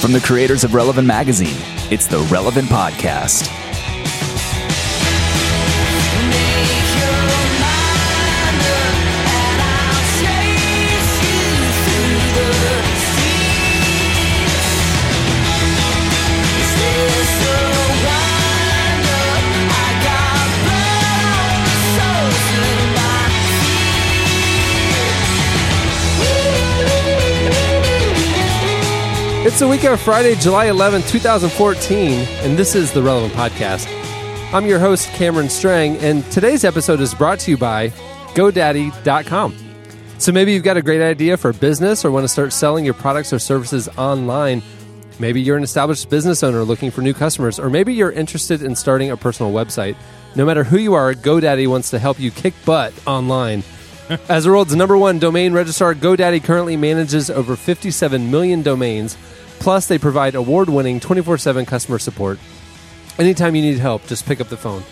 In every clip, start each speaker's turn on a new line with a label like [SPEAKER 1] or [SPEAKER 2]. [SPEAKER 1] From the creators of Relevant Magazine, it's the Relevant Podcast.
[SPEAKER 2] It's the week of Friday, July 11, 2014, and this is the Relevant Podcast. I'm your host, Cameron Strang, and today's episode is brought to you by GoDaddy.com. So maybe you've got a great idea for a business or want to start selling your products or services online. Maybe you're an established business owner looking for new customers, or maybe you're interested in starting a personal website. No matter who you are, GoDaddy wants to help you kick butt online. As the world's number one domain registrar, GoDaddy currently manages over 57 million domains. Plus, they provide award winning 24 7 customer support. Anytime you need help, just pick up the phone.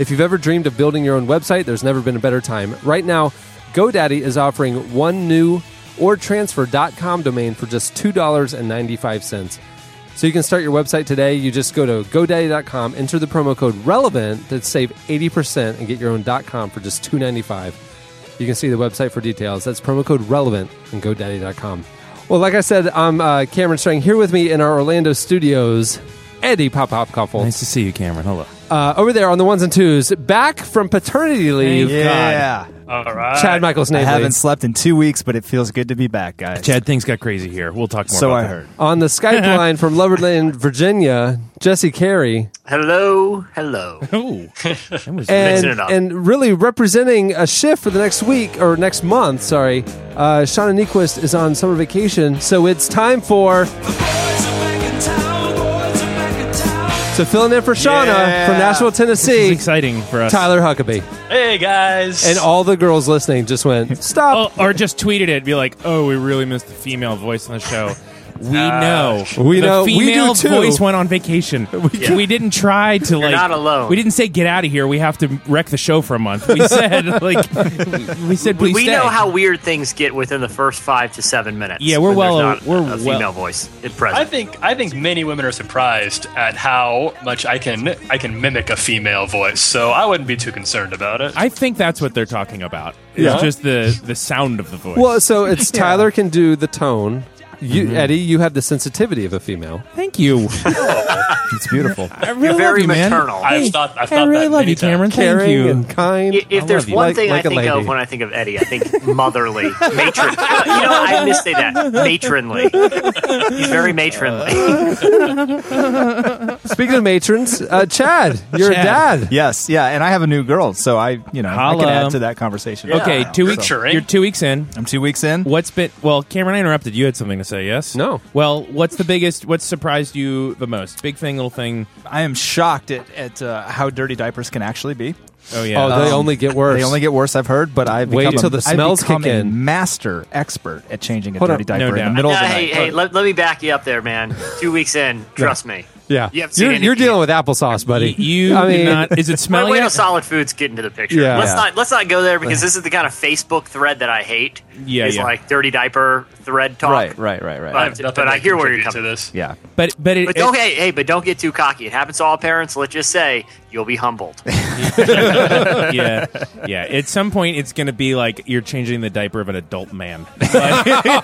[SPEAKER 2] If you've ever dreamed of building your own website, there's never been a better time. Right now, GoDaddy is offering one new or transfer.com domain for just $2.95. So you can start your website today. You just go to GoDaddy.com, enter the promo code relevant to save 80% and get your own .com for just $2.95. You can see the website for details. That's promo code relevant on GoDaddy.com. Well, like I said, I'm uh, Cameron Strang. Here with me in our Orlando studios, Eddie Pop Pop Couple.
[SPEAKER 3] Nice to see you, Cameron. Hello.
[SPEAKER 2] Uh, over there on the ones and twos, back from paternity leave,
[SPEAKER 4] Yeah.
[SPEAKER 5] All right.
[SPEAKER 2] Chad Michaels
[SPEAKER 4] I
[SPEAKER 2] Navely.
[SPEAKER 4] haven't slept in two weeks, but it feels good to be back, guys.
[SPEAKER 3] Chad, things got crazy here. We'll talk more
[SPEAKER 4] so
[SPEAKER 3] about
[SPEAKER 4] I
[SPEAKER 3] that.
[SPEAKER 4] heard.
[SPEAKER 2] On the Skype line from Loverland, Virginia, Jesse Carey.
[SPEAKER 5] Hello, hello.
[SPEAKER 3] Oh, that was
[SPEAKER 2] And,
[SPEAKER 5] Mixing it up.
[SPEAKER 2] and really representing a shift for the next week, or next month, sorry, uh, Shauna Nequist is on summer vacation. So it's time for. So filling in for Shauna
[SPEAKER 4] Yeah.
[SPEAKER 2] from Nashville,
[SPEAKER 3] This is
[SPEAKER 2] Tennessee,
[SPEAKER 3] exciting for us.
[SPEAKER 2] Tyler Huckabee.
[SPEAKER 5] Hey guys.
[SPEAKER 2] And all the girls listening just went, stop.
[SPEAKER 3] Oh, or just tweeted it, be like, "Oh, we really missed the female voice on the show." We
[SPEAKER 5] Uh,
[SPEAKER 3] know.
[SPEAKER 2] We
[SPEAKER 3] the
[SPEAKER 2] know. We do
[SPEAKER 3] Female
[SPEAKER 2] too.
[SPEAKER 3] voice went on vacation. We, didn't try to like.
[SPEAKER 5] not alone.
[SPEAKER 3] We didn't say get out of here. We have to wreck the show for a month. We said like. We said please
[SPEAKER 5] we
[SPEAKER 3] stay.
[SPEAKER 5] know how weird things get within the first five to seven minutes.
[SPEAKER 3] Yeah, we're
[SPEAKER 5] when
[SPEAKER 3] well-
[SPEAKER 5] there's not
[SPEAKER 3] we're
[SPEAKER 5] a, a female
[SPEAKER 3] well-
[SPEAKER 5] voice at present.
[SPEAKER 6] I think I think many women are surprised at how much I can I can mimic a female voice, so I wouldn't be too concerned about it.
[SPEAKER 3] I think that's what they're talking about. It's
[SPEAKER 2] Yeah.
[SPEAKER 3] just the the sound of the voice.
[SPEAKER 2] Well, so it's Tyler can do the tone. You, Eddie, you have the sensitivity of a female.
[SPEAKER 3] thank you.
[SPEAKER 4] It's beautiful.
[SPEAKER 3] I really love
[SPEAKER 5] very
[SPEAKER 3] you, man.
[SPEAKER 5] maternal.
[SPEAKER 6] I've
[SPEAKER 3] Hey,
[SPEAKER 6] thought- I've
[SPEAKER 3] I
[SPEAKER 6] thought
[SPEAKER 3] really
[SPEAKER 6] that
[SPEAKER 3] love
[SPEAKER 6] many
[SPEAKER 3] you, Cameron.
[SPEAKER 6] times.
[SPEAKER 3] Thank
[SPEAKER 2] Caring
[SPEAKER 3] you.
[SPEAKER 2] and kind.
[SPEAKER 5] I-
[SPEAKER 2] I
[SPEAKER 5] if there's
[SPEAKER 2] love you.
[SPEAKER 5] one
[SPEAKER 2] Like-
[SPEAKER 5] thing
[SPEAKER 2] like
[SPEAKER 5] I
[SPEAKER 2] a
[SPEAKER 5] think
[SPEAKER 2] lady.
[SPEAKER 5] of when I think of Eddie, I think motherly, matron. You know, I miss say that matronly. He's very matronly.
[SPEAKER 2] Speaking of matrons, uh, Chad, you're
[SPEAKER 3] Chad.
[SPEAKER 2] a dad.
[SPEAKER 4] Yes, yeah, and I have a new girl, so I, you know, I can
[SPEAKER 3] Holla.
[SPEAKER 4] add to that conversation.
[SPEAKER 3] Okay,
[SPEAKER 4] So,
[SPEAKER 3] two weeks.
[SPEAKER 6] Featuring.
[SPEAKER 3] You're two weeks in.
[SPEAKER 4] I'm two weeks in.
[SPEAKER 3] What's been well, Cameron? I interrupted. You had something to say. Yes.
[SPEAKER 2] No.
[SPEAKER 3] Well, what's the biggest? What's surprised you the most? Big thing, little thing.
[SPEAKER 4] I am shocked at, at uh, how dirty diapers can actually be. Um,
[SPEAKER 3] Oh yeah.
[SPEAKER 2] Oh, they only get worse.
[SPEAKER 4] They only get worse, I've heard, but I've
[SPEAKER 2] Wait
[SPEAKER 4] become
[SPEAKER 2] till the
[SPEAKER 4] a- I've
[SPEAKER 2] smells
[SPEAKER 4] become
[SPEAKER 2] kick
[SPEAKER 4] a
[SPEAKER 2] in.
[SPEAKER 4] master expert at changing a
[SPEAKER 2] Hold
[SPEAKER 4] dirty
[SPEAKER 2] on.
[SPEAKER 4] diaper
[SPEAKER 3] No
[SPEAKER 4] in the
[SPEAKER 3] doubt.
[SPEAKER 4] middle of the
[SPEAKER 5] hey,
[SPEAKER 4] night.
[SPEAKER 5] hey, let, let me back you up there, man. Two weeks in, trust me.
[SPEAKER 2] yeah.
[SPEAKER 5] You haven't seen
[SPEAKER 2] You're, you're
[SPEAKER 5] anything.
[SPEAKER 2] dealing with applesauce, buddy.
[SPEAKER 3] you
[SPEAKER 2] I
[SPEAKER 3] do
[SPEAKER 2] mean,
[SPEAKER 3] not. Is it
[SPEAKER 5] My
[SPEAKER 3] smelling?
[SPEAKER 5] way to
[SPEAKER 3] it?
[SPEAKER 5] solid foods get into the picture.
[SPEAKER 2] Yeah.
[SPEAKER 5] Let's
[SPEAKER 2] Yeah.
[SPEAKER 5] not let's not go there because this is the kind of Facebook thread that I hate.
[SPEAKER 3] Yeah,
[SPEAKER 5] it's
[SPEAKER 3] yeah.
[SPEAKER 5] like dirty diaper thread talk.
[SPEAKER 4] Right, right, right, right.
[SPEAKER 5] But-
[SPEAKER 6] I have nothing
[SPEAKER 5] but I
[SPEAKER 6] to
[SPEAKER 5] hear where you're
[SPEAKER 6] contribute
[SPEAKER 5] coming
[SPEAKER 6] to this.
[SPEAKER 4] yeah.
[SPEAKER 3] But but it,
[SPEAKER 5] But
[SPEAKER 3] it-
[SPEAKER 5] don't hey, hey, but don't get too cocky. It happens to all parents. Let's just say you'll be humbled.
[SPEAKER 3] yeah yeah. At some point, it's gonna be like you're changing the diaper of an adult man.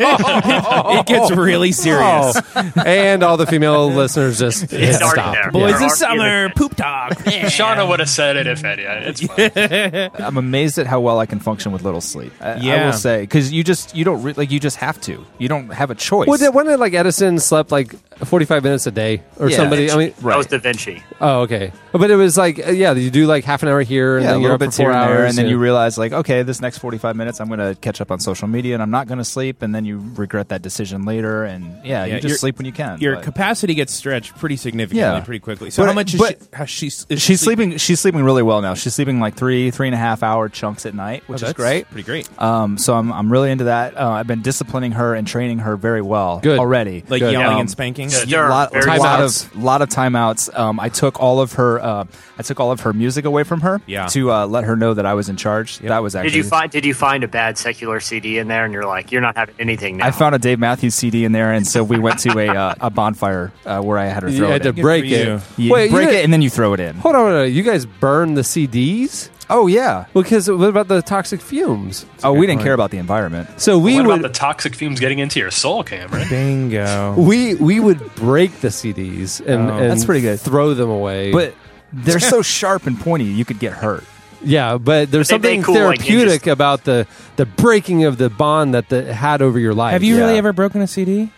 [SPEAKER 3] it gets really serious.
[SPEAKER 2] oh. and all the female listeners just hit
[SPEAKER 5] already
[SPEAKER 2] stop.
[SPEAKER 5] there.
[SPEAKER 3] Boys,
[SPEAKER 5] Yeah.
[SPEAKER 3] this summer poop talk.
[SPEAKER 6] Shauna would have said it if Eddie. It's fine.
[SPEAKER 4] I'm amazed at how well I can function with little sleep. I, I
[SPEAKER 3] Yeah.
[SPEAKER 4] will say because you just you don't re- like you just have to. You don't have a choice.
[SPEAKER 2] Well, did- when did like Edison slept like 45 minutes a day or
[SPEAKER 4] Yeah.
[SPEAKER 2] somebody? I mean,
[SPEAKER 5] That was Da Vinci.
[SPEAKER 2] oh, okay. But it was like, uh, yeah, you do like half an hour here and
[SPEAKER 4] yeah, a
[SPEAKER 2] then you're
[SPEAKER 4] little
[SPEAKER 2] up for
[SPEAKER 4] bit
[SPEAKER 2] four
[SPEAKER 4] here and
[SPEAKER 2] hours.
[SPEAKER 4] there, and then
[SPEAKER 2] yeah.
[SPEAKER 4] you realize like, okay, this next 45 minutes, I'm going to catch up on social media, and I'm not going to sleep, and then you regret that decision later, and
[SPEAKER 3] Yeah,
[SPEAKER 4] yeah, you just
[SPEAKER 3] your-
[SPEAKER 4] sleep when you can.
[SPEAKER 3] Your
[SPEAKER 4] but-
[SPEAKER 3] capacity gets stretched pretty significantly,
[SPEAKER 4] Yeah.
[SPEAKER 3] pretty quickly. So
[SPEAKER 4] But-
[SPEAKER 3] how much is
[SPEAKER 4] but-
[SPEAKER 3] she? How she's is
[SPEAKER 4] she's
[SPEAKER 3] she sleep-
[SPEAKER 4] sleeping. She's sleeping really well now. She's sleeping like three, three and a half hour chunks at night,
[SPEAKER 3] Oh,
[SPEAKER 4] which is
[SPEAKER 3] that's
[SPEAKER 4] great.
[SPEAKER 3] Pretty great.
[SPEAKER 4] Um, so I'm I'm really into that. Uh, I've been disciplining her and training her very well
[SPEAKER 2] Good.
[SPEAKER 4] already.
[SPEAKER 3] like
[SPEAKER 2] Good.
[SPEAKER 3] yelling
[SPEAKER 4] Um,
[SPEAKER 3] and spanking.
[SPEAKER 6] Yeah.
[SPEAKER 4] a
[SPEAKER 5] Sure.
[SPEAKER 4] lot,
[SPEAKER 5] Very
[SPEAKER 4] lot
[SPEAKER 2] Timeouts.
[SPEAKER 4] of lot of timeouts. Um, I took all of her, uh, I took all of her music away from her
[SPEAKER 3] Yeah.
[SPEAKER 4] to uh, let her know that I was in charge. That was actually.
[SPEAKER 5] Did you find Did you find a bad secular CD in there, and you're like, you're not having anything now?
[SPEAKER 4] I found a Dave Matthews CD in there, and so we went to a uh, a bonfire uh, where I had her
[SPEAKER 2] You
[SPEAKER 4] throw
[SPEAKER 2] had
[SPEAKER 4] it.
[SPEAKER 2] to
[SPEAKER 4] in.
[SPEAKER 2] break
[SPEAKER 3] for
[SPEAKER 2] it.
[SPEAKER 3] you.
[SPEAKER 4] You
[SPEAKER 2] Wait,
[SPEAKER 4] break
[SPEAKER 2] you
[SPEAKER 4] it and then you throw it in.
[SPEAKER 2] Hold on, hold on. You guys burned the CDs?
[SPEAKER 4] Oh yeah.
[SPEAKER 2] Well, because what about the toxic fumes?
[SPEAKER 4] Oh, we didn't
[SPEAKER 3] point.
[SPEAKER 4] care about the environment.
[SPEAKER 2] So we
[SPEAKER 6] What about
[SPEAKER 2] would
[SPEAKER 6] the toxic fumes getting into your soul, Cameron?
[SPEAKER 3] Bingo.
[SPEAKER 2] we we would break the CDs and,
[SPEAKER 3] Oh.
[SPEAKER 2] and
[SPEAKER 4] That's pretty good.
[SPEAKER 2] Throw them away,
[SPEAKER 4] But they're so sharp and pointy, you could get hurt.
[SPEAKER 2] yeah, but there's
[SPEAKER 5] They- they
[SPEAKER 2] something
[SPEAKER 5] cool, like, you
[SPEAKER 2] therapeutic
[SPEAKER 5] just-
[SPEAKER 2] about the the breaking of the bond that the had over your life.
[SPEAKER 3] Have you really
[SPEAKER 4] Yeah.
[SPEAKER 3] ever broken a CD?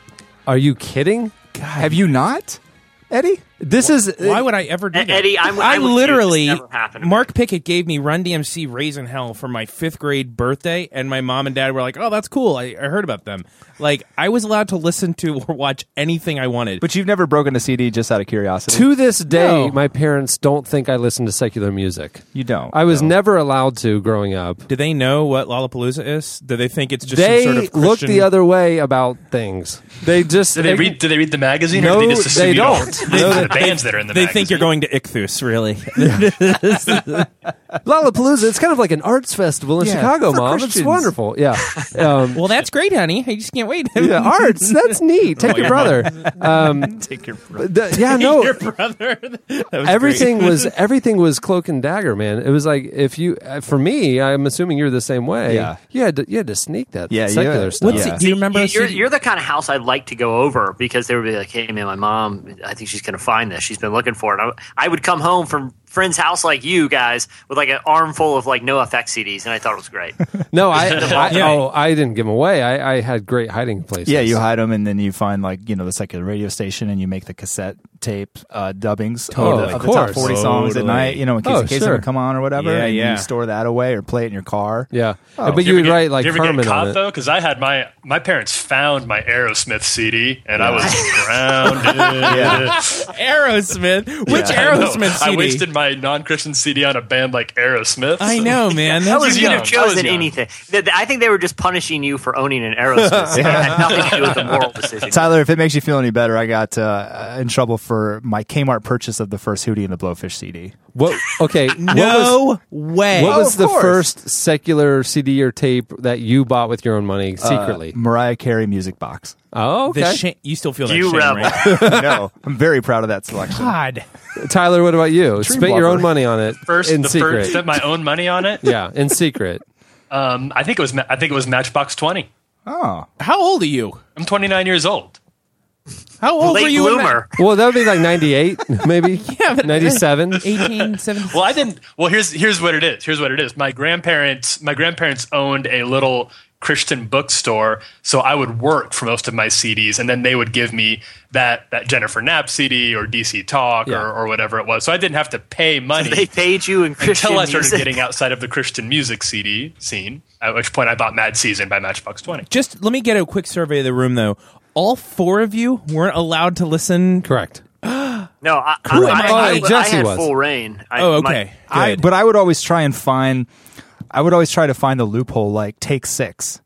[SPEAKER 2] Are you kidding?
[SPEAKER 4] Have you not, Eddie?
[SPEAKER 2] This is
[SPEAKER 3] Why would I ever do
[SPEAKER 5] E-
[SPEAKER 3] that?
[SPEAKER 5] Eddie, I'm-
[SPEAKER 3] I
[SPEAKER 5] I'm with you. This
[SPEAKER 3] literally
[SPEAKER 5] never happened to me.
[SPEAKER 3] Mark Pickett gave me Run DMC Raisin Hell for my fifth grade birthday, and my mom and dad were like, "Oh, that's cool. I, I heard about them." Like I was allowed to listen to or watch anything I wanted.
[SPEAKER 4] But you've never broken a CD just out of curiosity.
[SPEAKER 2] to this day
[SPEAKER 3] No.
[SPEAKER 2] my parents don't think I listen to secular music.
[SPEAKER 4] You don't.
[SPEAKER 2] I was
[SPEAKER 4] no.
[SPEAKER 2] never allowed to growing up.
[SPEAKER 3] do they know what Lollapalooza is? Do they think it's just
[SPEAKER 2] they
[SPEAKER 3] some sort of
[SPEAKER 2] look
[SPEAKER 3] Christian-
[SPEAKER 2] the other way about things. They just
[SPEAKER 6] Did they read? Did they read the magazine?
[SPEAKER 2] No,
[SPEAKER 6] or did they just assume
[SPEAKER 2] they
[SPEAKER 6] you
[SPEAKER 2] don't.
[SPEAKER 6] They, the bands that are in the
[SPEAKER 3] They
[SPEAKER 6] magazine.
[SPEAKER 3] think you're going to Ichthus, really?
[SPEAKER 2] Lollapalooza. It's kind of like an arts festival in
[SPEAKER 4] Yeah,
[SPEAKER 2] Chicago,
[SPEAKER 4] for
[SPEAKER 2] mom. It's
[SPEAKER 4] Christians.
[SPEAKER 2] wonderful. Yeah. Um,
[SPEAKER 3] well, that's great, honey. I just can't wait.
[SPEAKER 2] yeah, arts. That's neat.
[SPEAKER 5] Oh,
[SPEAKER 2] Take your brother. Um,
[SPEAKER 4] take your. Brother.
[SPEAKER 2] the- yeah, no.
[SPEAKER 3] your brother. That was
[SPEAKER 2] Everything was everything was cloak and dagger, man. It was like if you, uh, for me, I'm assuming you're the same way.
[SPEAKER 4] Yeah.
[SPEAKER 2] you had to, you had to sneak that
[SPEAKER 4] Yeah,
[SPEAKER 2] secular
[SPEAKER 4] yeah.
[SPEAKER 2] stuff.
[SPEAKER 4] What's
[SPEAKER 3] Great. Do you remember? a
[SPEAKER 5] You're,
[SPEAKER 3] CD?
[SPEAKER 5] you're the kind of house I'd like to go over because they would be like, "Hey, man, my mom, I think she's going to find this. She's been looking for it." I, I would come home from friends' house like you guys with like an armful of like no effect CDs, and I thought it was great.
[SPEAKER 2] No, I, I
[SPEAKER 3] Yeah.
[SPEAKER 2] oh, I didn't give them away. I, I had great hiding places.
[SPEAKER 4] Yeah, you hide them, and then you find like you know the secular radio station, and you make the cassette tape uh, dubbings
[SPEAKER 2] Totally.
[SPEAKER 4] of the,
[SPEAKER 2] Of
[SPEAKER 4] of the top
[SPEAKER 2] course.
[SPEAKER 4] forty songs
[SPEAKER 3] Totally.
[SPEAKER 4] at night. You know, in case
[SPEAKER 2] Oh,
[SPEAKER 4] in case
[SPEAKER 2] sure.
[SPEAKER 4] it would come on or whatever.
[SPEAKER 3] Yeah,
[SPEAKER 4] and
[SPEAKER 3] yeah.
[SPEAKER 4] You store that away or play it in your car.
[SPEAKER 2] yeah.
[SPEAKER 4] Oh.
[SPEAKER 2] but
[SPEAKER 4] Did
[SPEAKER 2] you
[SPEAKER 6] you
[SPEAKER 2] would
[SPEAKER 6] ever
[SPEAKER 2] write
[SPEAKER 6] get-
[SPEAKER 2] like
[SPEAKER 6] you ever
[SPEAKER 2] Carmen
[SPEAKER 6] get caught
[SPEAKER 2] on it.
[SPEAKER 6] though? Because I had my my parents found my Aerosmith CD and I was grounded.
[SPEAKER 3] Aerosmith. Which
[SPEAKER 6] I know.
[SPEAKER 3] Aerosmith CD?
[SPEAKER 6] I wasted my non-Christian CD on a band like Aerosmith.
[SPEAKER 3] I know, man.
[SPEAKER 5] That
[SPEAKER 3] That's
[SPEAKER 5] was you could
[SPEAKER 6] young.
[SPEAKER 5] have
[SPEAKER 6] I was
[SPEAKER 5] chosen
[SPEAKER 6] young.
[SPEAKER 5] anything. Th- th- I think they were just punishing you for owning an Aerosmith. It had nothing to do with the moral decision.
[SPEAKER 4] Tyler, if it makes you feel any better, I got uh, in trouble for my Kmart purchase of the first Hootie and the Blowfish CD.
[SPEAKER 2] What? Okay. what was-
[SPEAKER 3] no way. Oh,
[SPEAKER 2] What was
[SPEAKER 4] of
[SPEAKER 2] the
[SPEAKER 4] course.
[SPEAKER 2] first secular CD or tape that you bought with your own money secretly?
[SPEAKER 4] Uh, Mariah Carey music box.
[SPEAKER 2] oh,
[SPEAKER 3] the
[SPEAKER 2] okay.
[SPEAKER 3] shame? You still feel that
[SPEAKER 5] You
[SPEAKER 3] shame,
[SPEAKER 5] rebel.
[SPEAKER 3] right?
[SPEAKER 4] no, I'm very proud of that selection.
[SPEAKER 3] God.
[SPEAKER 2] Tyler, what about you? Spent your
[SPEAKER 4] Dreamwalker.
[SPEAKER 2] own money on it
[SPEAKER 6] First,
[SPEAKER 2] in
[SPEAKER 6] the
[SPEAKER 2] secret.
[SPEAKER 6] first spent my own money on it.
[SPEAKER 2] yeah, in secret.
[SPEAKER 6] Um, I think it was Ma- I think it was Matchbox Twenty.
[SPEAKER 4] Oh,
[SPEAKER 3] How old are you?
[SPEAKER 6] I'm 29 years old.
[SPEAKER 3] How old were
[SPEAKER 5] Late
[SPEAKER 3] you? when
[SPEAKER 5] bloomer.
[SPEAKER 2] Well, that would be like 98, maybe.
[SPEAKER 3] Yeah, but-
[SPEAKER 2] 97.
[SPEAKER 3] that- 18, 17.
[SPEAKER 6] Well, I didn't. Well, here's here's what it is. Here's what it is. My grandparents my grandparents owned a little Christian bookstore, so I would work for most of my CDs, and then they would give me that that Jennifer Knapp CD or DC Talk
[SPEAKER 2] Yeah.
[SPEAKER 6] or, or whatever it was. So I didn't have to pay money
[SPEAKER 5] They paid you in Christian
[SPEAKER 6] until I started
[SPEAKER 5] music.
[SPEAKER 6] getting outside of the Christian music CD scene. At which point, I bought Mad Season by Matchbox Twenty.
[SPEAKER 3] Just let me get a quick survey of the room, though. All four of you weren't allowed to listen.
[SPEAKER 2] Correct.
[SPEAKER 5] No, I, I,
[SPEAKER 2] Correct.
[SPEAKER 5] I,
[SPEAKER 2] Oh,
[SPEAKER 5] I- I
[SPEAKER 2] Jesse
[SPEAKER 5] had
[SPEAKER 2] was.
[SPEAKER 5] full reign. I,
[SPEAKER 3] Oh,
[SPEAKER 5] my-
[SPEAKER 3] okay.
[SPEAKER 4] I,
[SPEAKER 3] Good.
[SPEAKER 4] but I would always try and find. I would always try to find the loophole, like Take Six.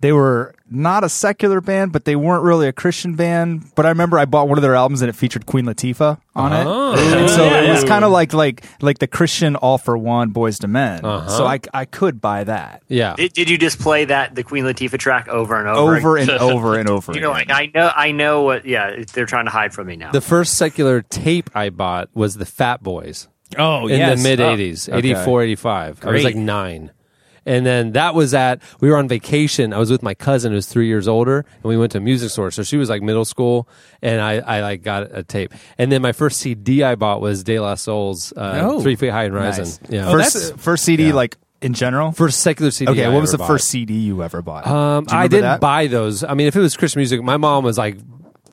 [SPEAKER 4] They were not a secular band, but they weren't really a Christian band. But I remember I bought one of their albums and it featured Queen Latifah on it,
[SPEAKER 2] Oh.
[SPEAKER 4] and so it was kind of like like like the Christian All for One Boys to Men.
[SPEAKER 2] Uh-huh.
[SPEAKER 4] So I I could buy that
[SPEAKER 2] Yeah.
[SPEAKER 5] did, did you just play that the Queen Latifah track over and over?
[SPEAKER 4] over and over and over.
[SPEAKER 5] You know, I,
[SPEAKER 4] again.
[SPEAKER 5] I know, I know what. Yeah, they're trying to hide from me now.
[SPEAKER 2] the first secular tape I bought was the Fat Boys.
[SPEAKER 3] Oh,
[SPEAKER 2] in
[SPEAKER 3] yes.
[SPEAKER 2] the mid 80s,
[SPEAKER 4] okay.
[SPEAKER 2] eighty four, eighty five. 84, 85. I was
[SPEAKER 3] Great.
[SPEAKER 2] like nine. And then that was at, we were on vacation. I was with my cousin who's three years older and we went to a music store. So she was like middle school and I, I like got a tape. And then my first CD I bought was De La Soul's uh,
[SPEAKER 3] Oh.
[SPEAKER 2] Three Feet High and Rising.
[SPEAKER 4] Nice.
[SPEAKER 2] Yeah.
[SPEAKER 4] first
[SPEAKER 3] that's-
[SPEAKER 4] first CD like in general.
[SPEAKER 2] first secular CD.
[SPEAKER 4] okay,
[SPEAKER 2] I
[SPEAKER 4] what was
[SPEAKER 2] ever
[SPEAKER 4] the
[SPEAKER 2] bought.
[SPEAKER 4] first CD you ever bought?
[SPEAKER 2] Um,
[SPEAKER 4] Do
[SPEAKER 2] I
[SPEAKER 4] you remember
[SPEAKER 2] didn't
[SPEAKER 4] that?
[SPEAKER 2] buy those. I mean, if it was Christian music, my mom was like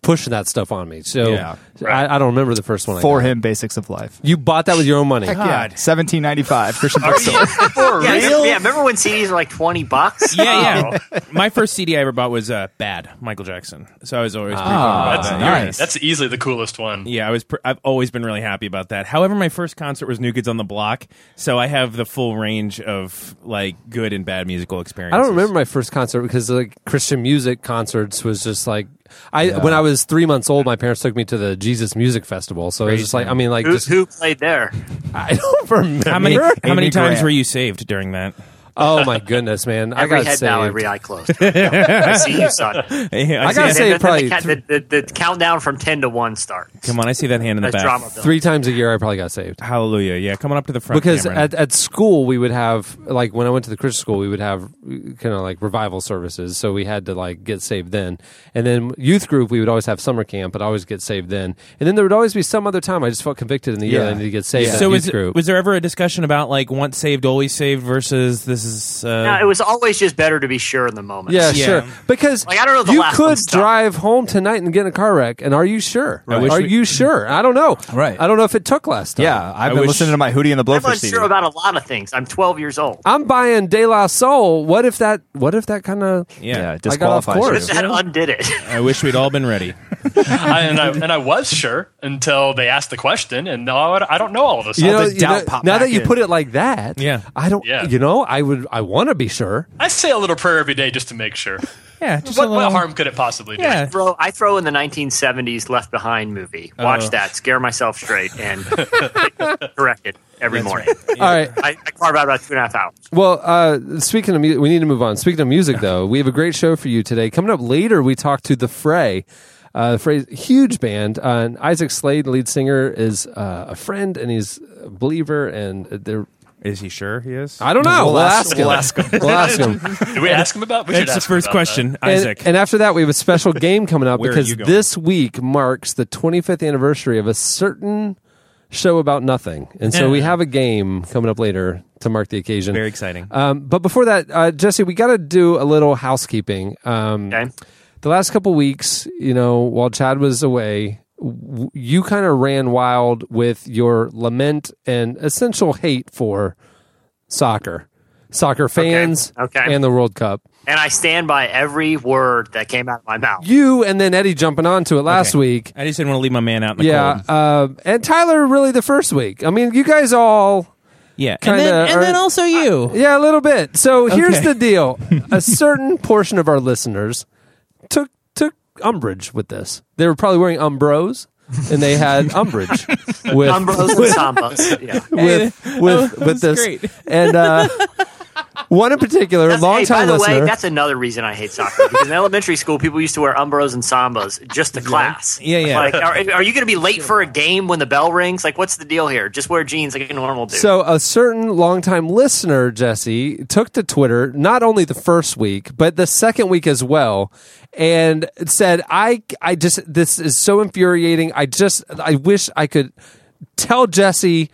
[SPEAKER 2] pushing that stuff on me. So
[SPEAKER 4] Yeah.
[SPEAKER 2] I, I don't remember the first one. I
[SPEAKER 4] for
[SPEAKER 2] got.
[SPEAKER 4] him basics of life.
[SPEAKER 2] You bought that with your own money.
[SPEAKER 4] Yeah, seventeen ninety five Christian bookstore.
[SPEAKER 5] For yeah, Yeah, remember when CDs were like twenty bucks?
[SPEAKER 3] Yeah, yeah. My first CD I ever bought was uh, "Bad" Michael Jackson, so I was always
[SPEAKER 2] Ah,
[SPEAKER 3] pretty pumped about
[SPEAKER 6] That's
[SPEAKER 3] that.
[SPEAKER 4] nice.
[SPEAKER 6] That's easily the coolest one.
[SPEAKER 3] Yeah, I was. Pr- I've always been really happy about that. However, my first concert was New Kids on the Block, so I have the full range of like good and bad musical experiences.
[SPEAKER 2] I don't remember my first concert because like Christian music concerts was just like I when I was three months old, my parents took me to the Jesus Music Festival. So it was just like I mean like
[SPEAKER 5] Who,
[SPEAKER 2] just
[SPEAKER 5] who played there?
[SPEAKER 2] I don't remember.
[SPEAKER 3] how many how many
[SPEAKER 4] Amy
[SPEAKER 3] times
[SPEAKER 4] Grant.
[SPEAKER 3] were you saved during that.
[SPEAKER 2] Oh my goodness, man! I
[SPEAKER 5] Every
[SPEAKER 2] got
[SPEAKER 5] head
[SPEAKER 2] saved.
[SPEAKER 5] now, every eye closed. I see you, son.
[SPEAKER 3] I,
[SPEAKER 2] gotta
[SPEAKER 3] see
[SPEAKER 2] say-
[SPEAKER 3] that-
[SPEAKER 5] the,
[SPEAKER 2] probably
[SPEAKER 5] the, the, the, the countdown from ten to one starts.
[SPEAKER 3] Come on, I see that hand in the
[SPEAKER 5] That's
[SPEAKER 3] back.
[SPEAKER 5] drama build.
[SPEAKER 2] Three times a year, I probably got saved.
[SPEAKER 3] Hallelujah! Yeah, coming up to the front
[SPEAKER 2] because
[SPEAKER 3] Cameron.
[SPEAKER 2] at, at school we would have like when i went to the christian school we would have kind of like revival services so we had to like get saved then and then youth group we would always have summer camp but i always get saved then and then there would always be some other time i just felt convicted in the year
[SPEAKER 4] Yeah.
[SPEAKER 2] that i need to get saved at
[SPEAKER 3] so
[SPEAKER 2] youth
[SPEAKER 3] was,
[SPEAKER 2] group
[SPEAKER 3] was there ever a discussion about like once saved always saved versus this is uh,
[SPEAKER 5] No, it was always just better to be sure in the moment.
[SPEAKER 2] yeah,
[SPEAKER 3] Yeah.
[SPEAKER 2] sure. Because
[SPEAKER 5] Like, I don't know the
[SPEAKER 2] you
[SPEAKER 5] last
[SPEAKER 2] could
[SPEAKER 5] one's tough.
[SPEAKER 2] drive home tonight and get in a car wreck. And are you sure?
[SPEAKER 3] wish
[SPEAKER 2] Are
[SPEAKER 3] we-
[SPEAKER 2] you sure? I don't know.
[SPEAKER 4] Right.
[SPEAKER 2] I don't know if it took last time.
[SPEAKER 4] yeah, I've
[SPEAKER 3] I
[SPEAKER 4] been
[SPEAKER 3] wish-
[SPEAKER 4] listening to my Hootie and the
[SPEAKER 5] I'm
[SPEAKER 4] Blowfish CD.
[SPEAKER 5] unsure about a lot of things. I'm 12 years old.
[SPEAKER 2] I'm buying De La Soul. What if that? What if that kind of?
[SPEAKER 3] yeah,
[SPEAKER 4] yeah, it
[SPEAKER 2] I got off
[SPEAKER 4] disqualifies
[SPEAKER 2] course.
[SPEAKER 4] you.
[SPEAKER 5] that undid it.
[SPEAKER 3] I wish we'd all been ready.
[SPEAKER 6] I, and, I, and I was sure until they asked the question, and now I I don't know all of this.
[SPEAKER 2] you know,
[SPEAKER 4] the
[SPEAKER 2] you
[SPEAKER 4] doubt
[SPEAKER 2] know,
[SPEAKER 4] pop
[SPEAKER 2] now
[SPEAKER 4] back
[SPEAKER 2] that you
[SPEAKER 4] in.
[SPEAKER 2] put it like that,
[SPEAKER 3] Yeah.
[SPEAKER 2] I don't.
[SPEAKER 6] Yeah.
[SPEAKER 2] You know, I would. I want to be sure.
[SPEAKER 6] I say a little prayer every day just to make sure.
[SPEAKER 3] Yeah, just
[SPEAKER 6] What,
[SPEAKER 3] a little
[SPEAKER 6] what harm could it possibly do?
[SPEAKER 3] Yeah,
[SPEAKER 5] Bro, I throw in the 1970s Left Behind movie. Watch
[SPEAKER 6] Oh.
[SPEAKER 5] that, scare myself straight, and correct it every morning.
[SPEAKER 2] All right.
[SPEAKER 5] I, I carve out about two and a half hours.
[SPEAKER 2] Well, uh, speaking of music, we need to move on. Speaking of music, though, we have a great show for you today. Coming up later, we talk to the Fray. Uh, the Fray's a huge band. Uh, and Isaac Slade, the lead singer, is uh, a friend and he's a believer. And uh, they're
[SPEAKER 3] Is he sure he is?
[SPEAKER 2] I don't know. We'll, ask, him.
[SPEAKER 4] we'll
[SPEAKER 2] We'll ask him.
[SPEAKER 6] Did we ask him about? We should
[SPEAKER 3] That's the
[SPEAKER 6] ask him
[SPEAKER 3] first
[SPEAKER 6] about
[SPEAKER 3] question, Isaac.
[SPEAKER 2] And, and after that, we have a special game coming up
[SPEAKER 3] Where are
[SPEAKER 2] because
[SPEAKER 3] you going?
[SPEAKER 2] this week marks the 25th anniversary of a certain show about nothing. And so we have a game coming up later to mark the occasion.
[SPEAKER 3] Very exciting.
[SPEAKER 2] Um, but before that, uh, Jesse, we got to do a little housekeeping. Um,
[SPEAKER 5] Okay.
[SPEAKER 2] The last couple weeks, you know, while Chad was away, w- you kind of ran wild with your lament and essential hate for soccer, soccer fans,
[SPEAKER 5] Okay.
[SPEAKER 2] and the World Cup.
[SPEAKER 5] And I stand by every word that came out of my mouth.
[SPEAKER 2] You and then Eddie jumping onto it last
[SPEAKER 3] Okay.
[SPEAKER 2] week.
[SPEAKER 3] I just didn't want to leave my man out in the
[SPEAKER 2] Yeah,
[SPEAKER 3] cold.
[SPEAKER 2] uh, and Tyler really the first week. I mean, you guys all
[SPEAKER 3] Yeah,
[SPEAKER 2] kinda uh,
[SPEAKER 3] and then, and
[SPEAKER 2] are-
[SPEAKER 3] then also you.
[SPEAKER 2] Yeah, a little bit. So here's
[SPEAKER 3] Okay.
[SPEAKER 2] the deal: a certain portion of our listeners took took umbrage with this. They were probably wearing umbros, and they had umbrage with
[SPEAKER 5] Umbros and sambas. Yeah.
[SPEAKER 2] with with,
[SPEAKER 3] that's
[SPEAKER 2] with this.
[SPEAKER 3] great.
[SPEAKER 2] And uh, one in particular, a
[SPEAKER 5] That's-
[SPEAKER 2] long
[SPEAKER 5] hey, by
[SPEAKER 2] time
[SPEAKER 5] the
[SPEAKER 2] listener.
[SPEAKER 5] way, that's another reason I hate soccer. Because in elementary school, people used to wear umbros and sambas just to class.
[SPEAKER 3] Yeah, yeah.
[SPEAKER 5] Like, are, are you going to be late for a game when the bell rings? Like, what's the deal here? Just wear jeans like a normal dude.
[SPEAKER 2] so a certain longtime listener, Jesse, took to Twitter not only the first week but the second week as well, and said, "I, I just this is so infuriating. I just I wish I could tell Jesse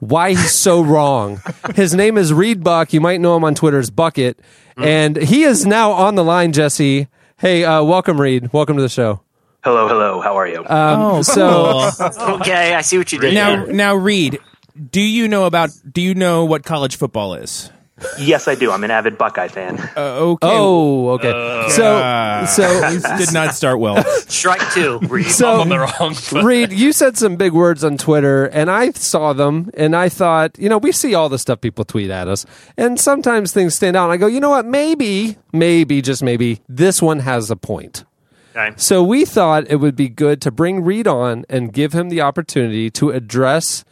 [SPEAKER 2] why he's so wrong. His name is Reed Buck. You might know him on Twitter as Bucket, and he is now on the line. Jesse, hey, uh, welcome, Reed. Welcome to the show.
[SPEAKER 7] Hello, hello. How are you?
[SPEAKER 3] Oh,
[SPEAKER 2] um, so-
[SPEAKER 3] cool.
[SPEAKER 5] okay, I see what you did.
[SPEAKER 3] now,
[SPEAKER 5] there.
[SPEAKER 3] now, Reed, do you know about? Do you know what college football is?
[SPEAKER 7] yes, I do. I'm an avid Buckeye fan.
[SPEAKER 3] Uh, okay.
[SPEAKER 2] Oh, okay.
[SPEAKER 3] Uh,
[SPEAKER 2] so,
[SPEAKER 3] this
[SPEAKER 2] so
[SPEAKER 3] did not start well.
[SPEAKER 5] strike two. Reed.
[SPEAKER 2] so
[SPEAKER 6] I'm on the wrong foot.
[SPEAKER 2] Reed, you said some big words on Twitter, and I saw them, and I thought, you know, we see all the stuff people tweet at us, and sometimes things stand out. And I go, you know what? Maybe, maybe, just maybe, this one has a point.
[SPEAKER 5] Okay.
[SPEAKER 2] So we thought it would be good to bring Reed on and give him the opportunity to address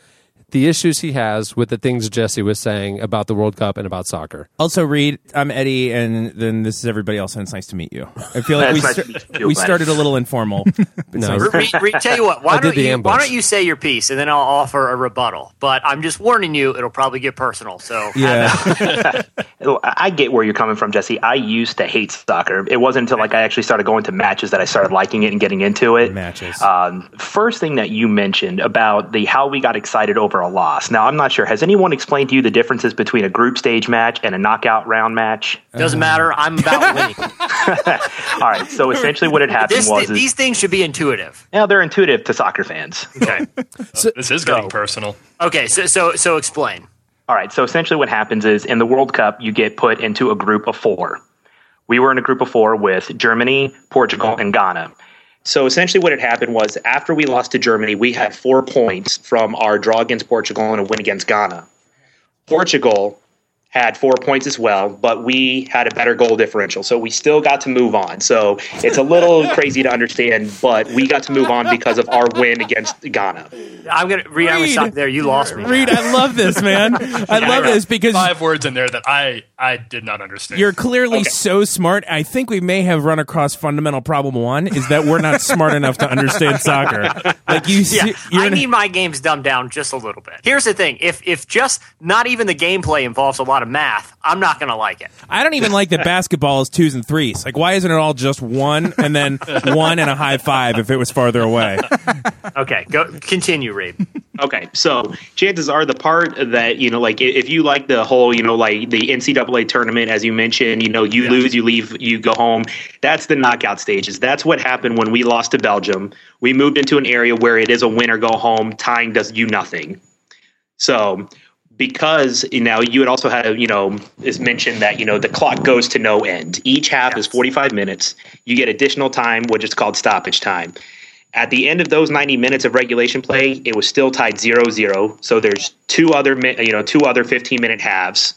[SPEAKER 2] the issues he has with the things Jesse was saying about the World Cup and about soccer.
[SPEAKER 3] Also, Reed, I'm Eddie, and then this is everybody else, and it's nice to meet you. I feel like
[SPEAKER 7] It's
[SPEAKER 3] we,
[SPEAKER 7] nice
[SPEAKER 3] sta-
[SPEAKER 7] to meet you too,
[SPEAKER 3] we
[SPEAKER 7] man.
[SPEAKER 3] started a little informal. It's nice to-
[SPEAKER 5] Reed, Reed, tell you what,
[SPEAKER 2] I
[SPEAKER 5] why
[SPEAKER 2] did
[SPEAKER 5] don't
[SPEAKER 2] the
[SPEAKER 5] you,
[SPEAKER 2] ambush.
[SPEAKER 5] why don't you say your piece and then I'll offer a rebuttal? But I'm just warning you, it'll probably get personal. So
[SPEAKER 2] Uh-huh.
[SPEAKER 3] yeah,
[SPEAKER 7] Oh, I I get where you're coming from, Jesse. I used to hate soccer. It wasn't until like I actually started going to matches that I started liking it and getting into it.
[SPEAKER 3] matches.
[SPEAKER 7] Um, first thing that you mentioned about the how we got excited over or a loss. Now, I'm not sure. Has anyone explained to you the differences between a group stage match and a knockout round match?
[SPEAKER 5] Doesn't matter. I'm about winning.
[SPEAKER 7] All right. So essentially, what had happened
[SPEAKER 5] This,
[SPEAKER 7] was is-
[SPEAKER 5] these things should be intuitive.
[SPEAKER 7] now they're intuitive to soccer fans.
[SPEAKER 5] Okay.
[SPEAKER 6] This is getting personal.
[SPEAKER 5] Okay. So so so explain.
[SPEAKER 7] All right. So essentially, what happens is in the World Cup, you get put into a group of four. We were in a group of four with Germany, Portugal, and Ghana. So essentially, what had happened was after we lost to Germany, we had four points from our draw against Portugal and a win against Ghana. Portugal had four points as well, but we had a better goal differential. So we still got to move on. So it's a little crazy to understand, but we got to move on because of our win against Ghana.
[SPEAKER 5] I'm gonna read. I'm gonna
[SPEAKER 3] Reed.
[SPEAKER 5] stop there. You lost me.
[SPEAKER 3] Reed, I love this, man. I love this because
[SPEAKER 6] Five words in there that I I did not understand.
[SPEAKER 3] you're clearly so smart. I think we may have run across fundamental problem one is that we're not smart enough to understand soccer. Like you,
[SPEAKER 5] Yeah,
[SPEAKER 3] see, you're
[SPEAKER 5] I
[SPEAKER 3] an-
[SPEAKER 5] need my games dumbed down just a little bit. Here's the thing: if if just not even the gameplay involves a lot of math, I'm not gonna like it.
[SPEAKER 3] I don't even like that basketball is twos and threes. Like, why isn't it all just one and then one and a high five if it was farther away?
[SPEAKER 5] Okay, go continue, Reed.
[SPEAKER 7] Okay, so chances are the part that you know, like i- if you like the whole, you know, like the NCAA tournament, as you mentioned, you know, you lose, you leave, you go home. That's the knockout stages. That's what happened when we lost to Belgium. We moved into an area where it is a win or go home. Tying does you nothing. So because you know you had also had you know is mentioned that you know the clock goes to no end. Each half is 45 minutes. You get additional time, which is called stoppage time. At the end of those 90 minutes of regulation play, it was still tied 0-0. So there's two other mi- you know two other 15 minute halves.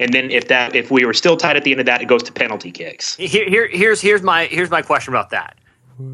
[SPEAKER 7] And then if that if we were still tied at the end of that, it goes to penalty kicks.
[SPEAKER 5] Here, here here's here's my here's my question about that.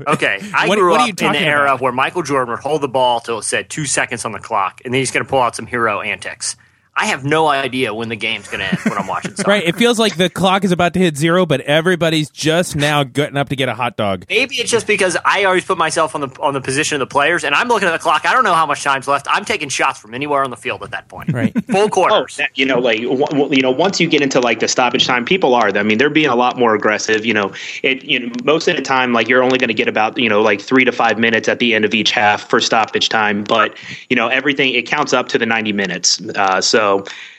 [SPEAKER 5] Okay, I
[SPEAKER 3] What-
[SPEAKER 5] grew
[SPEAKER 3] what are
[SPEAKER 5] up
[SPEAKER 3] you
[SPEAKER 5] in an
[SPEAKER 3] talking
[SPEAKER 5] era
[SPEAKER 3] about?
[SPEAKER 5] where Michael Jordan would hold the ball till it said two seconds on the clock, and then he's gonna pull out some hero antics. I have no idea when the game's gonna end when I'm watching. Soccer.
[SPEAKER 3] Right. It feels like the clock is about to hit zero, but everybody's just now getting up to get a hot dog.
[SPEAKER 5] Maybe it's just because I always put myself on the on the position of the players, and I'm looking at the clock. I don't know how much time's left. I'm taking shots from anywhere on the field at that point.
[SPEAKER 3] Right.
[SPEAKER 5] Full
[SPEAKER 7] Oh,
[SPEAKER 5] quarters.
[SPEAKER 7] that- you know, like w- w- you know, once you get into like the stoppage time, people are. I mean, they're being a lot more aggressive. You know, it. You know, most of the time, like you're only going to get about you know like three to five minutes at the end of each half for stoppage time. But you know, everything it counts up to the 90 minutes. Uh, so.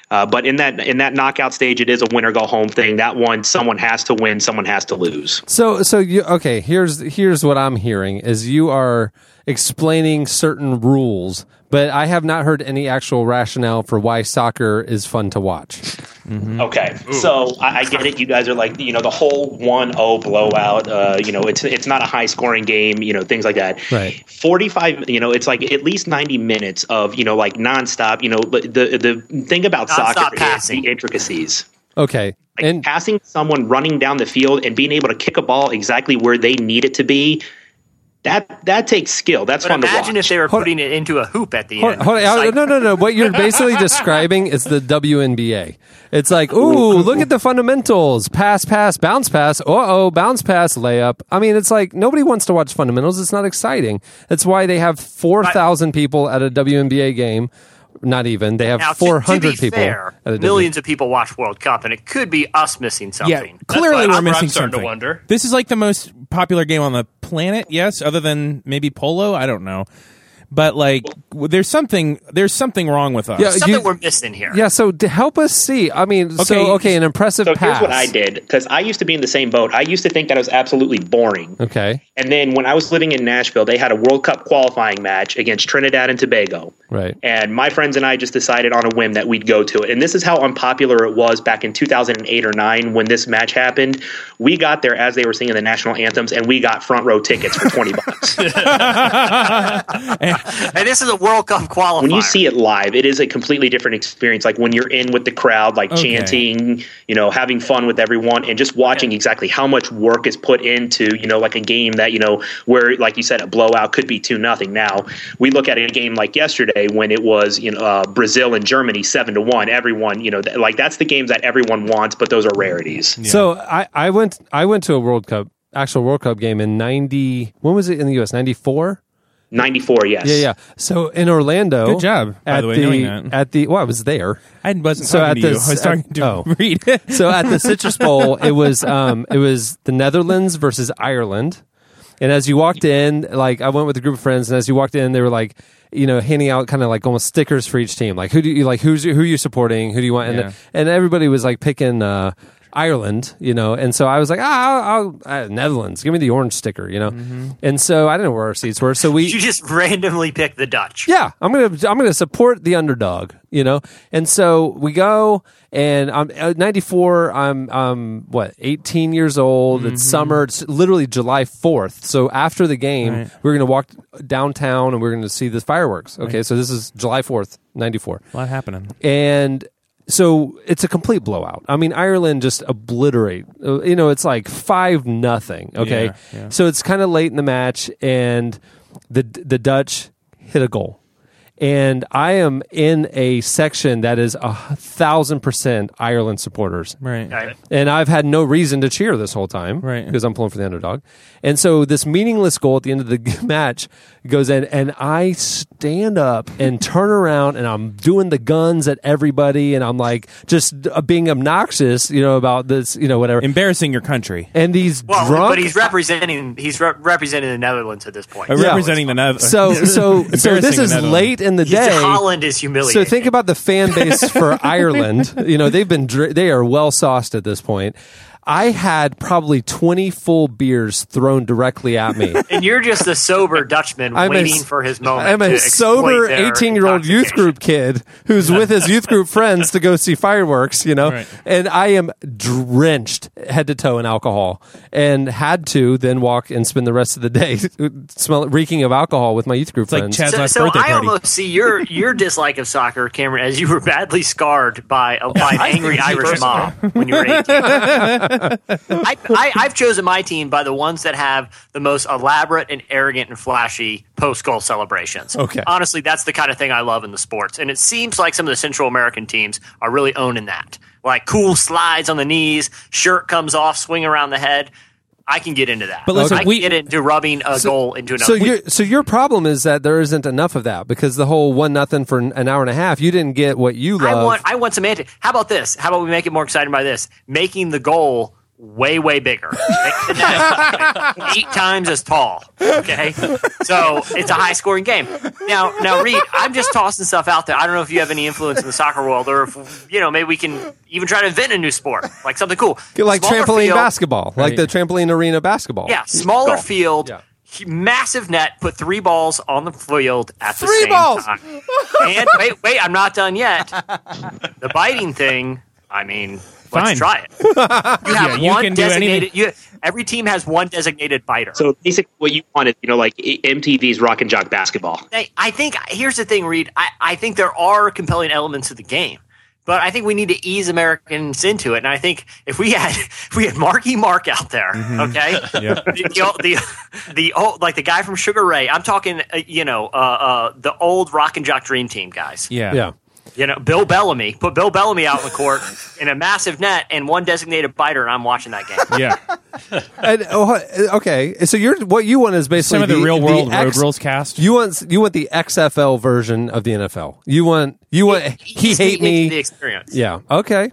[SPEAKER 7] Uh, but in that in that knockout stage, it is a win or go home thing. That one, someone has to win, someone has to lose.
[SPEAKER 2] So so you okay, here's here's what I'm hearing is you are explaining certain rules, but I have not heard any actual rationale for why soccer is fun to watch.
[SPEAKER 7] Okay, so I, I get it. You guys are like, you know, the whole 1-0 blowout. Uh, you know, it's it's not a high scoring game. You know, things like that.
[SPEAKER 2] Right.
[SPEAKER 7] Forty five. You know, it's like at least ninety minutes of you know like nonstop. You know, but the the thing about
[SPEAKER 5] Nonstop
[SPEAKER 7] soccer
[SPEAKER 5] passing.
[SPEAKER 7] is the intricacies.
[SPEAKER 2] Okay.
[SPEAKER 7] Like
[SPEAKER 2] And
[SPEAKER 7] passing someone running down the field and being able to kick a ball exactly where they need it to be. That that takes skill. That's
[SPEAKER 5] But
[SPEAKER 7] fun to watch.
[SPEAKER 5] imagine if they were
[SPEAKER 2] Hold-
[SPEAKER 5] putting it into a hoop at the
[SPEAKER 2] Hold,
[SPEAKER 5] end.
[SPEAKER 2] hold on.
[SPEAKER 5] It's like-
[SPEAKER 2] no, no, no. What you're basically describing is the WNBA. It's like, ooh, look at the fundamentals. Pass, pass, bounce pass. Uh oh, bounce pass, layup. I mean, it's like nobody wants to watch fundamentals. It's not exciting. That's why they have 4,000 people at a WNBA game. Not even. They have
[SPEAKER 5] Now, to- to be
[SPEAKER 2] 400 people
[SPEAKER 5] fair,
[SPEAKER 2] at a W-
[SPEAKER 5] millions of people watch World Cup, and it could be us missing something.
[SPEAKER 3] Yeah, clearly
[SPEAKER 6] I'm-
[SPEAKER 3] we're
[SPEAKER 6] I'm
[SPEAKER 3] missing
[SPEAKER 6] starting to
[SPEAKER 3] something.
[SPEAKER 6] wonder.
[SPEAKER 3] This is like the most popular game on the planet. Yes, other than maybe polo. I don't know, but like w- there's something there's something wrong with us.
[SPEAKER 2] Yeah,
[SPEAKER 5] Something
[SPEAKER 2] you-
[SPEAKER 5] we're missing here.
[SPEAKER 2] Yeah, so to help us see. I mean,
[SPEAKER 3] Okay.
[SPEAKER 2] so, okay, an impressive
[SPEAKER 7] so
[SPEAKER 2] pass.
[SPEAKER 7] here's what I did because I used to be in the same boat. I used to think that it was absolutely boring.
[SPEAKER 2] Okay,
[SPEAKER 7] And then when I was living in Nashville, they had a World Cup qualifying match against Trinidad and Tobago.
[SPEAKER 2] right.
[SPEAKER 7] And my friends and I just decided on a whim that we'd go to it. And this is how unpopular it was back in 2008 or 9 when this match happened. We got there as they were singing the national anthems and we got front row tickets for 20 bucks.
[SPEAKER 5] And this is a World Cup qualifier.
[SPEAKER 7] when you see it live, it is a completely different experience. Like when you're in with the crowd, like
[SPEAKER 3] Okay.
[SPEAKER 7] chanting, you know, having fun with everyone and just watching exactly how much work is put into, you know, like a game that, you know, where, like you said, a blowout could be 2 nothing. Now, we look at a game like yesterday when it was, you know, uh, Brazil and Germany 7 to 1. Everyone, you know, th- like that's the games that everyone wants, but those are rarities.
[SPEAKER 2] So I, I went I went to a World Cup actual World Cup game in ninety. When was it in the U.S. Ninety four.
[SPEAKER 7] 94, yes.
[SPEAKER 2] Yeah, yeah. So in Orlando,
[SPEAKER 3] Good job, by
[SPEAKER 2] at
[SPEAKER 3] the way, doing that.
[SPEAKER 2] At the well, I was there.
[SPEAKER 3] I wasn't
[SPEAKER 2] So
[SPEAKER 3] talking
[SPEAKER 2] at
[SPEAKER 3] to you.
[SPEAKER 2] this-
[SPEAKER 3] I was talking to
[SPEAKER 2] oh.
[SPEAKER 3] Reed.
[SPEAKER 2] So at the Citrus Bowl, it was um, it was the Netherlands versus Ireland, And as you walked in, like I went with a group of friends, and as you walked in, they were like, you know, handing out kind of like almost stickers for each team. Like who do you like? Who's who are you supporting? Who do you want? And
[SPEAKER 3] Yeah.
[SPEAKER 2] and everybody was like picking. Uh, Ireland, you know, and so I was like, ah, I'll, I'll, uh, Netherlands, give me the orange sticker, you know, and so I didn't know where our seats were, so we
[SPEAKER 5] Mm-hmm. You just randomly pick the Dutch.
[SPEAKER 2] yeah, I'm gonna I'm gonna support the underdog, you know. And so we go, and I'm at 94. I'm um what 18 years old. It's
[SPEAKER 5] Mm-hmm.
[SPEAKER 2] summer. It's literally July 4th. So after the game, we're gonna walk downtown and we're gonna see the fireworks. Okay, so this is July 4th, 94
[SPEAKER 3] A lot happening.
[SPEAKER 2] and so it's a complete blowout. I mean, Ireland just obliterate. uh, You know, it's like five nothing. Okay,
[SPEAKER 3] Yeah, yeah.
[SPEAKER 2] so it's kind of late in the match, and the the Dutch hit a goal, and I am in a section that is a thousand percent Ireland supporters
[SPEAKER 3] Right.
[SPEAKER 5] Right.
[SPEAKER 2] and I've had no reason to cheer this whole time,
[SPEAKER 3] Right.
[SPEAKER 2] Because I'm pulling for the underdog, and so this meaningless goal at the end of the match goes in, and I stand up and turn around, and I'm doing the guns at everybody, and I'm like just uh, being obnoxious, you know, about this, you know, whatever.
[SPEAKER 3] Embarrassing your country.
[SPEAKER 2] And these
[SPEAKER 5] Well,
[SPEAKER 2] drunk,
[SPEAKER 5] but he's representing he's re- representing the Netherlands at this point.
[SPEAKER 3] Uh, Representing the Netherlands.
[SPEAKER 2] so so so this
[SPEAKER 3] Embarrassing
[SPEAKER 2] is
[SPEAKER 3] another one.
[SPEAKER 2] late in the
[SPEAKER 5] He's-
[SPEAKER 2] day.
[SPEAKER 5] Holland is
[SPEAKER 2] So
[SPEAKER 5] humiliating.
[SPEAKER 2] think about the fan base for Ireland. You know, they've been dr- they are well sauced at this point. I had probably 20 full beers thrown directly at me.
[SPEAKER 5] and you're just a sober Dutchman
[SPEAKER 2] I'm a
[SPEAKER 5] waiting
[SPEAKER 2] s-
[SPEAKER 5] for his moment.
[SPEAKER 2] I'm
[SPEAKER 5] to
[SPEAKER 2] a
[SPEAKER 5] exploit
[SPEAKER 2] sober
[SPEAKER 5] their
[SPEAKER 2] 18 year old youth
[SPEAKER 5] intoxication.
[SPEAKER 2] group kid who's with his youth group friends to go see fireworks, you know,
[SPEAKER 3] Right.
[SPEAKER 2] and I am drenched head to toe in alcohol and had to then walk and spend the rest of the day smell reeking of alcohol with my youth group
[SPEAKER 3] like
[SPEAKER 2] friends.
[SPEAKER 3] Chad's
[SPEAKER 5] So,
[SPEAKER 3] last
[SPEAKER 5] so
[SPEAKER 3] birthday
[SPEAKER 5] I
[SPEAKER 3] party.
[SPEAKER 5] almost see your your dislike of soccer, Cameron, as you were badly scarred by, a, by an angry Irish mob when you were 18. I, I, I've chosen my team by the ones that have the most elaborate and arrogant and flashy post goal celebrations.
[SPEAKER 2] Okay.
[SPEAKER 5] Honestly, that's the kind of thing I love in the sports. And it seems like some of the Central American teams are really owning that. Like cool slides on the knees, shirt comes off, swing around the head. I can get into that.
[SPEAKER 3] But listen,
[SPEAKER 5] I can
[SPEAKER 3] we-
[SPEAKER 5] get into rubbing a goal into another.
[SPEAKER 2] So your so your problem is that there isn't enough of that because the whole one nothing for an an hour and a half you didn't get what you love.
[SPEAKER 5] I want I want some anti. How about this? How about we make it more exciting by this? Making the goal way way bigger, Make the net eight times as tall. Okay, so it's a high scoring game. Now now Reed, I'm just tossing stuff out there. I don't know if you have any influence in the soccer world, or if you know maybe we can even try to invent a new sport like something cool,
[SPEAKER 2] like
[SPEAKER 5] Smaller
[SPEAKER 2] trampoline
[SPEAKER 5] field.
[SPEAKER 2] basketball, like the trampoline arena basketball.
[SPEAKER 5] Yeah, smaller field.
[SPEAKER 2] Yeah.
[SPEAKER 5] hu- Massive net, put three balls on the field at the
[SPEAKER 2] Three
[SPEAKER 5] same
[SPEAKER 2] balls!
[SPEAKER 5] time. And wait, wait, I'm not done yet. The biting thing, I mean,
[SPEAKER 3] Fine.
[SPEAKER 5] let's try it. You have
[SPEAKER 3] you
[SPEAKER 5] one
[SPEAKER 3] can do
[SPEAKER 5] designated. You, every team has one designated biter.
[SPEAKER 7] So basically, what you want is you know like I- MTV's Rock and Jock Basketball.
[SPEAKER 5] I I think here's the thing, Reed. I, I think there are compelling elements of the game, but I think we need to ease Americans into it. And I think if we had if we had Marky Mark out there,
[SPEAKER 3] Mm-hmm.
[SPEAKER 5] okay, the, the, old- the the old like the guy from Sugar Ray. I'm talking, uh, you know, uh, uh, the old Rock and Jock Dream Team guys.
[SPEAKER 3] yeah.
[SPEAKER 2] yeah.
[SPEAKER 5] You know, Bill Bellamy. Put Bill Bellamy out in the court in a massive net and one designated biter, and I'm watching that game.
[SPEAKER 3] Yeah.
[SPEAKER 2] And, oh, okay, so you're what you want is basically
[SPEAKER 3] Some of the, real world road
[SPEAKER 2] X-
[SPEAKER 3] rules cast.
[SPEAKER 2] You want you want the XFL version of the NFL. You want you want he
[SPEAKER 5] Ease me
[SPEAKER 2] hate
[SPEAKER 5] into The
[SPEAKER 2] me.
[SPEAKER 5] experience.
[SPEAKER 2] Yeah. Okay.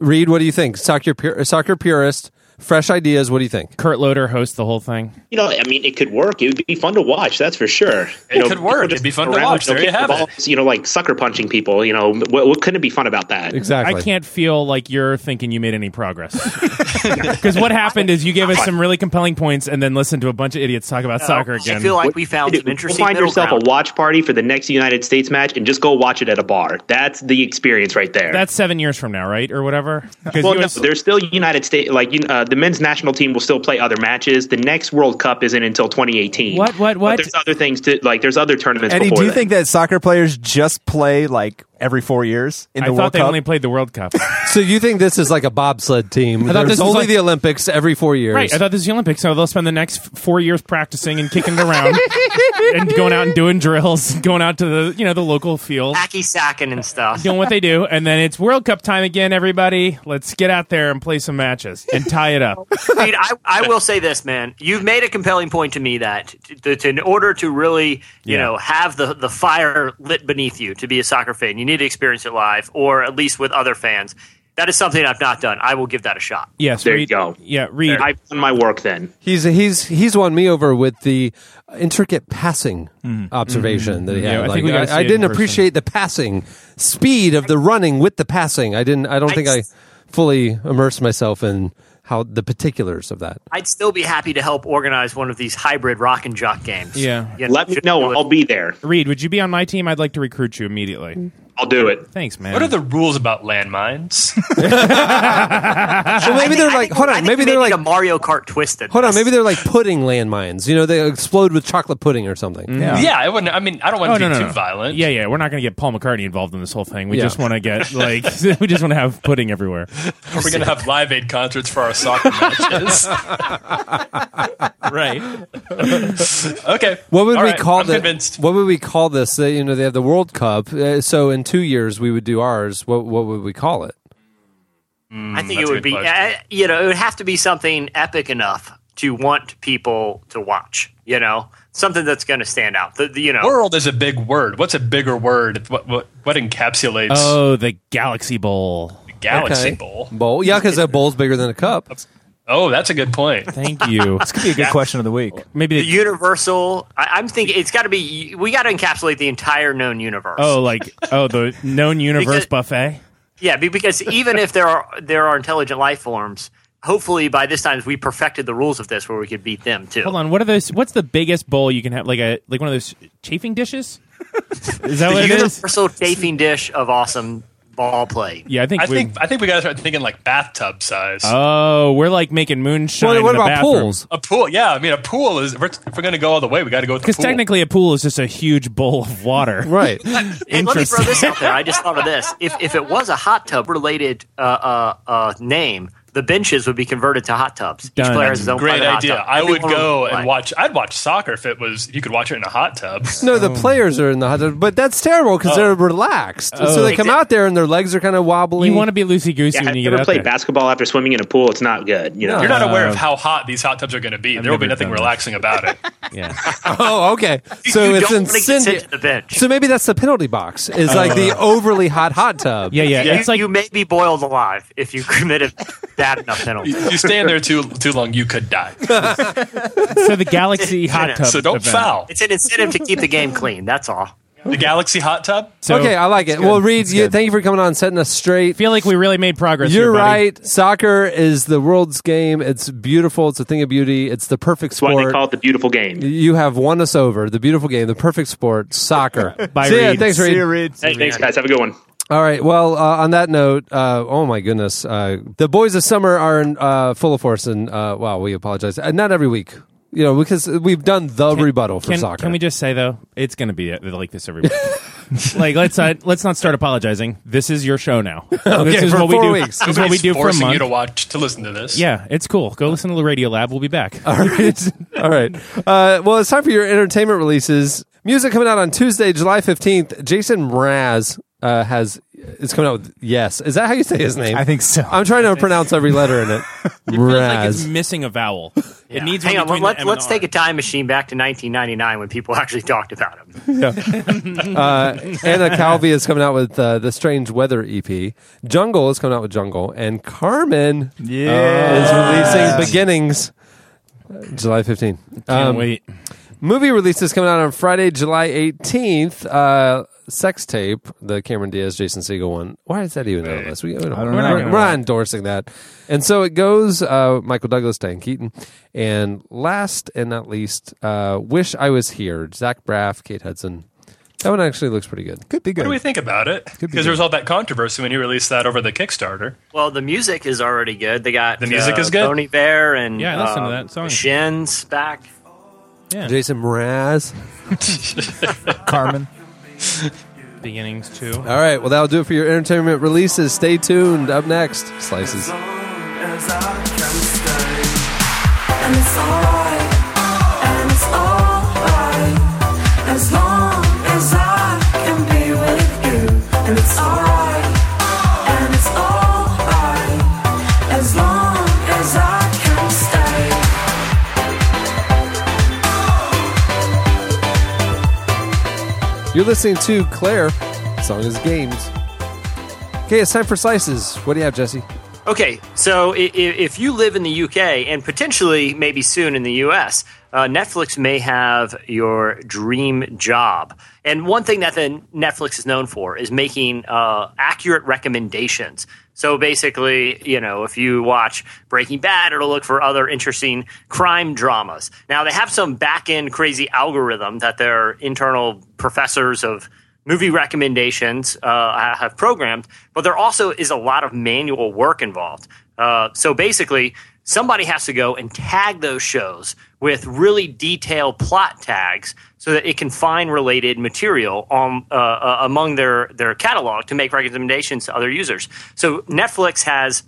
[SPEAKER 2] Reed, what do you think? Soccer pur- soccer purist, fresh ideas. What do you think?
[SPEAKER 3] Kurt Loder hosts the whole thing.
[SPEAKER 7] You know, I mean, it could work. It would be fun to watch. That's for sure.
[SPEAKER 6] It could work. It'd be fun to watch. There you have it.
[SPEAKER 7] it. You know, like sucker punching people. You know, what, what couldn't be fun about that?
[SPEAKER 2] Exactly.
[SPEAKER 3] I can't feel like you're thinking you made any progress. Because what happened is you gave us some really compelling points and then listened to a bunch of idiots talk about soccer again.
[SPEAKER 5] I feel like we found some
[SPEAKER 7] Go
[SPEAKER 5] interesting.
[SPEAKER 7] find
[SPEAKER 5] middle
[SPEAKER 7] yourself
[SPEAKER 5] ground.
[SPEAKER 7] a watch party for the next United States match and just go watch it at a bar. That's the experience right there.
[SPEAKER 3] That's seven years from now, right? Or whatever. 'Cause
[SPEAKER 7] well, no,
[SPEAKER 3] US
[SPEAKER 7] there's still United States. Like you know, uh, the men's national team will still play other matches. The next World Cup isn't until 2018.
[SPEAKER 3] What, what,
[SPEAKER 7] But
[SPEAKER 3] what?
[SPEAKER 7] there's other things to like. There's other tournaments.
[SPEAKER 4] Eddie,
[SPEAKER 7] before
[SPEAKER 4] do you
[SPEAKER 7] that.
[SPEAKER 4] think that soccer players just play like every four years in
[SPEAKER 3] I
[SPEAKER 4] the
[SPEAKER 3] thought
[SPEAKER 4] World
[SPEAKER 3] they
[SPEAKER 4] Cup?
[SPEAKER 3] only played the World Cup.
[SPEAKER 2] So you think this is like a bobsled team?
[SPEAKER 3] I thought
[SPEAKER 2] There's
[SPEAKER 3] this was
[SPEAKER 2] only
[SPEAKER 3] like-
[SPEAKER 2] the Olympics every four years.
[SPEAKER 3] Right. I thought this was the Olympics, so they'll spend the next f- four years practicing and kicking it around and going out and doing drills, going out to the you know the local field,
[SPEAKER 5] Hacky sacking and stuff.
[SPEAKER 3] doing what they do, and then it's World Cup time again. Everybody, let's get out there and play some matches and tie it up.
[SPEAKER 5] Reed, I, I will say this, man. You've made a compelling point to me that to, to, in order to really, you
[SPEAKER 3] Yeah.
[SPEAKER 5] know, have the, the fire lit beneath you to be a soccer fan, you need to experience it live or at least with other fans. That is something I've not done. I will give that a shot.
[SPEAKER 3] Yes,
[SPEAKER 7] There you
[SPEAKER 3] read.
[SPEAKER 7] go.
[SPEAKER 3] Yeah, read.
[SPEAKER 7] I've done my work then.
[SPEAKER 2] He's he's he's won me over with the intricate passing observation that he had.
[SPEAKER 3] Mm-hmm. Yeah, I
[SPEAKER 2] Like,
[SPEAKER 3] think we gotta see
[SPEAKER 2] I,
[SPEAKER 3] it in
[SPEAKER 2] didn't
[SPEAKER 3] person.
[SPEAKER 2] appreciate the passing speed of the running with the passing. I didn't. I don't think I fully immersed myself in how the particulars of that.
[SPEAKER 5] I'd still be happy to help organize one of these hybrid rock and jock games.
[SPEAKER 3] Yeah.
[SPEAKER 5] You
[SPEAKER 7] Let me
[SPEAKER 5] just do
[SPEAKER 7] know.
[SPEAKER 5] it.
[SPEAKER 7] I'll be there.
[SPEAKER 3] Reed, would you be on my team? I'd like to recruit you
[SPEAKER 2] Mm.
[SPEAKER 3] immediately.
[SPEAKER 7] I'll do it.
[SPEAKER 3] Thanks, man.
[SPEAKER 6] What are the rules about landmines?
[SPEAKER 2] Well, maybe
[SPEAKER 5] I think-
[SPEAKER 2] they're
[SPEAKER 5] I
[SPEAKER 2] like.
[SPEAKER 5] think-
[SPEAKER 2] Hold
[SPEAKER 5] I
[SPEAKER 2] on.
[SPEAKER 5] think
[SPEAKER 2] Maybe
[SPEAKER 5] we
[SPEAKER 2] they're
[SPEAKER 5] may need
[SPEAKER 2] like.
[SPEAKER 5] a Mario Kart twisted.
[SPEAKER 2] Hold on. Maybe they're like pudding landmines. You know, they explode with chocolate pudding or something.
[SPEAKER 3] Mm.
[SPEAKER 6] yeah, I wouldn't. I mean, I don't want
[SPEAKER 3] Oh
[SPEAKER 6] to be
[SPEAKER 3] no, no,
[SPEAKER 6] too
[SPEAKER 3] no.
[SPEAKER 6] violent.
[SPEAKER 3] Yeah, yeah. We're not going to get Paul McCartney involved in this whole thing. We
[SPEAKER 2] Yeah.
[SPEAKER 3] just want to get like we just want to have pudding everywhere.
[SPEAKER 6] we're gonna have live aid concerts for our soccer matches.
[SPEAKER 3] Right.
[SPEAKER 6] Okay,
[SPEAKER 2] What would
[SPEAKER 6] All
[SPEAKER 2] we
[SPEAKER 6] right,
[SPEAKER 2] call
[SPEAKER 6] I'm
[SPEAKER 2] the-
[SPEAKER 6] convinced.
[SPEAKER 2] What would we call this? Uh, you know, they have the World Cup. Uh, so in two years, we would do ours. What what would we call it?
[SPEAKER 3] Mm,
[SPEAKER 5] I
[SPEAKER 6] that's
[SPEAKER 5] think it
[SPEAKER 6] a
[SPEAKER 5] would
[SPEAKER 6] good
[SPEAKER 5] be,
[SPEAKER 6] question.
[SPEAKER 5] uh, you know, it would have to be something epic enough to want people to watch. You know, something that's going to stand out. The, the- you know,
[SPEAKER 6] World is a big word. What's a bigger word? What what, what encapsulates
[SPEAKER 3] Oh, the Galaxy Bowl.
[SPEAKER 6] Galaxy
[SPEAKER 2] Okay.
[SPEAKER 6] Bowl?
[SPEAKER 2] Bowl. Yeah, because a bowl's bigger than a cup.
[SPEAKER 6] Oh, that's a good point.
[SPEAKER 3] Thank you.
[SPEAKER 4] Could be a good question of the week.
[SPEAKER 3] Maybe
[SPEAKER 5] the
[SPEAKER 3] the,
[SPEAKER 5] universal. I, I'm thinking it's got to be. We got to encapsulate the entire known universe.
[SPEAKER 3] oh, like oh, the known universe
[SPEAKER 5] Because-
[SPEAKER 3] buffet.
[SPEAKER 5] Yeah, be- because even if there are there are intelligent life forms, hopefully by this time we perfected the rules of this where we could beat them too.
[SPEAKER 3] Hold on. What are those? What's the biggest bowl you can have? Like a like one of those chafing dishes? Is that what it is?
[SPEAKER 5] Universal chafing dish of awesome ball play.
[SPEAKER 3] Yeah, I think.
[SPEAKER 6] I
[SPEAKER 3] we,
[SPEAKER 6] think I think we got to start thinking like bathtub size.
[SPEAKER 3] Oh, we're like making moonshine.
[SPEAKER 2] What, what
[SPEAKER 3] in the
[SPEAKER 2] about
[SPEAKER 3] bathroom.
[SPEAKER 2] pools?
[SPEAKER 6] a pool, yeah. I mean, a pool is if we're, if we're going to go all the way, we got to go with the
[SPEAKER 3] Because
[SPEAKER 6] pool.
[SPEAKER 3] technically, a pool is just a huge bowl of water.
[SPEAKER 2] Right.
[SPEAKER 5] And let me throw
[SPEAKER 3] Interesting.
[SPEAKER 5] this out there. I just thought of this. If if it was a hot tub related uh, uh, uh, name, the benches would be converted to hot tubs. Each
[SPEAKER 3] Done.
[SPEAKER 5] player has his own
[SPEAKER 6] great
[SPEAKER 5] private hot
[SPEAKER 6] idea.
[SPEAKER 5] tub.
[SPEAKER 6] I would
[SPEAKER 5] Everyone
[SPEAKER 6] go
[SPEAKER 5] play.
[SPEAKER 6] and watch. I'd watch soccer if it was if you could watch it in a hot tub.
[SPEAKER 2] No,
[SPEAKER 3] Oh.
[SPEAKER 2] the players are in the hot tub, but that's terrible because they're relaxed. So they come out there and their legs are kind of wobbly.
[SPEAKER 3] You want to be loosey goosey
[SPEAKER 7] Yeah,
[SPEAKER 3] when
[SPEAKER 7] have
[SPEAKER 3] you
[SPEAKER 7] you
[SPEAKER 3] get
[SPEAKER 7] ever
[SPEAKER 3] out
[SPEAKER 7] played
[SPEAKER 3] there.
[SPEAKER 7] basketball after swimming in a pool? It's not good. You know,
[SPEAKER 6] You're not aware of how hot these hot tubs are going to be. there will be
[SPEAKER 3] never
[SPEAKER 6] nothing
[SPEAKER 3] done that.
[SPEAKER 6] relaxing about it.
[SPEAKER 3] Yeah.
[SPEAKER 2] oh, okay. So
[SPEAKER 5] you
[SPEAKER 2] it's
[SPEAKER 5] don't wanna get sent
[SPEAKER 2] incendi-
[SPEAKER 5] to the bench.
[SPEAKER 2] So maybe that's the penalty box. Is like
[SPEAKER 3] Uh,
[SPEAKER 2] the overly hot hot tub.
[SPEAKER 3] yeah, yeah,
[SPEAKER 6] Yeah.
[SPEAKER 3] It's like
[SPEAKER 5] you may be boiled alive if you committed bad enough penalty.
[SPEAKER 6] you stay in there too too long, you could die.
[SPEAKER 3] so the Galaxy hot tub.
[SPEAKER 6] So don't
[SPEAKER 3] event.
[SPEAKER 6] foul.
[SPEAKER 5] It's an incentive to keep the game clean. That's all.
[SPEAKER 6] The Galaxy hot tub.
[SPEAKER 3] So
[SPEAKER 2] okay, I like it. Well, Reed, you, thank you for coming on, and setting us straight.
[SPEAKER 3] feel like we really made progress.
[SPEAKER 2] You're
[SPEAKER 3] here, buddy.
[SPEAKER 2] right. Soccer is the world's game. It's beautiful. It's a thing of beauty. It's the perfect
[SPEAKER 7] That's why they
[SPEAKER 2] sport.
[SPEAKER 7] call it the beautiful game.
[SPEAKER 2] you have won us over. The beautiful game, the perfect sport, soccer.
[SPEAKER 3] Bye,
[SPEAKER 2] See ya.
[SPEAKER 3] Reed.
[SPEAKER 2] Thanks, Reed.
[SPEAKER 7] Hey, thanks, guys. Have a good one.
[SPEAKER 2] All right. Well, uh, on that note, uh, oh my goodness, uh, the boys of summer are in uh, full of force, and uh, wow, we apologize. Uh, not every week, you know, because we've done the rebuttal for
[SPEAKER 3] Can,
[SPEAKER 2] soccer.
[SPEAKER 3] can we just say though, it's going to be uh, like this every week. like let's not let's not start apologizing. This is your show now. this is
[SPEAKER 2] for
[SPEAKER 3] what we
[SPEAKER 2] four
[SPEAKER 3] do.
[SPEAKER 2] weeks.
[SPEAKER 3] This is what we
[SPEAKER 6] Nobody's
[SPEAKER 3] do for a
[SPEAKER 6] forcing
[SPEAKER 3] month.
[SPEAKER 6] you to watch to listen to this.
[SPEAKER 3] yeah, it's cool. Go listen to the Radio Lab. We'll be back.
[SPEAKER 2] All right. All right. Uh, well, it's time for your entertainment releases. Music coming out on Tuesday, July fifteenth. Jason Mraz uh, has is coming out with yes. Is that how you say his name?
[SPEAKER 4] I think so.
[SPEAKER 2] I'm trying to pronounce every letter in it.
[SPEAKER 3] Like it's
[SPEAKER 2] Mraz.
[SPEAKER 3] missing a vowel. It needs.
[SPEAKER 5] Hang
[SPEAKER 3] one
[SPEAKER 5] on, let,
[SPEAKER 3] between the M and
[SPEAKER 5] let's
[SPEAKER 3] R.
[SPEAKER 5] take a time machine back to 1999 when people actually talked about him.
[SPEAKER 2] Uh, Anna Calvi is coming out with uh, the Strange Weather EP. Jungle is coming out with Jungle, and Carmen is
[SPEAKER 4] Yeah.
[SPEAKER 2] releasing Beginnings uh, July 15th.
[SPEAKER 3] Can't
[SPEAKER 2] Um,
[SPEAKER 3] wait.
[SPEAKER 2] movie releases coming out on Friday, July 18th. Uh, Sex Tape, the Cameron Diaz, Jason Segel one. Why is that even on the list? We, we don't,
[SPEAKER 4] don't
[SPEAKER 2] we're,
[SPEAKER 4] know.
[SPEAKER 2] Not, we're not endorsing that. And so it goes uh, Michael Douglas, Diane Keaton. And last and not least, uh, Wish I Was Here, Zach Braff, Kate Hudson. That one actually looks pretty good.
[SPEAKER 4] Could be
[SPEAKER 6] What
[SPEAKER 4] good.
[SPEAKER 6] do we think about it? Because there was all that controversy when you released that over the Kickstarter.
[SPEAKER 5] Well, the music is already good. They got the
[SPEAKER 6] music is good?
[SPEAKER 5] Tony Bear and
[SPEAKER 3] Yeah, I listened to
[SPEAKER 5] um,
[SPEAKER 3] that song.
[SPEAKER 5] Shins back.
[SPEAKER 2] Jason Mraz.
[SPEAKER 4] Carmen.
[SPEAKER 3] Beginnings too.
[SPEAKER 2] All right, well, that'll do it for your entertainment releases. Stay tuned. Up next, Slices.
[SPEAKER 8] as I can stay. And it's alright, and it's alright. As long as I can be with you. And it's alright, and it's alright. As long as I can stay.
[SPEAKER 2] You're listening to Claire. The song is Games. Okay, it's time for slices. What do you have, Jesse?
[SPEAKER 5] Okay, so i- i- if you live in the UK and potentially maybe soon in the US, uh, Netflix may have your dream job. And one thing that the Netflix is known for is making uh, accurate recommendations. So basically, you know, if you watch Breaking Bad, it'll look for other interesting crime dramas. Now they have some back end crazy algorithm that their internal professors of movie recommendations uh, I have programmed, but there also is a lot of manual work involved. Uh, so basically, somebody has to go and tag those shows with really detailed plot tags so that it can find related material on, uh, uh, among their, their catalog to make recommendations to other users. So Netflix has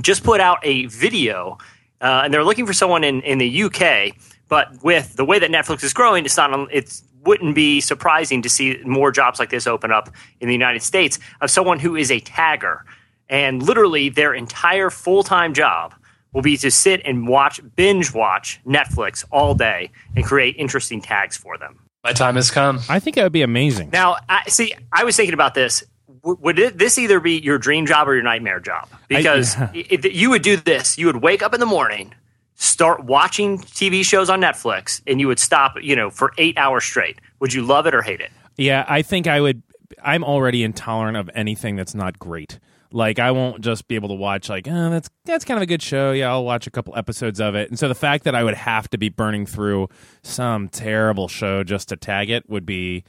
[SPEAKER 5] just put out a video, uh, and they're looking for someone in, in the UK. But with the way that Netflix is growing, it's not it wouldn't be surprising to see more jobs like this open up in the United States of someone who is a tagger, and literally their entire full time job will be to sit and watch binge watch Netflix all day and create interesting tags for them.
[SPEAKER 6] My time has come.
[SPEAKER 3] I think that would be amazing.
[SPEAKER 5] Now, I, see, I was thinking about this. W- Would it, this either be your dream job or your nightmare job? Because i i- you would do this. You would wake up in the morning, start watching TV shows on Netflix, and you would stop, you know, for eight hours straight. Would you love it or hate it?
[SPEAKER 3] Yeah, I think I would. I'm already intolerant of anything that's not great. Like I won't just be able to watch like oh, that's that's kind of a good show. Yeah, I'll watch a couple episodes of it. And so the fact that I would have to be burning through some terrible show just to tag it would be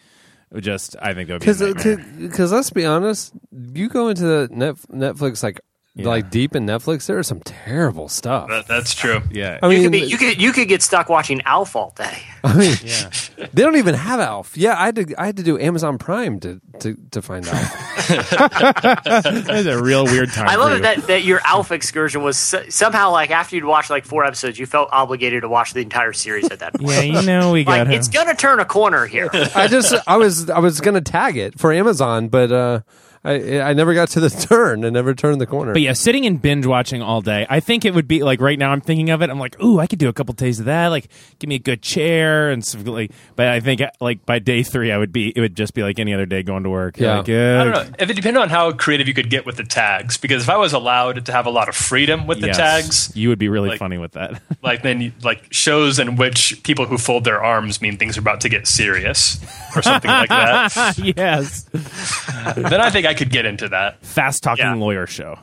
[SPEAKER 3] just I think that would be a nightmare.
[SPEAKER 2] Because let's be honest, you go into the net, Netflix like like deep in Netflix, there is some terrible stuff.
[SPEAKER 6] That, that's true.
[SPEAKER 3] yeah.
[SPEAKER 2] I
[SPEAKER 5] You could,
[SPEAKER 2] mean,
[SPEAKER 5] be, you could you could get stuck watching Alf all day.
[SPEAKER 2] they don't even have Alf. Yeah, I had to I had to do Amazon Prime to to, to find Alf.
[SPEAKER 3] that is a real weird time.
[SPEAKER 5] I
[SPEAKER 3] for
[SPEAKER 5] love
[SPEAKER 3] you.
[SPEAKER 5] that that your Alf excursion was so, somehow like after you'd watched like four episodes, you felt obligated to watch the entire series at that point.
[SPEAKER 3] Yeah, you know we got
[SPEAKER 5] Like
[SPEAKER 3] her.
[SPEAKER 5] it's gonna turn a corner here.
[SPEAKER 2] I just I was I was gonna tag it for Amazon, but uh, I I never got to the turn. I never turned the corner.
[SPEAKER 3] But yeah, sitting and binge watching all day, I think it would be like right now. I'm thinking of it. I'm like, ooh, I could do a couple days of that. Like, give me a good chair and some, like. But I think like by day three, I would be. It would just be like any other day going to work. You're
[SPEAKER 2] Yeah.
[SPEAKER 3] like, yeah.
[SPEAKER 6] I don't know. If it depended on how creative you could get with the tags, because if I was allowed to have a lot of freedom with the
[SPEAKER 3] Yes.
[SPEAKER 6] tags,
[SPEAKER 3] You would be really
[SPEAKER 6] Like-
[SPEAKER 3] funny with that.
[SPEAKER 6] like then you- like shows in which people who fold their arms mean things are about to get serious or something like that,
[SPEAKER 3] yes.
[SPEAKER 6] then I think I could get into that.
[SPEAKER 3] Fast talking
[SPEAKER 5] Yeah.
[SPEAKER 3] lawyer show.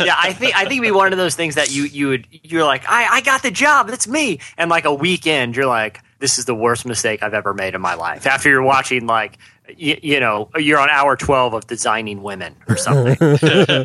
[SPEAKER 5] yeah, I think I think it'd be one of those things that you you would you're like I I got the job, that's me, and like a weekend you're like this is the worst mistake I've ever made in my life. After you're watching like you, you know you're on hour twelve of designing women or something.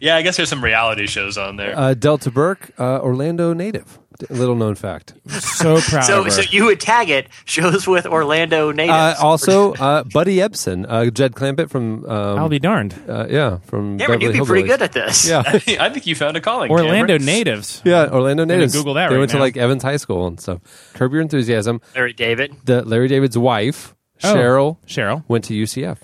[SPEAKER 6] Yeah, I guess there's some reality shows on there.
[SPEAKER 2] uh, Delta Burke, uh, Orlando native. Little known fact.
[SPEAKER 3] So proud. of
[SPEAKER 5] so
[SPEAKER 3] her.
[SPEAKER 5] so you would tag it shows with Orlando natives.
[SPEAKER 2] Uh, also, uh, Buddy Ebsen, uh, Jed Clampett from um,
[SPEAKER 3] I'll be darned.
[SPEAKER 2] uh, yeah from
[SPEAKER 5] Cameron,
[SPEAKER 2] Beverly
[SPEAKER 5] you'd be pretty
[SPEAKER 2] Hillbillies.
[SPEAKER 5] good at this.
[SPEAKER 2] Yeah.
[SPEAKER 6] I think you found a calling.
[SPEAKER 3] Orlando
[SPEAKER 6] Cameron.
[SPEAKER 3] natives.
[SPEAKER 2] Yeah, Orlando natives.
[SPEAKER 3] Google that
[SPEAKER 2] They
[SPEAKER 3] right
[SPEAKER 2] went to
[SPEAKER 3] now.
[SPEAKER 2] like Evans High School and stuff. Curb Your Enthusiasm.
[SPEAKER 5] Larry David.
[SPEAKER 2] The Larry David's wife,
[SPEAKER 3] Oh.
[SPEAKER 2] Cheryl,
[SPEAKER 3] Cheryl,
[SPEAKER 2] went to UCF.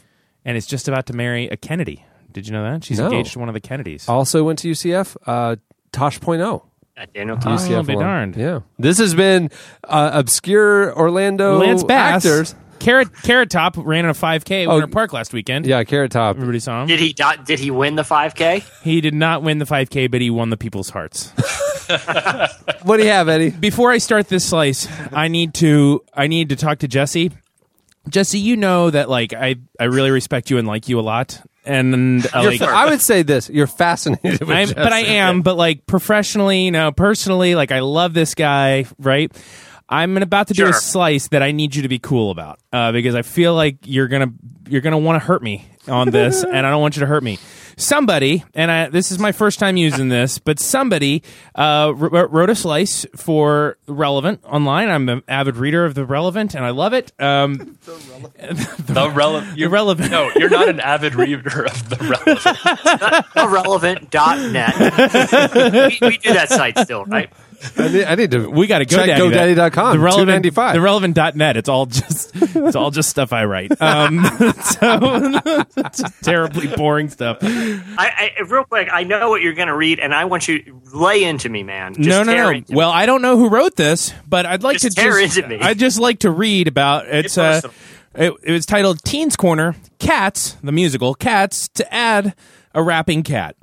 [SPEAKER 3] and is just about to marry a Kennedy. Did you know that she's
[SPEAKER 2] No.
[SPEAKER 3] engaged to one of the Kennedys?
[SPEAKER 2] Also went to UCF. Uh, Tosh Point oh.
[SPEAKER 5] Uh, Daniel
[SPEAKER 3] Oh,
[SPEAKER 5] Tosh.
[SPEAKER 2] UCF
[SPEAKER 3] be
[SPEAKER 2] alum.
[SPEAKER 3] darned.
[SPEAKER 2] Yeah. This has been uh, obscure Orlando
[SPEAKER 3] Lance Bass,
[SPEAKER 2] actors.
[SPEAKER 3] Carrot Carrot Top ran in a 5K at
[SPEAKER 2] Oh.
[SPEAKER 3] Winter Park last weekend.
[SPEAKER 2] Yeah, Carrot Top.
[SPEAKER 3] Everybody saw him.
[SPEAKER 5] Did he dot, did he win the five k?
[SPEAKER 3] He did not win the 5K, but he won the people's hearts.
[SPEAKER 2] What do you have, Eddie?
[SPEAKER 3] Before I start this slice, I need to I need to talk to Jesse. Jesse, you know that like I I really respect you and like you a lot, and uh,
[SPEAKER 2] You're
[SPEAKER 3] like
[SPEAKER 2] fa- I would say this. You're fascinated with
[SPEAKER 3] I'm,
[SPEAKER 2] Jesse.
[SPEAKER 3] but I am, but like professionally, you know, personally, like I love this guy, right? I'm about to do a
[SPEAKER 5] Sure.
[SPEAKER 3] slice that I need you to be cool about uh, because I feel like you're gonna you're gonna want to hurt me on this, and I don't want you to hurt me. Somebody, and I, this is my first time using this, but somebody uh, wr- wrote a slice for Relevant online. I'm an avid reader of the Relevant, and I love it. Um,
[SPEAKER 6] The relevant. You're
[SPEAKER 3] Irrelevant.
[SPEAKER 6] No, you're not an avid reader of the relevant.
[SPEAKER 5] Irrelevant.net. we, we do that site still, right?
[SPEAKER 2] I need, I need to.
[SPEAKER 3] we got to go
[SPEAKER 2] check
[SPEAKER 3] GoDaddy. that-
[SPEAKER 2] GoDaddy.com.
[SPEAKER 3] The relevant,
[SPEAKER 2] 295.
[SPEAKER 3] the relevant.net. It's all just it's all just stuff I write. Um, so just terribly boring stuff.
[SPEAKER 5] I, I real quick, I know what you're going to read, and I want you lay into me, man. Just
[SPEAKER 3] no, no,
[SPEAKER 5] tear
[SPEAKER 3] no.
[SPEAKER 5] into me.
[SPEAKER 3] Well, I don't know who wrote this, but I'd like
[SPEAKER 5] Just
[SPEAKER 3] to
[SPEAKER 5] tear
[SPEAKER 3] just
[SPEAKER 5] into me.
[SPEAKER 3] I just like to read about it's. Uh,
[SPEAKER 5] personal.
[SPEAKER 3] It, it was titled Teens Corner Cats, the musical Cats, to add a rapping cat.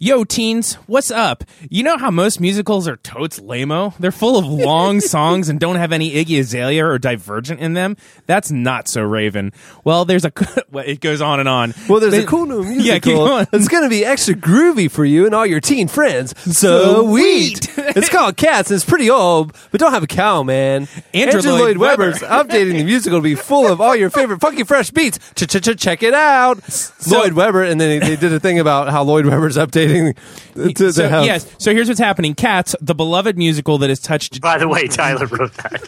[SPEAKER 3] Yo, teens, what's up? You know how most musicals are totes lame They're full of long songs and don't have any Iggy Azalea or Divergent in them? That's not so Raven. Well, there's a. well, It goes on and on.
[SPEAKER 2] Well, there's
[SPEAKER 3] They-
[SPEAKER 2] a cool new musical.
[SPEAKER 3] Yeah, keep going.
[SPEAKER 2] It's going to be extra groovy for you and all your teen friends. So
[SPEAKER 3] Sweet.
[SPEAKER 2] wheat. it's called Cats. It's pretty old, but don't have a cow, man.
[SPEAKER 3] Andrew Lloyd
[SPEAKER 2] Webber's updating the musical to be full of all your favorite funky fresh beats. Check it out, Lloyd Webber. And then they they did a thing about how Lloyd Webber's updating to the
[SPEAKER 3] so,
[SPEAKER 2] house.
[SPEAKER 3] yes. So here's what's happening. Cats, the beloved musical that has touched.
[SPEAKER 5] By the way, Tyler wrote that.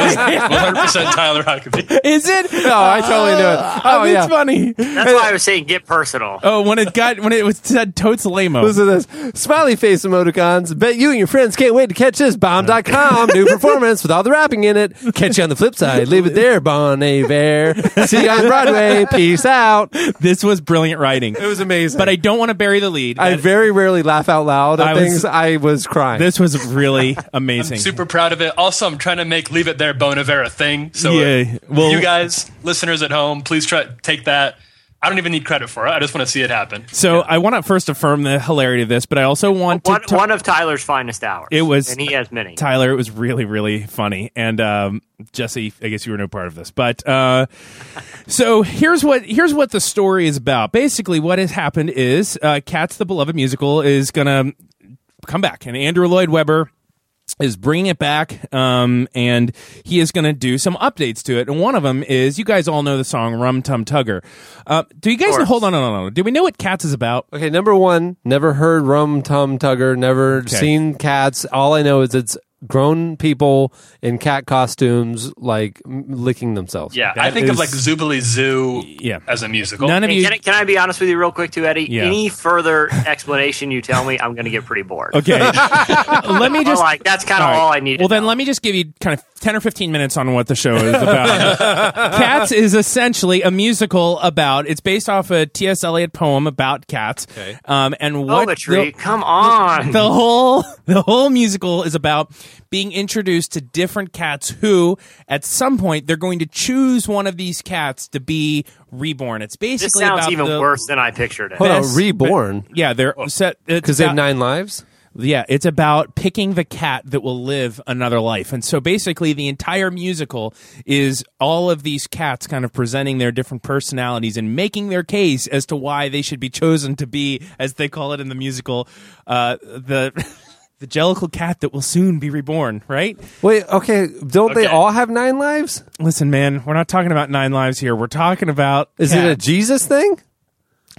[SPEAKER 6] 100% Tyler Huckabee.
[SPEAKER 3] Is it?
[SPEAKER 2] No, I totally knew it. Oh
[SPEAKER 3] it's
[SPEAKER 2] yeah.
[SPEAKER 3] funny.
[SPEAKER 5] That's why I was saying get personal.
[SPEAKER 3] Oh, when it got when it was said totes lame
[SPEAKER 2] Listen to this. Smiley face emoticons. Bet you and your friends can't wait to catch this. Bomb.com. New performance with all the rapping in it. Catch you on the flip side. Leave it there, Bon Iver. See you on Broadway. Peace out. It
[SPEAKER 3] This was brilliant writing. It
[SPEAKER 2] was amazing.
[SPEAKER 3] but I don't want to bury the lead.
[SPEAKER 2] I
[SPEAKER 3] That-
[SPEAKER 2] very rarely laugh out loud at
[SPEAKER 3] I was-
[SPEAKER 2] things. I was crying.
[SPEAKER 3] this was really amazing.
[SPEAKER 6] Super proud of it. Also, I'm trying to make Leave It There Bonavera thing. So,
[SPEAKER 3] Yeah,
[SPEAKER 6] uh,
[SPEAKER 3] well-
[SPEAKER 6] you guys, listeners at home, please try take that. I don't even need credit for it. I just want to see it happen.
[SPEAKER 3] so I want to first affirm the hilarity of this, but I also want to
[SPEAKER 5] one,
[SPEAKER 3] ta-
[SPEAKER 5] one of Tyler's finest hours.
[SPEAKER 3] It was-
[SPEAKER 5] and he has many.
[SPEAKER 3] Tyler. It was really really funny, and um, Jesse, I guess you were no part of this, but uh, so here's what here's what the story is about. Basically, what has happened is uh, Cats, the beloved musical, is gonna come back, and Andrew Lloyd Webber is bringing it back, um, and he is going to do some updates to it. And one of them is you guys all know the song "Rum Tum Tugger." Uh, do you guys know, hold on? No, no, no. Do we know what Cats is about?
[SPEAKER 2] okay, number one, never heard Rum Tum Tugger, never seen cats. All I know is it's grown people in cat costumes, like m- licking themselves.
[SPEAKER 6] Yeah, I think
[SPEAKER 3] is-
[SPEAKER 6] of like Zubilee Zoo
[SPEAKER 3] Yeah.
[SPEAKER 6] as a musical.
[SPEAKER 3] None of
[SPEAKER 5] Hey,
[SPEAKER 3] you.
[SPEAKER 5] can, I, can I be honest with you real quick too, Eddie?
[SPEAKER 3] Yeah.
[SPEAKER 5] Any further explanation you tell me, I'm going to get pretty bored.
[SPEAKER 3] Okay, let me
[SPEAKER 5] Well,
[SPEAKER 3] just.
[SPEAKER 5] like that's kind of
[SPEAKER 3] All right.
[SPEAKER 5] all I need.
[SPEAKER 3] Well, then let me just give you kind of 10 or 15 minutes on what the show is about. cats is essentially a musical about, it's based off a T.S. Eliot poem about cats. Okay. Um, and what
[SPEAKER 5] poetry.
[SPEAKER 3] the-
[SPEAKER 5] Come on.
[SPEAKER 3] the whole the whole musical is about being introduced to different cats who at some point they're going to choose one of these cats to be reborn it's
[SPEAKER 5] this
[SPEAKER 3] basically
[SPEAKER 5] sounds
[SPEAKER 3] about
[SPEAKER 5] even
[SPEAKER 3] the-
[SPEAKER 5] worse than I pictured it.
[SPEAKER 2] Hold on,
[SPEAKER 3] Best-
[SPEAKER 2] reborn.
[SPEAKER 3] yeah they're set
[SPEAKER 2] Because they have nine lives?
[SPEAKER 3] yeah, it's about picking the cat that will live another life. And so basically, the entire musical is all of these cats kind of presenting their different personalities and making their case as to why they should be chosen to be, as they call it in the musical, uh, the. The jellicle cat that will soon be reborn, right?
[SPEAKER 2] Wait, okay. Don't
[SPEAKER 6] Okay.
[SPEAKER 2] they all have nine lives?
[SPEAKER 3] Listen, man, we're not talking about nine lives here. We're talking about
[SPEAKER 2] Is it a
[SPEAKER 3] cats.
[SPEAKER 2] Jesus thing?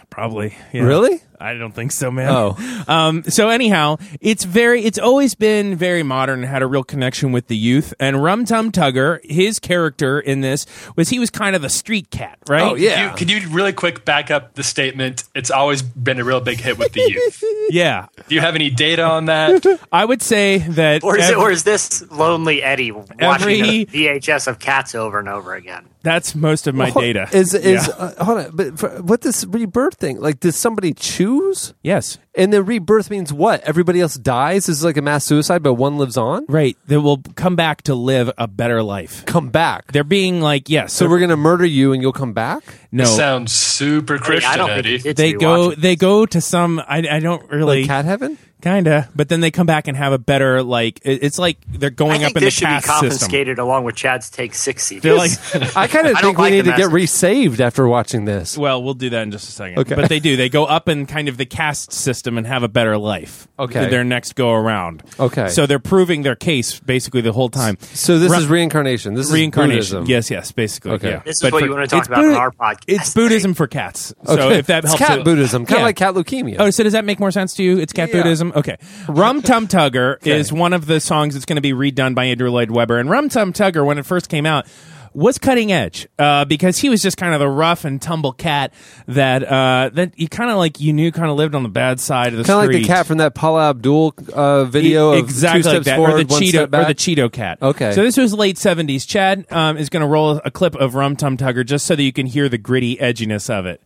[SPEAKER 3] probably yeah.
[SPEAKER 2] Really?
[SPEAKER 3] I don't think so, man.
[SPEAKER 2] Oh.
[SPEAKER 3] Um, so anyhow, it's very, it's always been very modern and had a real connection with the youth. And Rum Tum Tugger, his character in this was he was kind of a street cat, right?
[SPEAKER 2] Oh, yeah.
[SPEAKER 6] Could you, could you really quick back up the statement? It's always been a real big hit with the youth.
[SPEAKER 3] Yeah.
[SPEAKER 6] Do you have any data on that?
[SPEAKER 3] I would say that.
[SPEAKER 5] Or is
[SPEAKER 3] ev-
[SPEAKER 5] it? Or is this lonely Eddie watching
[SPEAKER 3] Every-
[SPEAKER 5] a VHS of cats over and over again?
[SPEAKER 3] that's most of my
[SPEAKER 2] Hold-
[SPEAKER 3] data.
[SPEAKER 2] Is is uh, hold on, but for, what this rebirth thing? Like, does somebody choose?
[SPEAKER 3] yes.
[SPEAKER 2] And then rebirth means what? Everybody else dies. This is like a mass suicide, but one lives on.
[SPEAKER 3] Right. That will come back to live a better life.
[SPEAKER 2] Come back.
[SPEAKER 3] They're being like, yes.
[SPEAKER 2] so we're gonna murder you, and you'll come back.
[SPEAKER 3] no.
[SPEAKER 6] Sounds super
[SPEAKER 5] I mean,
[SPEAKER 6] Christian,
[SPEAKER 5] I don't think
[SPEAKER 6] Eddie.
[SPEAKER 5] the kids
[SPEAKER 3] they
[SPEAKER 5] should be
[SPEAKER 3] go.
[SPEAKER 5] watching
[SPEAKER 3] They
[SPEAKER 5] this.
[SPEAKER 3] go to some. I, I don't really.
[SPEAKER 2] Like cat heaven.
[SPEAKER 3] Kinda. But then they come back and have a better like. it- It's like they're
[SPEAKER 5] I
[SPEAKER 3] going
[SPEAKER 5] think
[SPEAKER 3] up in the
[SPEAKER 5] this should be
[SPEAKER 3] caste system.
[SPEAKER 5] confiscated along with Chad's take six seats.
[SPEAKER 3] They're like.
[SPEAKER 2] I kind of
[SPEAKER 5] I don't
[SPEAKER 2] think we
[SPEAKER 5] like
[SPEAKER 2] need
[SPEAKER 5] the
[SPEAKER 2] to get
[SPEAKER 5] message.
[SPEAKER 2] resaved after watching this.
[SPEAKER 3] Well, we'll do that in just a second.
[SPEAKER 2] Okay.
[SPEAKER 3] But they do. They go up in kind of the caste system and have a better life.
[SPEAKER 2] Okay.
[SPEAKER 3] Their next go around.
[SPEAKER 2] Okay.
[SPEAKER 3] So they're proving their case basically the whole time.
[SPEAKER 2] So this
[SPEAKER 3] Ru-
[SPEAKER 2] is reincarnation. This is
[SPEAKER 3] reincarnation.
[SPEAKER 2] Buddhism.
[SPEAKER 3] yes, yes, basically.
[SPEAKER 2] Okay.
[SPEAKER 3] Yeah.
[SPEAKER 5] This is
[SPEAKER 3] But
[SPEAKER 5] what
[SPEAKER 3] for-
[SPEAKER 5] you want to talk
[SPEAKER 3] it's
[SPEAKER 5] about on
[SPEAKER 3] Buddha-
[SPEAKER 5] our podcast.
[SPEAKER 3] It's Buddhism for cats. So
[SPEAKER 2] Okay.
[SPEAKER 3] if that
[SPEAKER 2] It's
[SPEAKER 3] helps.
[SPEAKER 2] cat
[SPEAKER 3] it-
[SPEAKER 2] Buddhism, kind of
[SPEAKER 3] Yeah.
[SPEAKER 2] like cat leukemia.
[SPEAKER 3] Oh, so does that make more sense to you? It's Cat
[SPEAKER 2] Yeah.
[SPEAKER 3] Buddhism? Okay. Rum Tum Tugger is one of the songs that's going to be redone by Andrew Lloyd Webber. And Rum Tum Tugger, when it first came out, was cutting edge uh, because he was just kind of the rough and tumble cat that uh, that you kind of like you knew kind of lived on the bad side of the
[SPEAKER 2] Kind of like
[SPEAKER 3] street.
[SPEAKER 2] the cat from that Paula Abdul uh, video of
[SPEAKER 3] exactly
[SPEAKER 2] two steps
[SPEAKER 3] like that,
[SPEAKER 2] forward,
[SPEAKER 3] or the
[SPEAKER 2] one
[SPEAKER 3] Cheeto,
[SPEAKER 2] step
[SPEAKER 3] or
[SPEAKER 2] back.
[SPEAKER 3] the Cheeto Cat.
[SPEAKER 2] Okay.
[SPEAKER 3] so this was late seventies. Chad um, is going to roll a clip of Rum Tum Tugger just so that you can hear the gritty edginess of it.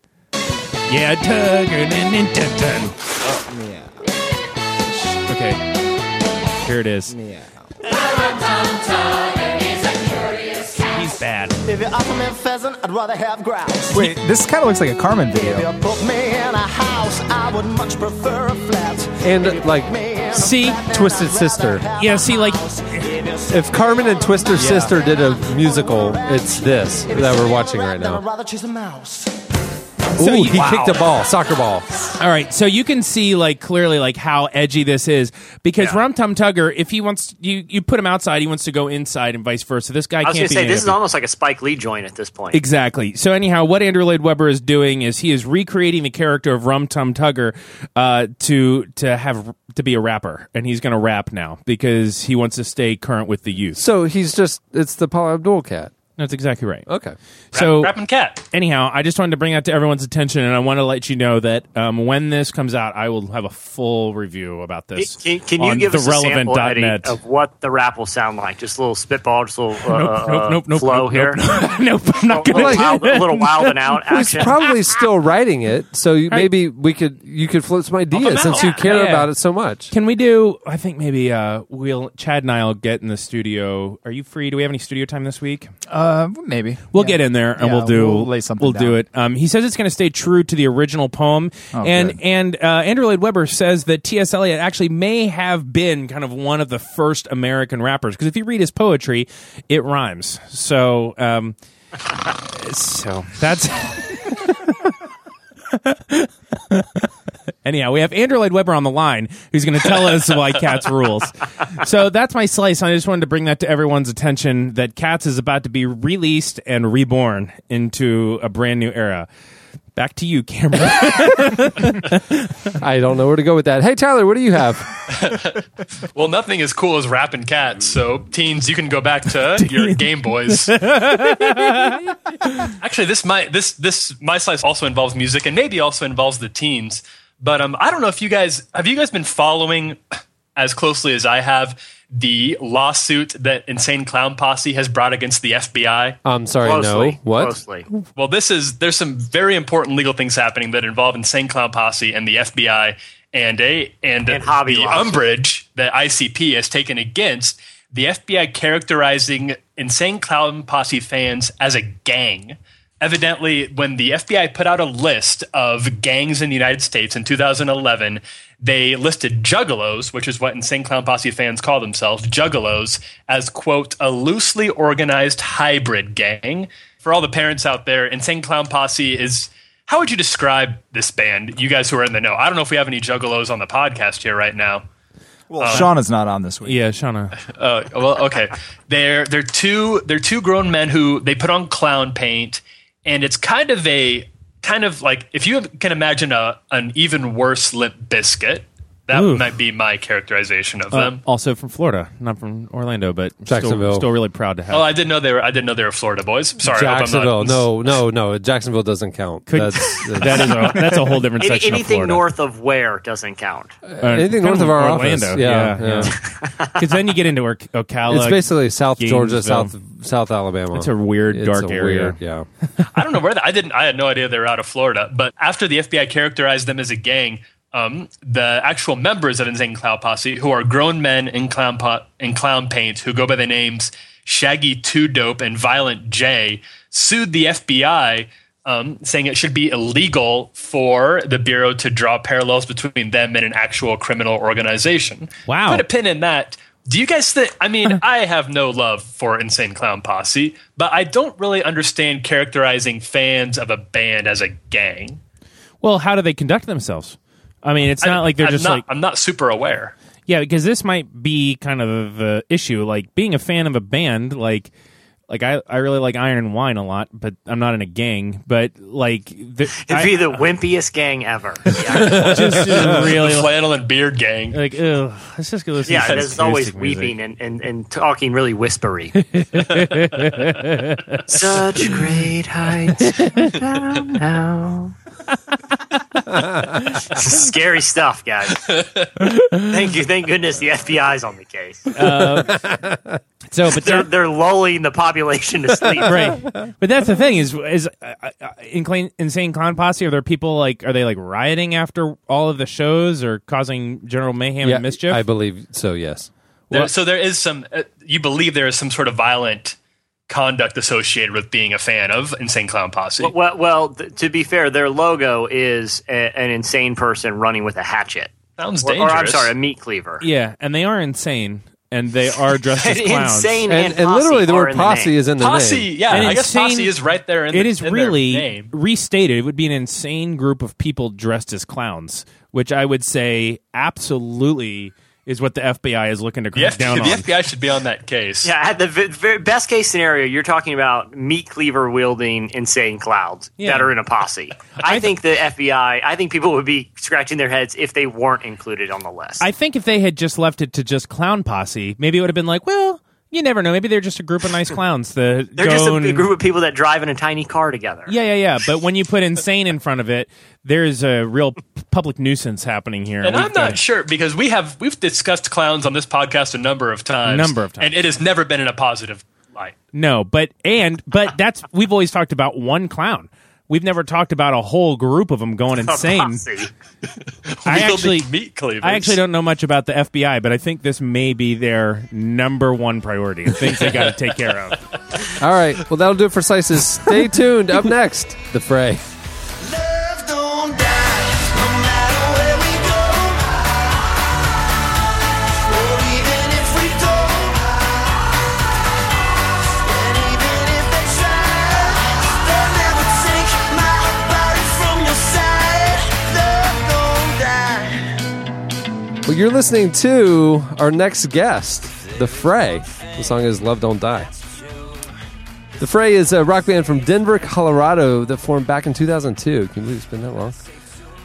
[SPEAKER 3] Yeah, Tugger, dun, dun, dun, dun.
[SPEAKER 2] Oh,
[SPEAKER 3] Okay, here it is. He's bad.
[SPEAKER 9] If you offer me pheasant, I'd rather have grouse.
[SPEAKER 4] Wait, this kind of looks like a Carmen
[SPEAKER 9] If
[SPEAKER 4] video.
[SPEAKER 9] you put me in a house, I would much prefer a flat.
[SPEAKER 2] And,
[SPEAKER 9] If you
[SPEAKER 2] like,
[SPEAKER 9] put me in a
[SPEAKER 3] see?
[SPEAKER 9] flat, then
[SPEAKER 2] Twisted
[SPEAKER 9] I'd rather
[SPEAKER 2] Sister.
[SPEAKER 9] have
[SPEAKER 3] Yeah,
[SPEAKER 9] a
[SPEAKER 3] see, like-
[SPEAKER 9] house. If you
[SPEAKER 2] If Carmen and Twister's sister did a musical, it's this that we're watching right now. Ooh, he kicked a ball, soccer ball.
[SPEAKER 3] All right, so you can see like clearly like how edgy this is because
[SPEAKER 6] Yeah.
[SPEAKER 3] Rum Tum Tugger, if he wants you, you put him outside, he wants to go inside and vice versa. This guy
[SPEAKER 5] I was
[SPEAKER 3] can't
[SPEAKER 5] going
[SPEAKER 3] be
[SPEAKER 5] to say,
[SPEAKER 3] made
[SPEAKER 5] this is
[SPEAKER 3] up.
[SPEAKER 5] almost like a Spike Lee joint at this point.
[SPEAKER 3] Exactly. So anyhow, what Andrew Lloyd Webber is doing is he is recreating the character of Rum Tum Tugger uh, to to have to be a rapper, and he's going to rap now because he wants to stay current with the youth.
[SPEAKER 2] So he's just, it's the Paul Abdul cat.
[SPEAKER 3] That's exactly right.
[SPEAKER 2] Okay.
[SPEAKER 3] So
[SPEAKER 6] Rapping cat.
[SPEAKER 3] anyhow, I just wanted to bring that to everyone's attention, and I want to let you know that um, when this comes out, I will have a full review about this.
[SPEAKER 5] Can, can you
[SPEAKER 3] on
[SPEAKER 5] give us a sample
[SPEAKER 3] therelevant.net.
[SPEAKER 5] Eddie, of what the rap will sound like? Just a little spitball, just a little uh,
[SPEAKER 3] Nope, nope, nope,
[SPEAKER 5] uh,
[SPEAKER 3] nope,
[SPEAKER 5] flow
[SPEAKER 3] nope,
[SPEAKER 5] here.
[SPEAKER 3] Nope, nope, I'm not
[SPEAKER 5] A
[SPEAKER 3] going
[SPEAKER 5] little,
[SPEAKER 3] to.
[SPEAKER 5] wild, a little wild and out
[SPEAKER 2] He's
[SPEAKER 5] action.
[SPEAKER 2] probably still writing it, so you, maybe we could you could float some
[SPEAKER 3] Help him
[SPEAKER 2] ideas since
[SPEAKER 3] out.
[SPEAKER 2] you care
[SPEAKER 3] Yeah.
[SPEAKER 2] about it so much.
[SPEAKER 3] Can we do? I think maybe uh, we'll Chad and I'll get in the studio. Are you free? Do we have any studio time this week?
[SPEAKER 4] Uh, maybe
[SPEAKER 3] We'll
[SPEAKER 4] Yeah.
[SPEAKER 3] get in there and
[SPEAKER 4] Yeah,
[SPEAKER 3] we'll do
[SPEAKER 4] we'll lay something
[SPEAKER 3] We'll do
[SPEAKER 4] down.
[SPEAKER 3] it. Um, he says it's going to stay true to the original poem,
[SPEAKER 4] Oh,
[SPEAKER 3] and
[SPEAKER 4] good.
[SPEAKER 3] and uh, Andrew Lloyd Webber says that T.S. Eliot actually may have been kind of one of the first American rappers because if you read his poetry, it rhymes. So um, so that's. Anyhow, we have Andrew Lloyd Webber on the line who's going to tell us why Cats rules. So that's my slice. I just wanted to bring that to everyone's attention that Cats is about to be released and reborn into a brand new era. Back to you, Cameron.
[SPEAKER 2] I don't know where to go with that. Hey Tyler, what do you have?
[SPEAKER 6] Well, nothing as cool as rapping cat. So, teens, you can go back to your Game Boys. Actually, this might this this my slice also involves music and maybe also involves the teens. But um, I don't know if you guys have you guys been following as closely as I have the lawsuit that Insane Clown Posse has brought against the FBI.
[SPEAKER 2] I'm Um, sorry,
[SPEAKER 5] Closely,
[SPEAKER 2] no. What?
[SPEAKER 5] Closely.
[SPEAKER 6] Well, this is there's some very important legal things happening that involve Insane Clown Posse and the FBI and a and,
[SPEAKER 5] And Hobby
[SPEAKER 6] the
[SPEAKER 5] Lobby.
[SPEAKER 6] umbrage that ICP has taken against the FBI characterizing Insane Clown Posse fans as a gang. Evidently, when the FBI put out a list of gangs in the United States in 2011, they listed juggalos, which is what Insane Clown Posse fans call themselves, juggalos, as, quote, a loosely organized hybrid gang. For all the parents out there, Insane Clown Posse is how would you describe this band? You guys who are in the know. I don't know if we have any juggalos on the podcast here right now.
[SPEAKER 4] Uh, Sean is not on this week.
[SPEAKER 3] yeah, Shauna.
[SPEAKER 6] Uh, well, okay. They're they're two they're two grown men who they put on clown paint, and it's kind of a kind of like if you can imagine a an even worse Limp Biscuit. That
[SPEAKER 3] Ooh.
[SPEAKER 6] might be my characterization of
[SPEAKER 3] Uh,
[SPEAKER 6] them.
[SPEAKER 3] also from Florida, not from Orlando, but still-
[SPEAKER 2] Jacksonville.
[SPEAKER 3] Still, really proud to have.
[SPEAKER 6] Oh, I didn't know they were. I didn't know they were Florida boys. Sorry, I hope I'm not-
[SPEAKER 2] Jacksonville. No, no, no. Jacksonville doesn't count. That's, that's-
[SPEAKER 3] that is a, that's a whole different
[SPEAKER 5] Any,
[SPEAKER 3] section
[SPEAKER 5] anything
[SPEAKER 3] of Florida.
[SPEAKER 5] north of where doesn't count.
[SPEAKER 3] Uh,
[SPEAKER 2] anything
[SPEAKER 3] kind
[SPEAKER 2] north of our
[SPEAKER 3] Orlando.
[SPEAKER 2] office.
[SPEAKER 3] Yeah,
[SPEAKER 2] Yeah,
[SPEAKER 3] yeah. Because then you get into Or- Ocala.
[SPEAKER 2] it's basically South Georgia,
[SPEAKER 3] Gainesville.
[SPEAKER 2] South South Alabama.
[SPEAKER 3] It's a weird,
[SPEAKER 2] It's
[SPEAKER 3] dark
[SPEAKER 2] a
[SPEAKER 3] area.
[SPEAKER 2] weird- yeah.
[SPEAKER 6] I don't know where that. I didn't. I had no idea they were out of Florida. But after the FBI characterized them as a gang, um, the actual members of Insane Clown Posse, who are grown men in clown pot in clown paint, who go by the names Shaggy Two Dope and Violent J, sued the FBI. Um, saying it should be illegal for the bureau to draw parallels between them and an actual criminal organization.
[SPEAKER 3] Wow.
[SPEAKER 6] Put a pin in that. Do you guys think? I mean, I have no love for Insane Clown Posse, but I don't really understand characterizing fans of a band as a gang.
[SPEAKER 3] Well, how do they conduct themselves? I mean, it's not like they're
[SPEAKER 6] I'm
[SPEAKER 3] just
[SPEAKER 6] not,
[SPEAKER 3] like
[SPEAKER 6] I'm not super aware.
[SPEAKER 3] yeah, because this might be kind of the issue. Like being a fan of a band, like like I, I really like Iron and Wine a lot, but I'm not in a gang. But like, the,
[SPEAKER 5] It'd be
[SPEAKER 3] I
[SPEAKER 5] the wimpiest gang ever. Yeah,
[SPEAKER 3] just really
[SPEAKER 6] The flannel and beard gang.
[SPEAKER 3] like, ugh, let's just go listen.
[SPEAKER 5] yeah
[SPEAKER 3] to
[SPEAKER 5] there's always
[SPEAKER 3] acoustic music.
[SPEAKER 5] weeping and, and, and talking really whispery. Such great heights down now. This is scary stuff, guys. Thank you, thank goodness the FBI's on the case.
[SPEAKER 3] Um, So, but
[SPEAKER 5] They're
[SPEAKER 3] that,
[SPEAKER 5] they're lulling the population to sleep.
[SPEAKER 3] right, but that's the thing is is uh, uh, Inclan- insane clown posse. Are there people like are they like rioting after all of the shows or causing general mayhem
[SPEAKER 2] yeah
[SPEAKER 3] and mischief?
[SPEAKER 2] I believe so. Yes.
[SPEAKER 6] There, so there is some. Uh, you believe there is some sort of violent conduct associated with being a fan of Insane Clown Posse.
[SPEAKER 5] Well, well, well th- to be fair, their logo is a, an insane person running with a hatchet.
[SPEAKER 6] Sounds
[SPEAKER 5] Or, or
[SPEAKER 6] dangerous.
[SPEAKER 5] I'm sorry, a meat cleaver.
[SPEAKER 3] Yeah, and they are insane, and they are dressed as clowns.
[SPEAKER 5] insane
[SPEAKER 2] And,
[SPEAKER 5] and,
[SPEAKER 2] and literally,
[SPEAKER 5] posse
[SPEAKER 2] the
[SPEAKER 5] are
[SPEAKER 2] word
[SPEAKER 5] in the
[SPEAKER 2] posse
[SPEAKER 5] name.
[SPEAKER 2] is in the
[SPEAKER 6] Posse,
[SPEAKER 2] name.
[SPEAKER 6] yeah,
[SPEAKER 3] An
[SPEAKER 6] I guess
[SPEAKER 3] insane-
[SPEAKER 6] Posse is right there in
[SPEAKER 3] It
[SPEAKER 6] the-
[SPEAKER 3] is
[SPEAKER 6] in their
[SPEAKER 3] really
[SPEAKER 6] name.
[SPEAKER 3] restated. It would be an insane group of people dressed as clowns, which I would say absolutely is what the FBI is looking to
[SPEAKER 6] The,
[SPEAKER 3] crack
[SPEAKER 6] F-
[SPEAKER 3] down
[SPEAKER 6] the
[SPEAKER 3] on.
[SPEAKER 6] FBI should be on that case.
[SPEAKER 5] Yeah, at the v- very best case scenario, you're talking about meat cleaver wielding insane clouds
[SPEAKER 3] Yeah.
[SPEAKER 5] that are in a posse. I think the FBI, I think people would be scratching their heads if they weren't included on the list.
[SPEAKER 3] I think if they had just left it to just clown posse, maybe it would have been like, well, you never know. Maybe they're just a group of nice clowns. The
[SPEAKER 5] They're just a,
[SPEAKER 3] and,
[SPEAKER 5] big group of people that drive in a tiny car together.
[SPEAKER 3] Yeah, yeah, yeah. But when you put insane in front of it, there's a real p- public nuisance happening here.
[SPEAKER 6] And
[SPEAKER 3] We've
[SPEAKER 6] I'm
[SPEAKER 3] got-
[SPEAKER 6] not sure because we have we've discussed clowns on this podcast a number of times,
[SPEAKER 3] Number of times.
[SPEAKER 6] and it has never been in a positive light.
[SPEAKER 3] No, but and but that's we've always talked about one clown. We've never talked about a whole group of them going
[SPEAKER 6] Oh,
[SPEAKER 5] A
[SPEAKER 3] insane.
[SPEAKER 5] posse.
[SPEAKER 3] I
[SPEAKER 6] Wielding
[SPEAKER 3] actually-
[SPEAKER 6] meat cleavers.
[SPEAKER 3] I actually don't know much about the FBI, but I think this may be their number one priority. Things they got to take care of.
[SPEAKER 2] All right. Well, that'll do it for slices. Stay tuned. Up next, the fray.
[SPEAKER 9] Love don't die, no matter where we go. Or even if we don't. And even if they try, they'll never take my body from your side. Love don't die.
[SPEAKER 2] Well, you're listening to our next guest, The Fray. The song is Love Don't Die. The Fray is a rock band from Denver, Colorado that formed back in 2002. Can you believe it's been that long?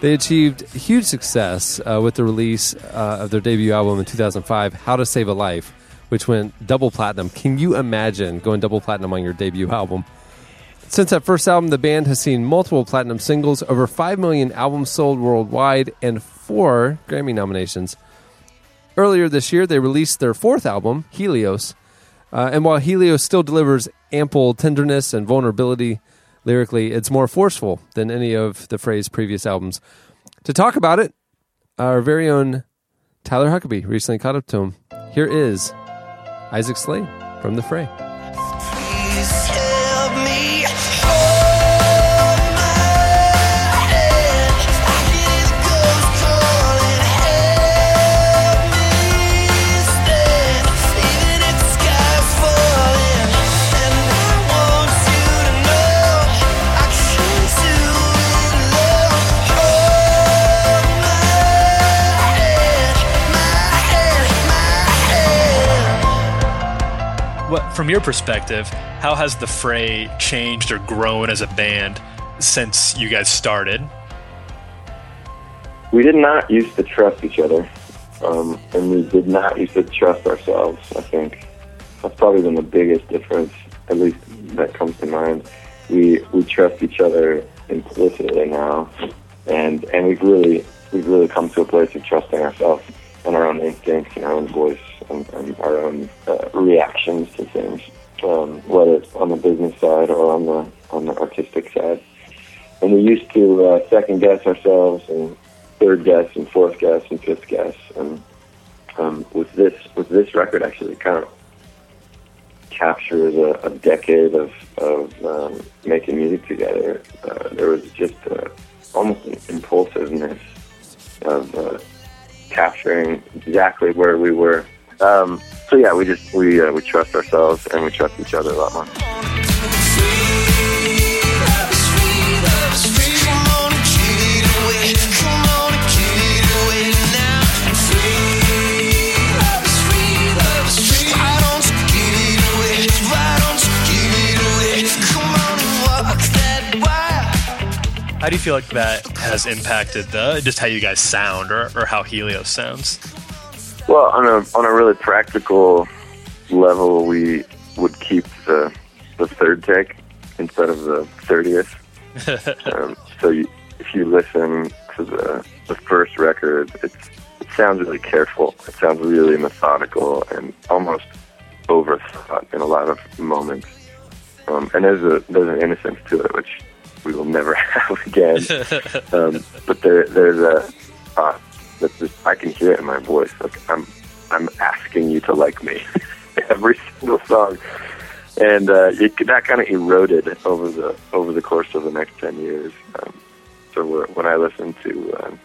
[SPEAKER 2] They achieved huge success uh, with the release uh, of their debut album in 2005, How to Save a Life, which went double platinum. Can you imagine going double platinum on your debut album? Since that first album, the band has seen multiple platinum singles, over 5 million albums sold worldwide, and four Grammy nominations. Earlier this year, they released their fourth album, Helios. Uh, and while Helios still delivers ample tenderness and vulnerability lyrically, it's more forceful than any of the Frey's previous albums. To talk about it, our very own Tyler Huckabee recently caught up to him. Here is Isaac Slade from The Fray.
[SPEAKER 9] Please help me hold my head. I hear the ghost calling, help me stand, even if the sky's falling. And I want you to know I came to in love. Hold my head, my head, my head.
[SPEAKER 6] What, from your perspective, how has the fray changed or grown as a band since you guys started?
[SPEAKER 10] we did not used to trust each other, um, and we did not used to trust ourselves. I think that's probably been the biggest difference, at least that comes to mind. We we trust each other implicitly now, and and we've really we've really come to a place of trusting ourselves and our own instincts and our own voice and, and our own uh, reactions to things, um, whether it's on the business side or on the on the artistic side and we used to uh, second guess ourselves and third guess and fourth guess and fifth guess and um, with this with this record actually it kind of captures a, a decade of, of um, making music together uh, there was just uh, almost an impulsiveness of uh, capturing exactly where we were um, so yeah we just we uh, we trust ourselves and we trust each other a lot more
[SPEAKER 6] How do you feel like that has impacted the just how you guys sound or, or how Helios sounds?
[SPEAKER 10] Well, on a on a really practical level, we would keep the the third take instead of the thirtieth. um, so you, if you listen to the the first record, it's, it sounds really careful. It sounds really methodical and almost overthought in a lot of moments. Um, and there's a there's an innocence to it which we will never have again. um, but there there's a thought that's just I can hear it in my voice. Like I'm I'm asking you to like me every single song. and uh, it, that kind of eroded over the over the course of the next ten years. Um, so wh- when I listen to um,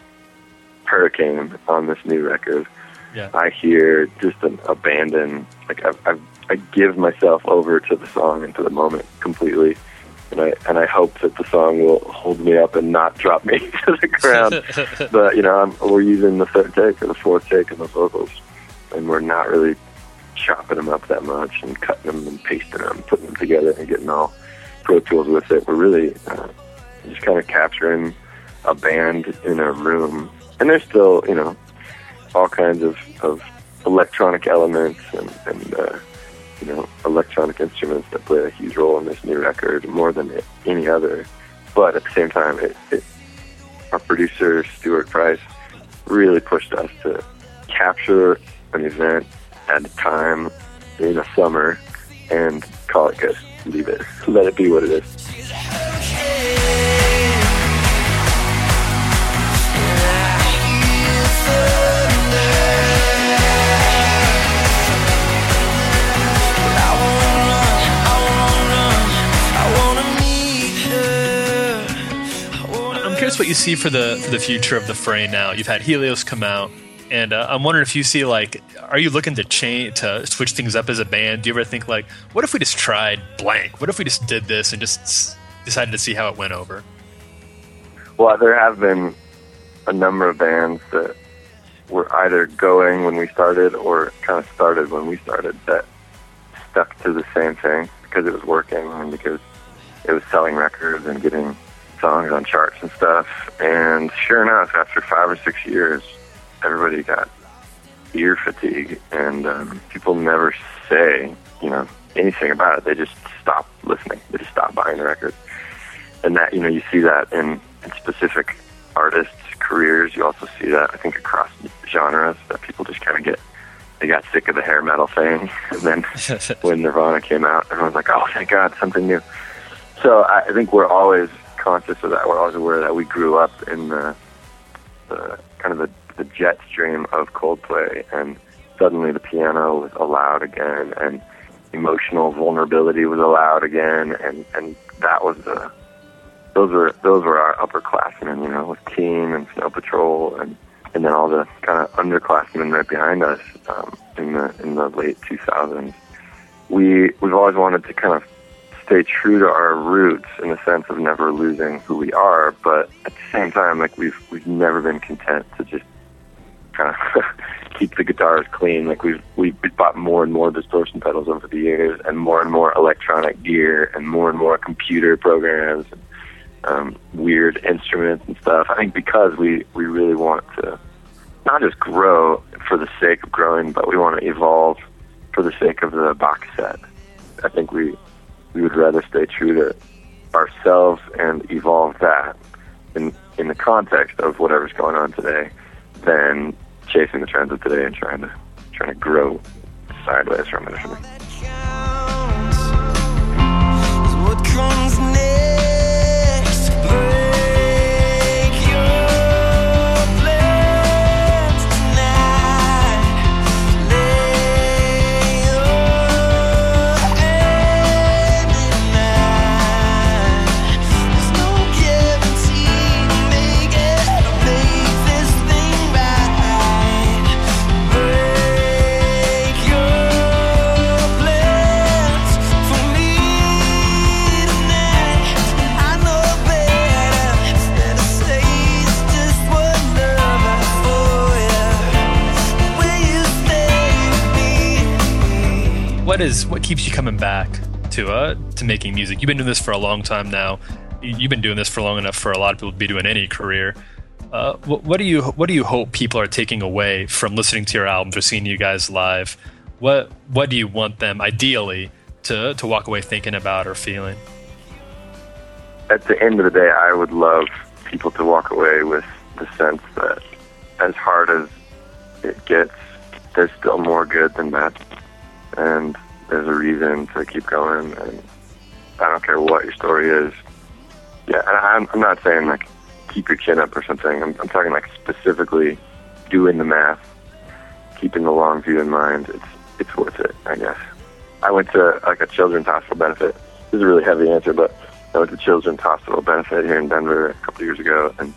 [SPEAKER 10] Hurricane on this new record,
[SPEAKER 6] Yeah.
[SPEAKER 10] I hear just an abandon. Like I, I, I give myself over to the song and to the moment completely, and I and I hope that the song will hold me up and not drop me to the ground. but you know, I'm, we're using the third take or the fourth take of the vocals, and we're not really chopping them up that much and cutting them and pasting them, putting them together and getting all Pro Tools with it. We're really uh, just kind of capturing a band in a room, and there's still you know all kinds of, of electronic elements and, and uh, you know electronic instruments that play a huge role in this new record more than any other. But at the same time, it, it, our producer Stuart Price really pushed us to capture an event at a time in a summer and call it good. Leave it. Let it be what it is.
[SPEAKER 9] She's a hurricane. And I hear thunder. But I wanna run, I wanna run, I wanna meet her. I wanna
[SPEAKER 6] I'm curious what you see for the for the future of the fray now. You've had Helios come out, and uh, I'm wondering if you see like, are you looking to change to switch things up as a band? Do you ever think like, what if we just tried blank? What if we just did this and just s- decided to see how it went over?
[SPEAKER 10] Well, there have been a number of bands that were either going when we started or kind of started when we started that stuck to the same thing because it was working and because it was selling records and getting songs on charts and stuff. And sure enough, after five or six years, everybody got ear fatigue and um, people never say, you know, anything about it. They just stop listening. They just stop buying the record and that you know you see that in, in specific artists' careers. You also see that I think across genres that people just kind of get they got sick of the hair metal thing, and then when Nirvana came out, everyone's like, "Oh, thank God, something new." So I I think we're always conscious of that. We're always aware that we grew up in the, the kind of the, the jet stream of Coldplay, and suddenly the piano was allowed again, and emotional vulnerability was allowed again, and and that was the those were those were our upperclassmen, you know, with Team and Snow Patrol, and and then all the kind of underclassmen right behind us um, in the in the late 2000s. We we've always wanted to kind of stay true to our roots in the sense of never losing who we are, but at the same time, like we've we've never been content to just kind of keep the guitars clean. Like we've we've bought more and more distortion pedals over the years, and more and more electronic gear, and more and more computer programs um, weird instruments and stuff. I think because we, we really want to not just grow for the sake of growing, but we want to evolve for the sake of the box set. I think we we would rather stay true to ourselves and evolve that in in the context of whatever's going on today than chasing the trends of today and trying to trying to grow sideways from it or something.
[SPEAKER 9] That counts is what comes next. Break your plans tonight. Lay your hand in mine. There's no guarantee to make it or make this thing right. Break your plans for me tonight. I know better than to say it's just one number for you. Will you stay with me?
[SPEAKER 6] What is what keeps you coming back to uh to making music? You've been doing this for a long time now. You- You've been doing this for long enough for a lot of people to be doing any career. Uh, what, what do you what do you hope people are taking away from listening to your albums or seeing you guys live? What what do you want them ideally to to walk away thinking about or feeling?
[SPEAKER 10] at the end of the day, I would love people to walk away with the sense that as hard as it gets, there's still more good than bad. And there's a reason to keep going. And I don't care what your story is. Yeah, and I'm, I'm not saying like keep your chin up or something. I'm, I'm talking like specifically doing the math, keeping the long view in mind. It's, it's worth it, I guess. I went to like a children's hospital benefit. This is a really heavy answer, but I went to children's hospital benefit here in Denver a couple of years ago, and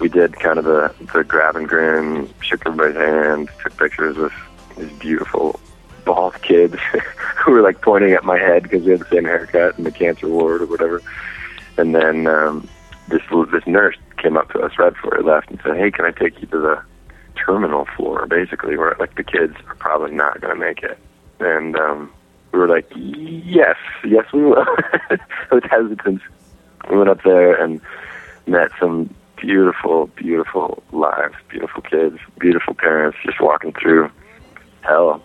[SPEAKER 10] we did kind of the the grab and grin, shook everybody's hand, took pictures with these beautiful bald kids who were like pointing at my head because we had the same haircut in the cancer ward or whatever. And then um, this this nurse came up to us right before we left and said, "Hey, can I take you to the terminal floor? Basically, where like the kids are probably not going to make it." And um, we were like, "Yes, yes, we will." With hesitance, we went up there and met some beautiful, beautiful lives, beautiful kids, beautiful parents, just walking through hell.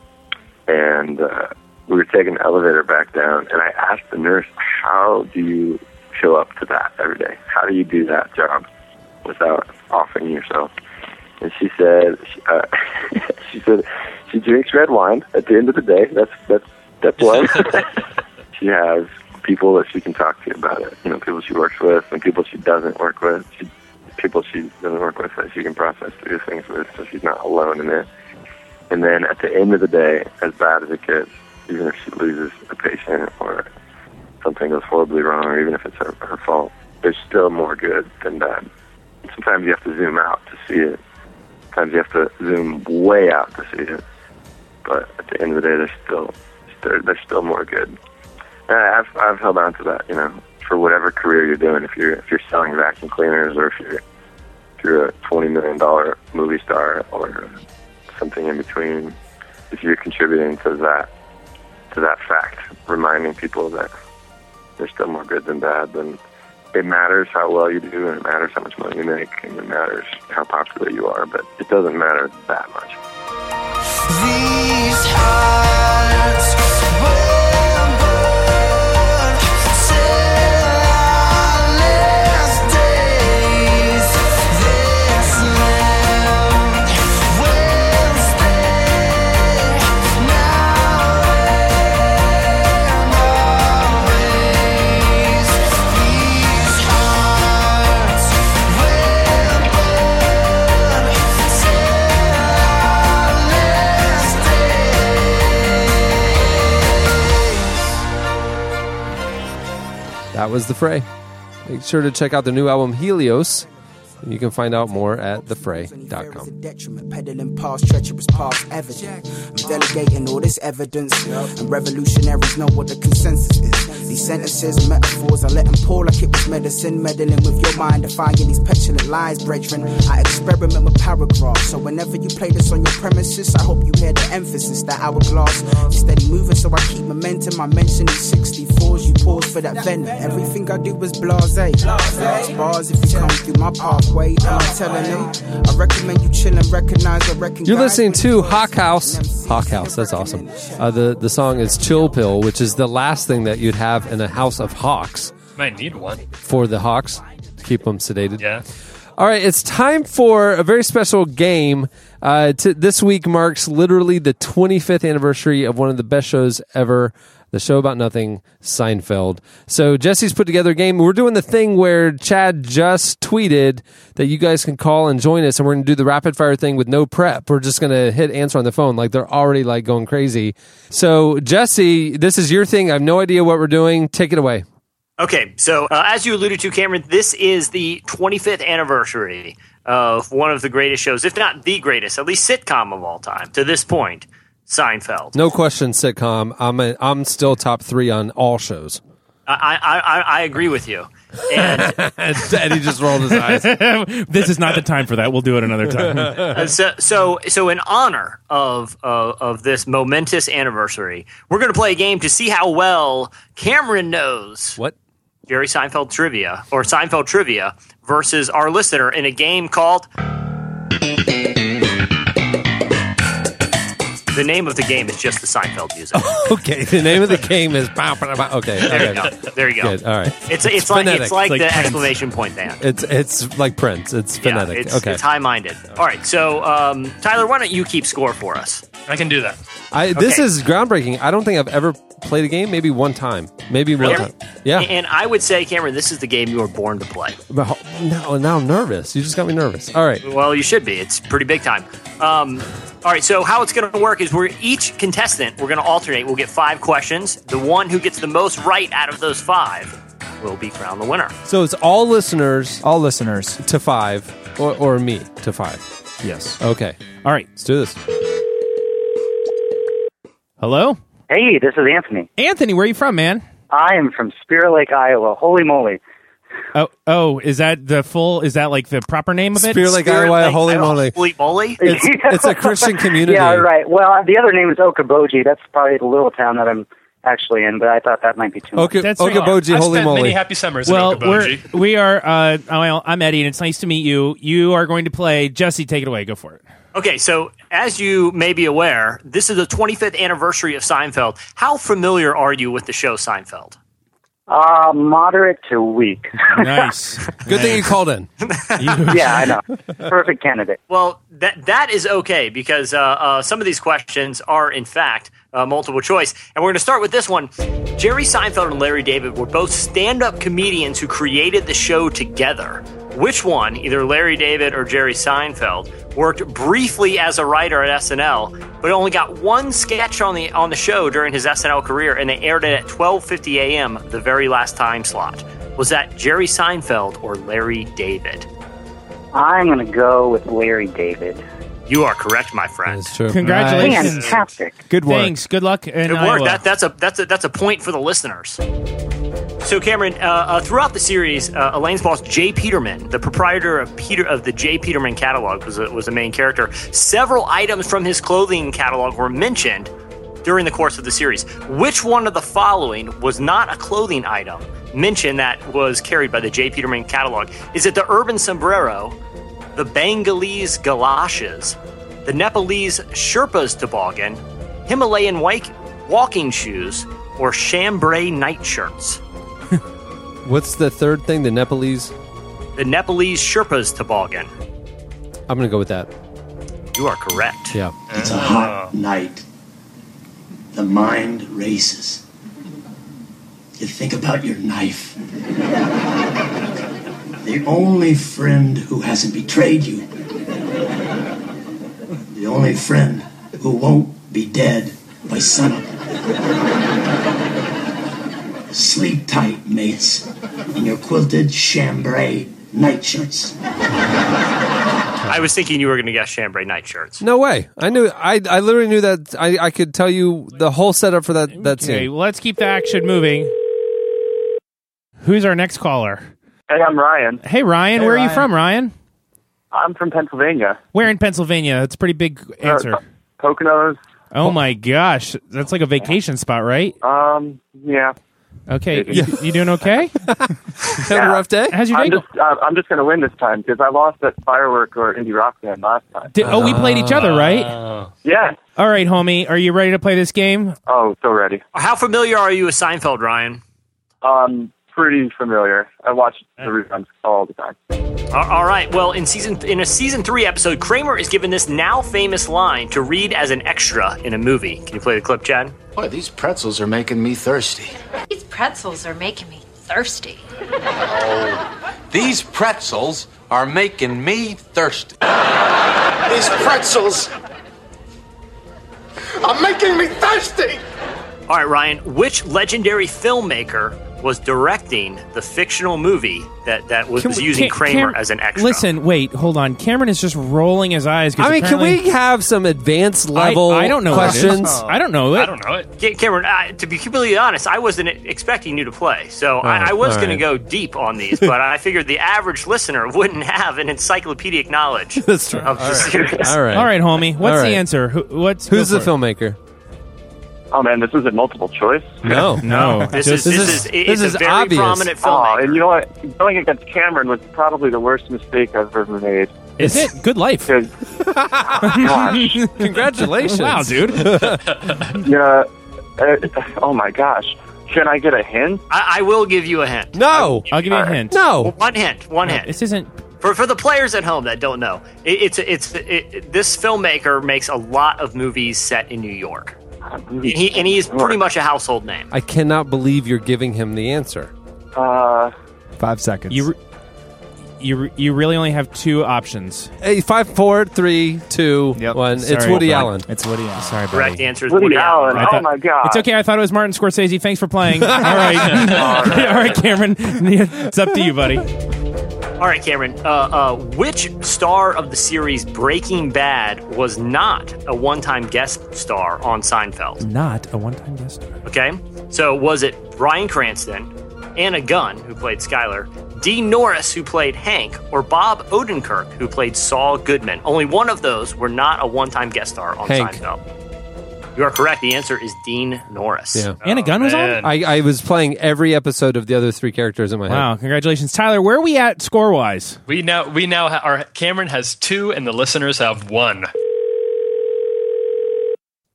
[SPEAKER 10] And uh, we were taking the elevator back down, and I asked the nurse, "How do you show up to that every day? How do you do that job without offering yourself?" And she said, she, uh, "She said she drinks red wine at the end of the day. That's that's that's one. she has people that she can talk to about it. You know, people she works with and people she doesn't work with. She, people she doesn't work with that she can process through things with, so she's not alone in it." And then at the end of the day, as bad as it gets, even if she loses a patient or something goes horribly wrong, or even if it's her, her fault, there's still more good than bad. Sometimes you have to zoom out to see it. Sometimes you have to zoom way out to see it. But at the end of the day, there's still there, there's still more good. And I- I've I've held on to that, you know, for whatever career you're doing. If you're if you're selling vacuum cleaners, or if you're if you're a twenty million dollar movie star, or something in between if you're contributing to that to that fact reminding people that there's still more good than bad then it matters how well you do and it matters how much money you make and it matters how popular you are but it doesn't matter that much
[SPEAKER 9] These hearts will burn till our last days. This land will stay now and always. These hearts will burn till our last
[SPEAKER 2] That was The Fray. Make sure to check out their new album, Helios. And you can find out more at
[SPEAKER 11] It's a
[SPEAKER 2] thefray.com.
[SPEAKER 11] detriment, peddling past treacherous paths evident. I'm delegating all this evidence, and revolutionaries know what the consensus is. These sentences, metaphors, I let them pour like it was medicine, meddling with your mind, defying these petulant lies, brethren. I experiment with paragraphs, so whenever you play this on your premises, I hope you hear the emphasis, that hourglass. is Steady moving, so I keep momentum. I mention these 64s, you pause for that venom. Everything I do is blase. Last bars, if you come through my pathway, I'm telling them. I recommend you chill and recognize, I recognize.
[SPEAKER 2] You're listening to Hawk House. Hawk House, that's awesome. Uh, the, the song is Chill Pill, which is the last thing that you'd have in a house of hawks
[SPEAKER 6] Might need one.
[SPEAKER 2] for the hawks to keep them sedated.
[SPEAKER 6] Yeah.
[SPEAKER 2] All right, it's time for a very special game. Uh, t- this week marks literally the 25th anniversary of one of the best shows ever, the show about nothing, Seinfeld. So Jesse's put together a game. We're doing the thing where Chad just tweeted that you guys can call and join us, and we're going to do the rapid fire thing with no prep. We're just going to hit answer on the phone, like they're already like going crazy. So Jesse, this is your thing. I have no idea what we're doing. Take it away.
[SPEAKER 5] Okay, so uh, as you alluded to, Cameron, this is the 25th anniversary of one of the greatest shows, if not the greatest, at least sitcom of all time to this point, Seinfeld.
[SPEAKER 2] No question, sitcom. I'm a, I'm still top three on all shows.
[SPEAKER 5] I, I, I, I agree with you. And
[SPEAKER 2] and he just rolled his eyes.
[SPEAKER 3] this is not the time for that. We'll do it another time.
[SPEAKER 5] Uh, so, so, so in honor of uh, of this momentous anniversary, we're going to play a game to see how well Cameron knows
[SPEAKER 2] What?
[SPEAKER 5] Jerry Seinfeld trivia or Seinfeld trivia versus our listener in a game called. The name of the game is just the Seinfeld music.
[SPEAKER 2] Okay, the name of the game is. Bow, bow, bow. Okay,
[SPEAKER 5] There you
[SPEAKER 2] Oh, okay.
[SPEAKER 5] go. There you go.
[SPEAKER 2] Good. All right.
[SPEAKER 5] It's it's like
[SPEAKER 2] phonetic.
[SPEAKER 5] it's like
[SPEAKER 2] It's
[SPEAKER 5] the
[SPEAKER 2] like Prince.
[SPEAKER 5] exclamation point band.
[SPEAKER 2] It's it's like Prince. It's phonetic.
[SPEAKER 5] it's,
[SPEAKER 2] okay.
[SPEAKER 5] it's high-minded. All right, so um, Tyler, why don't you keep score for us?
[SPEAKER 6] I can do that.
[SPEAKER 2] I, this
[SPEAKER 5] okay.
[SPEAKER 2] is groundbreaking. I don't think I've ever played a game. Maybe one time. Maybe one
[SPEAKER 5] Really?
[SPEAKER 2] time. Yeah.
[SPEAKER 5] And I would say, Cameron, this is the game you were born to play.
[SPEAKER 2] but ho- now, now I'm nervous. You just got me nervous. All right.
[SPEAKER 5] Well, you should be. It's pretty big time. Um, All right, so how it's going to work is we're each contestant, we're going to alternate. We'll get five questions. The one who gets the most right out of those five will be crowned the winner.
[SPEAKER 2] So it's all listeners
[SPEAKER 12] All listeners.
[SPEAKER 2] to five, or, or me to five.
[SPEAKER 12] Yes.
[SPEAKER 2] Okay,
[SPEAKER 3] All right.
[SPEAKER 2] let's do this.
[SPEAKER 3] Hello?
[SPEAKER 13] Hey, this is Anthony.
[SPEAKER 3] Anthony, where are you from, man?
[SPEAKER 13] I am from Spirit Lake, Iowa. Holy moly.
[SPEAKER 3] Oh, oh, is that the full? Is that like the proper name of it?
[SPEAKER 2] Spirit Lake Iowa, holy
[SPEAKER 5] I don't-
[SPEAKER 2] moly.
[SPEAKER 5] Holy moly.
[SPEAKER 2] It's, it's a Christian community.
[SPEAKER 13] Yeah, right. Well, the other name is Okoboji. That's probably the little town that I'm actually in, but I thought that might be too much.
[SPEAKER 2] Okay,
[SPEAKER 3] That's right.
[SPEAKER 2] Okaboji,
[SPEAKER 6] I've
[SPEAKER 2] holy
[SPEAKER 6] spent many
[SPEAKER 2] moly.
[SPEAKER 6] happy summers
[SPEAKER 3] Well,
[SPEAKER 6] in
[SPEAKER 3] we're,
[SPEAKER 6] Okoboji.
[SPEAKER 3] we are. Uh, well, I'm Eddie, and it's nice to meet you. You are going to play Jesse. Take it away. Go for it.
[SPEAKER 5] Okay, so as you may be aware, this is the 25th anniversary of Seinfeld. How familiar are you with the show Seinfeld?
[SPEAKER 13] Uh, moderate to weak.
[SPEAKER 3] Nice.
[SPEAKER 2] Good thing you called in.
[SPEAKER 13] yeah, I know. Perfect candidate.
[SPEAKER 5] Well, that that is okay because uh, uh, some of these questions are, in fact, uh, multiple choice. And we're going to start with this one. Jerry Seinfeld and Larry David were both stand up comedians who created the show together. Which one, either Larry David or Jerry Seinfeld, worked briefly as a writer at SNL, but only got one sketch on the on the show during his SNL career, and they aired it at 12:50 a.m. the very last time slot. Was that Jerry Seinfeld or Larry David?
[SPEAKER 13] I'm going to go with Larry David.
[SPEAKER 5] You are correct, my friend.
[SPEAKER 2] That's true.
[SPEAKER 3] Congratulations.
[SPEAKER 13] Fantastic.
[SPEAKER 12] Good work.
[SPEAKER 3] Thanks. Good luck. In
[SPEAKER 5] It
[SPEAKER 3] Iowa.
[SPEAKER 5] worked. That, that's a that's a that's a point for the listeners. So Cameron, uh, uh, throughout the series, uh, Elaine's boss Jay Peterman, the proprietor of Peter of the Jay Peterman catalog, was a, was a main character. Several items from his clothing catalog were mentioned during the course of the series. Which one of the following was not a clothing item mentioned that was carried by the Jay Peterman catalog? Is it the urban sombrero, the Bengalese galoshes, the Nepalese Sherpa's toboggan, Himalayan wake, walking shoes, or chambray nightshirts.
[SPEAKER 2] What's the third thing? The Nepalese.
[SPEAKER 5] The Nepalese Sherpa's toboggan.
[SPEAKER 2] I'm gonna go with that.
[SPEAKER 5] You are correct.
[SPEAKER 2] Yeah.
[SPEAKER 14] It's a hot night. The mind races. You think about your knife. The only friend who hasn't betrayed you. The only friend who won't be dead by sunup. Sleep tight, mates, in your quilted chambray nightshirts.
[SPEAKER 5] I was thinking you were going to guess chambray nightshirts.
[SPEAKER 2] No way. I knew. I I literally knew that. I I could tell you the whole setup for that that
[SPEAKER 3] Okay,
[SPEAKER 2] scene.
[SPEAKER 3] let's keep the action moving. Who's our next caller?
[SPEAKER 13] Hey, I'm Ryan.
[SPEAKER 3] Hey, Ryan. where are you
[SPEAKER 12] Ryan.
[SPEAKER 3] from, Ryan?
[SPEAKER 13] I'm from Pennsylvania. Uh,
[SPEAKER 3] Where in Pennsylvania? That's a pretty big answer.
[SPEAKER 13] Poconos.
[SPEAKER 3] Oh my gosh, that's like a vacation spot, right?
[SPEAKER 13] Um, yeah.
[SPEAKER 3] Okay, you, you doing okay?
[SPEAKER 2] Had a rough day.
[SPEAKER 3] How's your day?
[SPEAKER 13] I'm just uh, I'm just going to win this time because I lost at firework or indie rock band last time.
[SPEAKER 3] Did- oh, we played each other, right?
[SPEAKER 13] Yeah.
[SPEAKER 3] All right, homie, are you ready to play this game?
[SPEAKER 13] Oh, so ready.
[SPEAKER 5] How familiar are you with Seinfeld, Ryan?
[SPEAKER 13] Um, pretty familiar. I watched the reruns all the time.
[SPEAKER 5] A- All right. Well, in season in a season three episode, Kramer is given this now famous line to read as an extra in a movie. Can you play the clip, Chad?
[SPEAKER 14] Boy, these pretzels are making me thirsty.
[SPEAKER 8] These pretzels are making me thirsty.
[SPEAKER 14] These pretzels are making me thirsty. These pretzels are making me thirsty.
[SPEAKER 5] All right, Ryan. Which legendary filmmaker was directing the fictional movie that that was,
[SPEAKER 3] Can
[SPEAKER 5] was
[SPEAKER 3] we-
[SPEAKER 5] using
[SPEAKER 3] can-
[SPEAKER 5] Kramer
[SPEAKER 3] Cam-
[SPEAKER 5] as an extra?
[SPEAKER 3] Listen, wait, hold on. Cameron is just rolling his eyes. 'cause
[SPEAKER 2] I mean, can
[SPEAKER 3] apparently-
[SPEAKER 2] we have some advanced level
[SPEAKER 3] I, I don't know what it is.
[SPEAKER 2] questions?
[SPEAKER 3] I don't know it.
[SPEAKER 6] Oh. I don't know it.
[SPEAKER 5] Ca- Cameron, I, to be completely honest, I wasn't expecting you to play,
[SPEAKER 3] Oh.
[SPEAKER 5] so I, I was
[SPEAKER 2] all
[SPEAKER 5] going
[SPEAKER 2] right.
[SPEAKER 5] to go deep on these, but I figured the average listener wouldn't have an encyclopedic knowledge
[SPEAKER 2] That's true.
[SPEAKER 5] of the series.
[SPEAKER 2] All right.
[SPEAKER 3] All right, homie, what's
[SPEAKER 2] All right.
[SPEAKER 3] the answer? Who, what's
[SPEAKER 2] Who's
[SPEAKER 3] go
[SPEAKER 2] the
[SPEAKER 3] for it.
[SPEAKER 2] filmmaker?
[SPEAKER 13] Oh man, this isn't multiple choice.
[SPEAKER 2] No.
[SPEAKER 3] No,
[SPEAKER 5] This
[SPEAKER 3] just-
[SPEAKER 5] is
[SPEAKER 2] this
[SPEAKER 5] this is
[SPEAKER 2] is-
[SPEAKER 5] it's
[SPEAKER 2] this
[SPEAKER 5] a
[SPEAKER 2] is
[SPEAKER 5] very
[SPEAKER 2] obvious.
[SPEAKER 5] prominent
[SPEAKER 13] Oh,
[SPEAKER 5] filmmaker.
[SPEAKER 13] and you know what? Going against Cameron was probably the worst mistake I've ever made.
[SPEAKER 3] is it good life?
[SPEAKER 13] Because
[SPEAKER 2] Congratulations.
[SPEAKER 3] Wow, dude.
[SPEAKER 13] you know, uh, oh my gosh, can I get a hint?
[SPEAKER 5] I, I will give you a hint.
[SPEAKER 2] No.
[SPEAKER 3] I'll give you a hint.
[SPEAKER 2] No.
[SPEAKER 5] One hint. One hint.
[SPEAKER 3] This isn't.
[SPEAKER 5] for for the players at home that don't know, it, it's it's it, it- this filmmaker makes a lot of movies set in New York. And he and he is pretty much a household name.
[SPEAKER 2] I cannot believe you're giving him the answer.
[SPEAKER 13] Uh,
[SPEAKER 12] Five seconds.
[SPEAKER 3] You, you you really only have two options.
[SPEAKER 2] Hey, five, four, three, two, one. It's
[SPEAKER 3] Sorry,
[SPEAKER 2] Woody
[SPEAKER 3] buddy.
[SPEAKER 2] Allen.
[SPEAKER 3] It's Woody Allen. Sorry, buddy.
[SPEAKER 5] Correct answer is Woody Woody Allen. Allen.
[SPEAKER 3] I
[SPEAKER 5] Oh
[SPEAKER 3] thought-
[SPEAKER 5] my God.
[SPEAKER 3] It's okay. I thought it was Martin Scorsese. Thanks for playing. All right, all right, Cameron. It's up to you, buddy.
[SPEAKER 5] All right, Cameron. Uh, uh, which star of the series Breaking Bad was not a one-time guest star on Seinfeld?
[SPEAKER 3] Not a one-time guest.
[SPEAKER 5] Okay, so was it Brian Cranston, Anna Gunn, who played Skyler, Dean Norris, who played Hank, or Bob Odenkirk, who played Saul Goodman? Only one of those were not a one-time guest star on
[SPEAKER 2] Hank.
[SPEAKER 5] Seinfeld. You are correct. The answer is Dean Norris.
[SPEAKER 2] Yeah.
[SPEAKER 3] Anna Gunn was on.
[SPEAKER 2] I, I was playing every episode of the other three characters in my head.
[SPEAKER 3] Wow, congratulations, Tyler. Where are we at score wise?
[SPEAKER 6] We now we now ha- our Cameron has two and the listeners have one.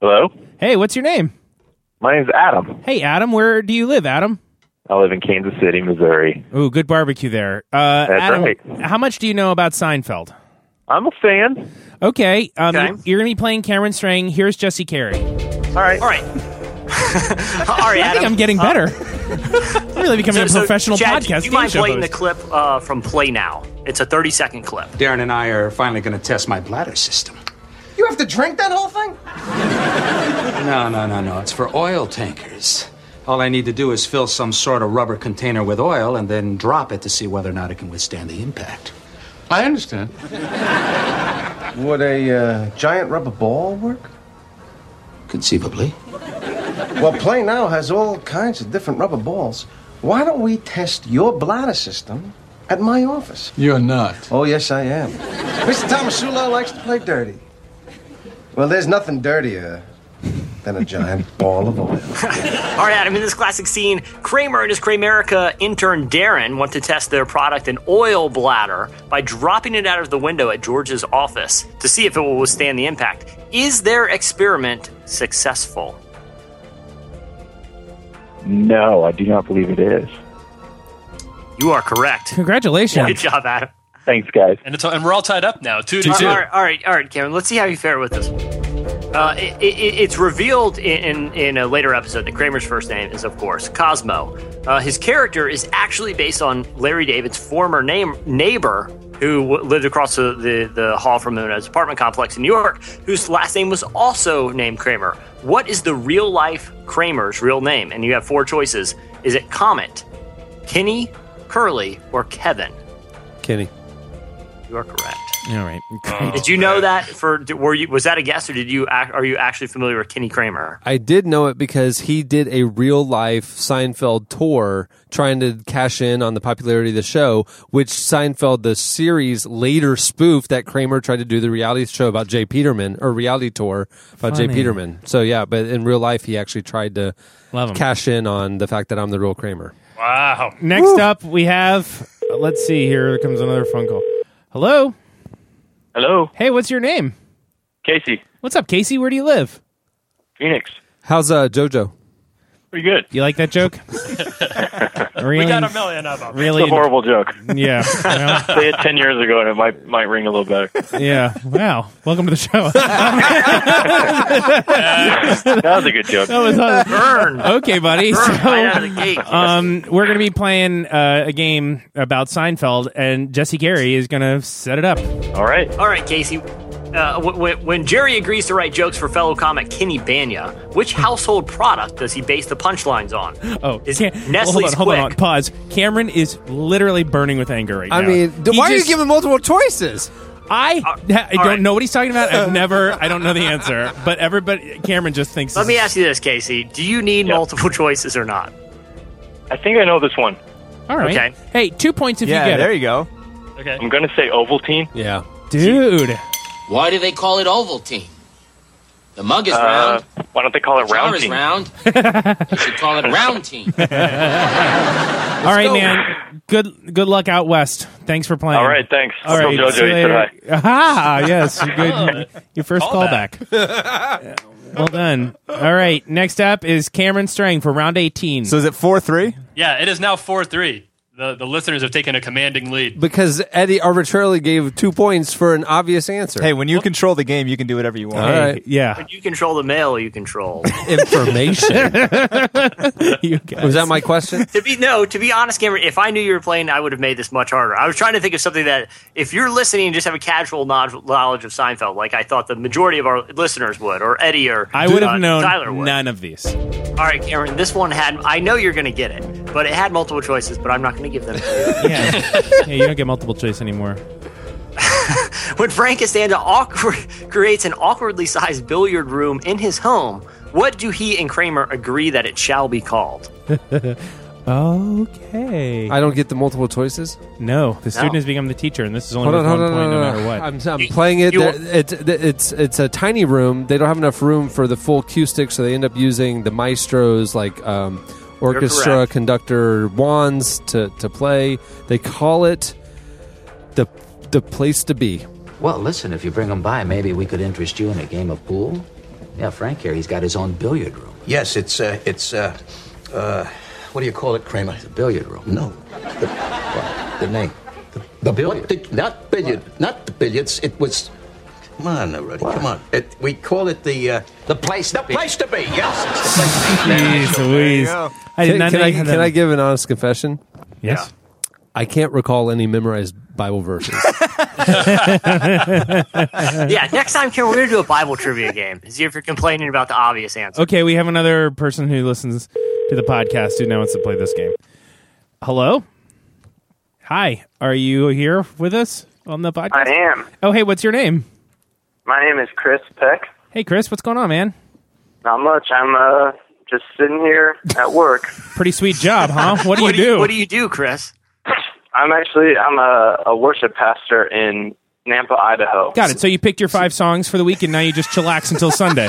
[SPEAKER 15] Hello,
[SPEAKER 3] Hey, what's your name?
[SPEAKER 15] my name's Adam.
[SPEAKER 3] Hey, Adam. Where do you live, Adam?
[SPEAKER 15] I live in Kansas City, Missouri.
[SPEAKER 3] Ooh, good barbecue there. Uh,
[SPEAKER 15] That's
[SPEAKER 3] Adam,
[SPEAKER 15] right.
[SPEAKER 3] How much do you know about Seinfeld?
[SPEAKER 15] I'm a fan.
[SPEAKER 3] Okay, um,
[SPEAKER 15] Okay.
[SPEAKER 3] You're, going to be playing Cameron Strang. Here's Jesse Carey.
[SPEAKER 5] All right. All right. All right,
[SPEAKER 3] I think
[SPEAKER 5] Uh, Adam.
[SPEAKER 3] I'm getting
[SPEAKER 5] Uh,
[SPEAKER 3] better. I'm really becoming a professional
[SPEAKER 5] Chad,
[SPEAKER 3] podcast
[SPEAKER 5] Do you
[SPEAKER 3] game
[SPEAKER 5] mind
[SPEAKER 3] show
[SPEAKER 5] playing
[SPEAKER 3] host.
[SPEAKER 5] the clip uh, from Play Now? It's a 30 second clip.
[SPEAKER 16] Darren and I are finally going to test my bladder system.
[SPEAKER 17] You have to drink that whole thing?
[SPEAKER 16] No, no, no, no. It's for oil tankers. All I need to do is fill some sort of rubber container with oil and then drop it to see whether or not it can withstand the impact. I understand.
[SPEAKER 17] Would a uh, giant rubber ball work?
[SPEAKER 16] Conceivably.
[SPEAKER 17] Well, Play Now has all kinds of different rubber balls. Why don't we test your bladder system at my office?
[SPEAKER 16] You're not.
[SPEAKER 17] Oh, yes, I am. Mr. Tomasulo likes to play dirty. Well, there's nothing dirtier than a giant ball of oil.
[SPEAKER 5] All right, Adam, in this classic scene, Kramer and his Kramerica intern Darren want to test their product, an oil bladder, by dropping it out of the window at George's office to see if it will withstand the impact. Is their experiment successful?
[SPEAKER 15] No, I do not believe it is.
[SPEAKER 5] You are correct.
[SPEAKER 3] Congratulations.
[SPEAKER 5] Good job, Adam.
[SPEAKER 15] Thanks, guys.
[SPEAKER 6] And it's all, and we're all tied up now. Two to
[SPEAKER 5] All
[SPEAKER 6] two.
[SPEAKER 5] right, all right, all right, Cameron. Let's see how you fare with this one. Uh, it, it, it's revealed in, in, in a later episode that Kramer's first name is, of course, Cosmo. Uh, his character is actually based on Larry David's former name, neighbor who w- lived across the, the, the hall from him at his apartment complex in New York, whose last name was also named Kramer. What is the real life Kramer's real name? And you have four choices. Is it Comet, Kenny, Curly, or Kevin?
[SPEAKER 2] Kenny.
[SPEAKER 5] You are correct.
[SPEAKER 3] All right.
[SPEAKER 15] Oh,
[SPEAKER 5] Did you know that for were you was that a guess or did you act, are you actually familiar with Kenny Kramer?
[SPEAKER 2] I did know it because he did a real life Seinfeld tour trying to cash in on the popularity of the show, which Seinfeld, the series, later spoofed that Kramer tried to do the reality show about Jay Peterman or reality tour about Jay
[SPEAKER 3] Funny.
[SPEAKER 2] Peterman. So, yeah, but in real life, he actually tried to
[SPEAKER 3] Love him.
[SPEAKER 2] cash in on the fact that I'm the real Kramer.
[SPEAKER 6] Wow.
[SPEAKER 3] Oh, Next up, we have. uh, let's see. Here comes another phone call. Hello.
[SPEAKER 15] Hello.
[SPEAKER 3] Hey, what's your name?
[SPEAKER 15] Casey.
[SPEAKER 3] What's up, Casey? Where do you live?
[SPEAKER 15] Phoenix.
[SPEAKER 2] How's uh, JoJo?
[SPEAKER 15] Pretty good.
[SPEAKER 3] You like that joke?
[SPEAKER 15] We got a
[SPEAKER 6] million of them.
[SPEAKER 3] Really?
[SPEAKER 15] It's a horrible joke.
[SPEAKER 3] Yeah. well,
[SPEAKER 15] Say it ten years ago, and it might might ring a little better.
[SPEAKER 3] yeah. Wow. Welcome to the show.
[SPEAKER 15] that was a good joke.
[SPEAKER 3] That was awesome.
[SPEAKER 15] Burn.
[SPEAKER 3] Okay, buddy.
[SPEAKER 15] Burn
[SPEAKER 3] so,
[SPEAKER 15] right out of the gate.
[SPEAKER 3] um, we're going to be playing uh, a game about Seinfeld, and Jesse Gary is going to set it up.
[SPEAKER 15] All right.
[SPEAKER 5] All right, Casey. Uh, w- w- when Jerry agrees to write jokes for fellow comic Kenny Banya, which household product does he base the punchlines on?
[SPEAKER 3] Oh,
[SPEAKER 5] Is
[SPEAKER 3] Cam-
[SPEAKER 5] Nestle's
[SPEAKER 3] hold on, hold on,
[SPEAKER 5] quick.
[SPEAKER 3] hold on. Pause. Cameron is literally burning with anger right now.
[SPEAKER 2] I mean, th-
[SPEAKER 3] He
[SPEAKER 2] why are you
[SPEAKER 3] just-
[SPEAKER 2] giving multiple choices?
[SPEAKER 3] I, I don't
[SPEAKER 5] Uh, all right.
[SPEAKER 3] know what he's talking about. I've never, I don't know the answer. But everybody, Cameron just thinks.
[SPEAKER 5] Let
[SPEAKER 3] this
[SPEAKER 5] me
[SPEAKER 3] is-
[SPEAKER 5] ask you this, Casey. Do you need multiple choices or not?
[SPEAKER 15] I think I know this one.
[SPEAKER 3] All right.
[SPEAKER 5] Okay.
[SPEAKER 3] Hey, two points if
[SPEAKER 15] Yeah,
[SPEAKER 3] you get it.
[SPEAKER 15] there
[SPEAKER 4] you go.
[SPEAKER 5] Okay.
[SPEAKER 15] I'm gonna say Ovaltine.
[SPEAKER 2] Yeah. Dude.
[SPEAKER 18] Why do they call it Ovaltine? The mug is
[SPEAKER 15] Uh,
[SPEAKER 18] round.
[SPEAKER 15] Why don't they call it
[SPEAKER 18] the jar
[SPEAKER 15] Round
[SPEAKER 18] is
[SPEAKER 15] Team?
[SPEAKER 18] round. they should call it Round Team.
[SPEAKER 3] All right,
[SPEAKER 18] go.
[SPEAKER 3] man. Good good luck out west. Thanks for playing.
[SPEAKER 15] All right, thanks.
[SPEAKER 3] All
[SPEAKER 15] I'll
[SPEAKER 3] right,
[SPEAKER 15] tell Jojo
[SPEAKER 3] see you
[SPEAKER 15] you said
[SPEAKER 3] later. Ah, yes. you Good. Your first
[SPEAKER 15] Call
[SPEAKER 3] callback. well done. All right. Next up is Cameron Strang for round 18. So
[SPEAKER 4] is it 4 3?
[SPEAKER 6] Yeah, it is now four three. The, the listeners have taken a commanding lead.
[SPEAKER 2] Because Eddie arbitrarily gave two points for an obvious answer.
[SPEAKER 4] Hey, when you control the game, you can do whatever you want.
[SPEAKER 2] All right.
[SPEAKER 3] Yeah.
[SPEAKER 5] You control the mail. You control.
[SPEAKER 2] Information. Was that my question?
[SPEAKER 5] to be no, to be honest, Cameron, if I knew you were playing, I would have made this much harder. I was trying to think of something that, if you're listening and just have a casual nod- knowledge of Seinfeld, like I thought the majority of our listeners would, or Eddie, or
[SPEAKER 3] I would
[SPEAKER 5] uh,
[SPEAKER 3] have known
[SPEAKER 5] Tyler would.
[SPEAKER 3] none of these.
[SPEAKER 5] All right, Cameron, this one had. I know you're going to get it, but it had multiple choices, but I'm not going to give them. to you.
[SPEAKER 3] Yeah, you don't get multiple choice anymore.
[SPEAKER 5] when Frank Costanza awkward creates an awkwardly sized billiard room in his home, what do he and Kramer agree that it shall be called?
[SPEAKER 3] okay.
[SPEAKER 2] I don't get the multiple choices.
[SPEAKER 3] No, the student has become the teacher, and this is only
[SPEAKER 2] Hold
[SPEAKER 3] with
[SPEAKER 2] on, hold
[SPEAKER 3] one
[SPEAKER 2] on,
[SPEAKER 3] point, no,
[SPEAKER 2] no, no, no.
[SPEAKER 3] matter what.
[SPEAKER 2] I'm, I'm playing it.
[SPEAKER 3] you-
[SPEAKER 2] There- it's, it's it's a tiny room. They don't have enough room for the full cue stick, so they end up using the maestro's like um, orchestra
[SPEAKER 5] correct.
[SPEAKER 2] conductor wands to, to play. They call it the the place to be.
[SPEAKER 16] Well, listen, if you bring him by, maybe we could interest you in a game of pool. Yeah, Frank here, he's got his own billiard room.
[SPEAKER 19] Yes, it's uh, it's uh, uh, what do you call it, Kramer? The billiard room. No, the, what? the name. The, the billiard. not billiard. Not the billiards. It was. Come on, now, Rudy. Come on. It, we call it the uh, the place. The place to be. Yes. It's the place to be.
[SPEAKER 3] Jeez Louise. I did
[SPEAKER 2] can,
[SPEAKER 3] not
[SPEAKER 2] can
[SPEAKER 3] know
[SPEAKER 2] I,
[SPEAKER 3] you had
[SPEAKER 2] can
[SPEAKER 3] that.
[SPEAKER 2] I give an honest confession?
[SPEAKER 3] Yes.
[SPEAKER 2] I can't recall any memorized Bible verses.
[SPEAKER 5] yeah, next time, Cameron, we're going to do a Bible trivia game. See if you're complaining about the obvious answer.
[SPEAKER 3] Okay, we have another person who listens to the podcast who now wants to play this game. Hello? Hi. Are you here with us on the podcast?
[SPEAKER 13] I am.
[SPEAKER 3] Oh, hey, what's your name?
[SPEAKER 13] My name is Chris Peck.
[SPEAKER 3] Hey, Chris, what's going on, man?
[SPEAKER 13] Not much. I'm uh, just sitting here at work.
[SPEAKER 3] Pretty sweet job, huh? What do you
[SPEAKER 13] What do
[SPEAKER 3] do?
[SPEAKER 13] you- what do
[SPEAKER 5] you do, Chris?
[SPEAKER 13] I'm actually I'm a, a worship pastor in Nampa, Idaho.
[SPEAKER 3] Got it. So you picked your five songs for the week, and now you just chillax until Sunday.